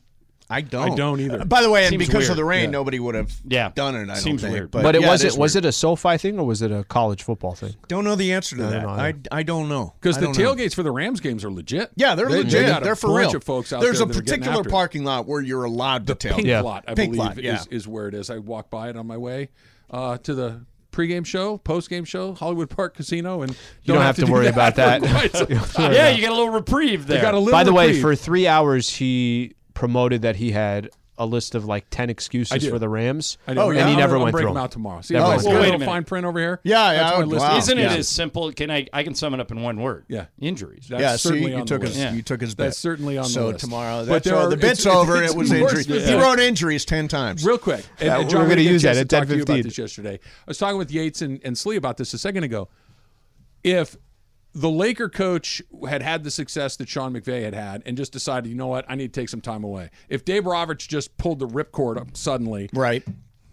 Speaker 11: I don't.
Speaker 12: I don't either.
Speaker 11: Uh, by the way, and
Speaker 12: Seems
Speaker 11: because of
Speaker 12: weird.
Speaker 11: the rain,
Speaker 12: Yeah.
Speaker 11: nobody would have
Speaker 12: Yeah.
Speaker 11: done it. I
Speaker 12: Seems
Speaker 11: don't think.
Speaker 12: weird.
Speaker 2: But,
Speaker 11: But,
Speaker 2: it
Speaker 11: yeah,
Speaker 2: wasn't.
Speaker 11: is
Speaker 2: was
Speaker 11: weird.
Speaker 2: it a SoFi thing or was it a college football thing?
Speaker 11: Don't know the answer to that. I, I don't know.
Speaker 4: Because
Speaker 11: I
Speaker 4: the
Speaker 11: don't know.
Speaker 4: tailgates for the Rams games are legit.
Speaker 11: Yeah, they're
Speaker 4: They- they
Speaker 11: legit.
Speaker 4: got a
Speaker 11: They're for
Speaker 4: bunch
Speaker 11: real.
Speaker 4: Of folks out
Speaker 11: There's
Speaker 4: there
Speaker 11: a
Speaker 4: that are getting
Speaker 11: particular
Speaker 4: after it.
Speaker 11: parking lot where you're allowed to tailgate.
Speaker 4: Pink lot, I
Speaker 11: Pink
Speaker 4: believe,
Speaker 11: lot, yeah.
Speaker 4: is, is where it is. I walked by it on my way uh, to the pregame show, postgame show, Hollywood Park Casino, and
Speaker 2: You don't, have, to,
Speaker 4: do
Speaker 2: worry about
Speaker 4: for
Speaker 2: that.
Speaker 4: quite some
Speaker 2: You don't
Speaker 4: time.
Speaker 2: worry about
Speaker 12: got a little reprieve there.
Speaker 4: You got a little
Speaker 2: By the way,
Speaker 4: reprieve.
Speaker 2: for three hours, he promoted that he had a list of like ten excuses
Speaker 4: did.
Speaker 2: for the Rams.
Speaker 4: I
Speaker 11: Oh,
Speaker 4: did.
Speaker 2: and
Speaker 4: Yeah,
Speaker 2: he
Speaker 4: I'm
Speaker 2: never
Speaker 4: gonna
Speaker 2: went
Speaker 4: break
Speaker 2: through
Speaker 4: them out tomorrow. See, I've got a little fine print over here.
Speaker 11: Yeah,
Speaker 4: That's
Speaker 11: yeah,
Speaker 4: my list.
Speaker 11: wow.
Speaker 12: Isn't it
Speaker 11: Yeah.
Speaker 12: as simple? Can I? I can sum it up in one word.
Speaker 4: Yeah,
Speaker 12: injuries.
Speaker 4: That's
Speaker 11: yeah,
Speaker 4: certainly
Speaker 11: see, you
Speaker 4: on the
Speaker 11: took his
Speaker 4: list.
Speaker 11: you took his bet.
Speaker 4: That's certainly on the
Speaker 11: so
Speaker 4: list.
Speaker 11: tomorrow,
Speaker 4: But
Speaker 11: that's
Speaker 4: there
Speaker 11: all-
Speaker 4: are-
Speaker 11: the
Speaker 4: it's-
Speaker 11: bit's over.
Speaker 4: it's
Speaker 11: It was
Speaker 4: more
Speaker 11: injury. He
Speaker 4: specific.
Speaker 11: wrote injuries ten times.
Speaker 4: Real quick, and,
Speaker 11: Yeah,
Speaker 4: and John,
Speaker 11: we're
Speaker 4: going
Speaker 11: gonna
Speaker 4: to
Speaker 11: use that at
Speaker 4: talk to you
Speaker 11: 10:15.
Speaker 4: about this yesterday. I was talking with Yates and, and Slee about this a second ago. If the Laker coach had had the success that Sean McVay had had, and just decided, you know what, I need to take some time away. If Dave Roberts just pulled the ripcord up suddenly,
Speaker 11: right?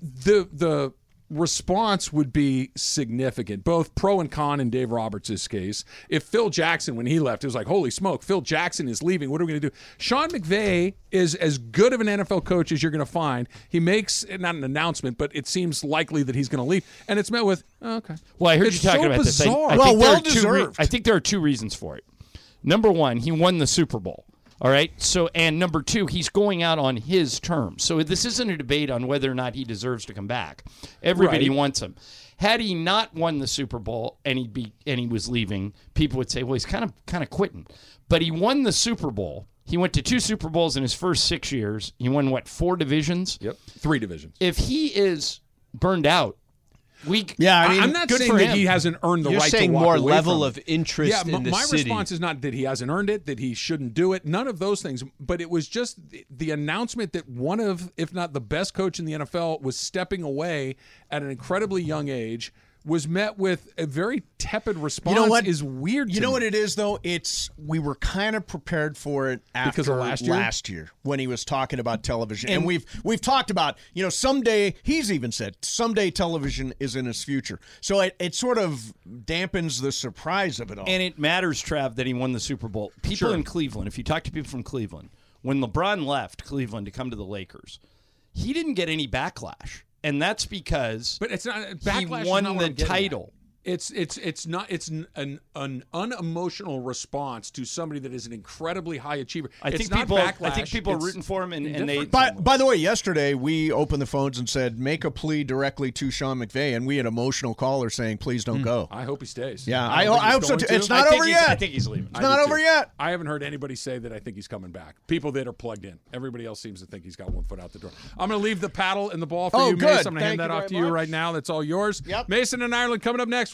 Speaker 4: The the response would be significant, both pro and con in Dave Roberts' case. If Phil Jackson, when he left, it was like, holy smoke, Phil Jackson is leaving. What are we going to do? Sean McVay is as good of an NFL coach as you're going to find. He makes not an announcement, but it seems likely that he's going to leave, and it's met with "Oh, okay.
Speaker 12: Well, I heard
Speaker 4: It's
Speaker 12: you talking
Speaker 4: so
Speaker 12: about this. I,
Speaker 4: bizarre.
Speaker 12: I think there are two re- I think there are two reasons for it. Number one, he won the Super Bowl. All right. So, and number two, he's going out on his terms. So this isn't a debate on whether or not he deserves to come back. Everybody
Speaker 4: Right.
Speaker 12: wants him. Had he not won the Super Bowl and he would be and he was leaving, people would say, "Well, he's kind of kind of quitting." But he won the Super Bowl. He went to two Super Bowls in his first six years. He won what four divisions?
Speaker 4: Yep, three divisions.
Speaker 12: If he is burned out, we
Speaker 4: Yeah, I mean, I'm not
Speaker 12: good
Speaker 4: saying
Speaker 12: for
Speaker 4: that
Speaker 12: him.
Speaker 4: he hasn't earned the
Speaker 2: You're
Speaker 4: right
Speaker 2: saying
Speaker 4: to walk
Speaker 2: more
Speaker 4: away
Speaker 2: level
Speaker 4: from it.
Speaker 2: of interest
Speaker 4: Yeah,
Speaker 2: in
Speaker 4: m-
Speaker 2: the
Speaker 4: my
Speaker 2: city.
Speaker 4: response is not that he hasn't earned it, that he shouldn't do it, none of those things. But it was just the, the announcement that one of, if not the best coach in the NFL, was stepping away at an incredibly young age. Was met with a very tepid response.
Speaker 11: what?
Speaker 4: is weird?
Speaker 11: You know what it is though? It's we were kind of prepared for it after
Speaker 4: Because of last year?
Speaker 11: year, when he was talking about television, and,
Speaker 4: And-
Speaker 11: we've we've talked about you know someday he's even said someday television is in his future. So it, it sort of dampens the surprise of it all.
Speaker 12: And it matters, Trav, that he won the Super Bowl. People
Speaker 11: Sure.
Speaker 12: in Cleveland, if you talk to people from Cleveland, when LeBron left Cleveland to come to the Lakers, he didn't get any backlash. And that's because
Speaker 4: But it's not uh, backlash.
Speaker 12: he won
Speaker 4: is not what
Speaker 12: the
Speaker 4: I'm getting at.
Speaker 12: title.
Speaker 4: It's it's it's not it's an, an an unemotional response to somebody that is an incredibly high achiever.
Speaker 12: I
Speaker 4: It's
Speaker 12: think
Speaker 4: not
Speaker 12: people- I
Speaker 4: backlash,
Speaker 12: think people are
Speaker 4: it's
Speaker 12: rooting for him and- and they-
Speaker 4: indifference.
Speaker 11: By, by the way, yesterday we opened the phones and said make a plea directly to Sean McVay, and we had emotional caller saying please don't go.
Speaker 4: I hope he stays.
Speaker 11: Yeah,
Speaker 4: Hmm. I
Speaker 11: I, ho-
Speaker 4: don't think
Speaker 11: I
Speaker 4: he's
Speaker 11: hope so
Speaker 4: going
Speaker 11: too.
Speaker 4: to.
Speaker 11: It's
Speaker 4: I
Speaker 11: not
Speaker 4: think
Speaker 11: over
Speaker 4: he's-
Speaker 11: yet.
Speaker 4: I think he's leaving.
Speaker 11: It's
Speaker 4: I
Speaker 11: not
Speaker 4: do
Speaker 11: over
Speaker 4: too.
Speaker 11: yet.
Speaker 4: I haven't heard anybody say that I think he's coming back. People that are plugged in. Everybody else seems to think he's got one foot out the door. I'm going to leave the paddle and the ball for
Speaker 11: Oh,
Speaker 4: you,
Speaker 11: good.
Speaker 4: Mason. I'm going to
Speaker 11: Thank
Speaker 4: hand that
Speaker 11: you
Speaker 4: off
Speaker 11: very
Speaker 4: to you right now. That's all yours. Mason and Ireland coming up next.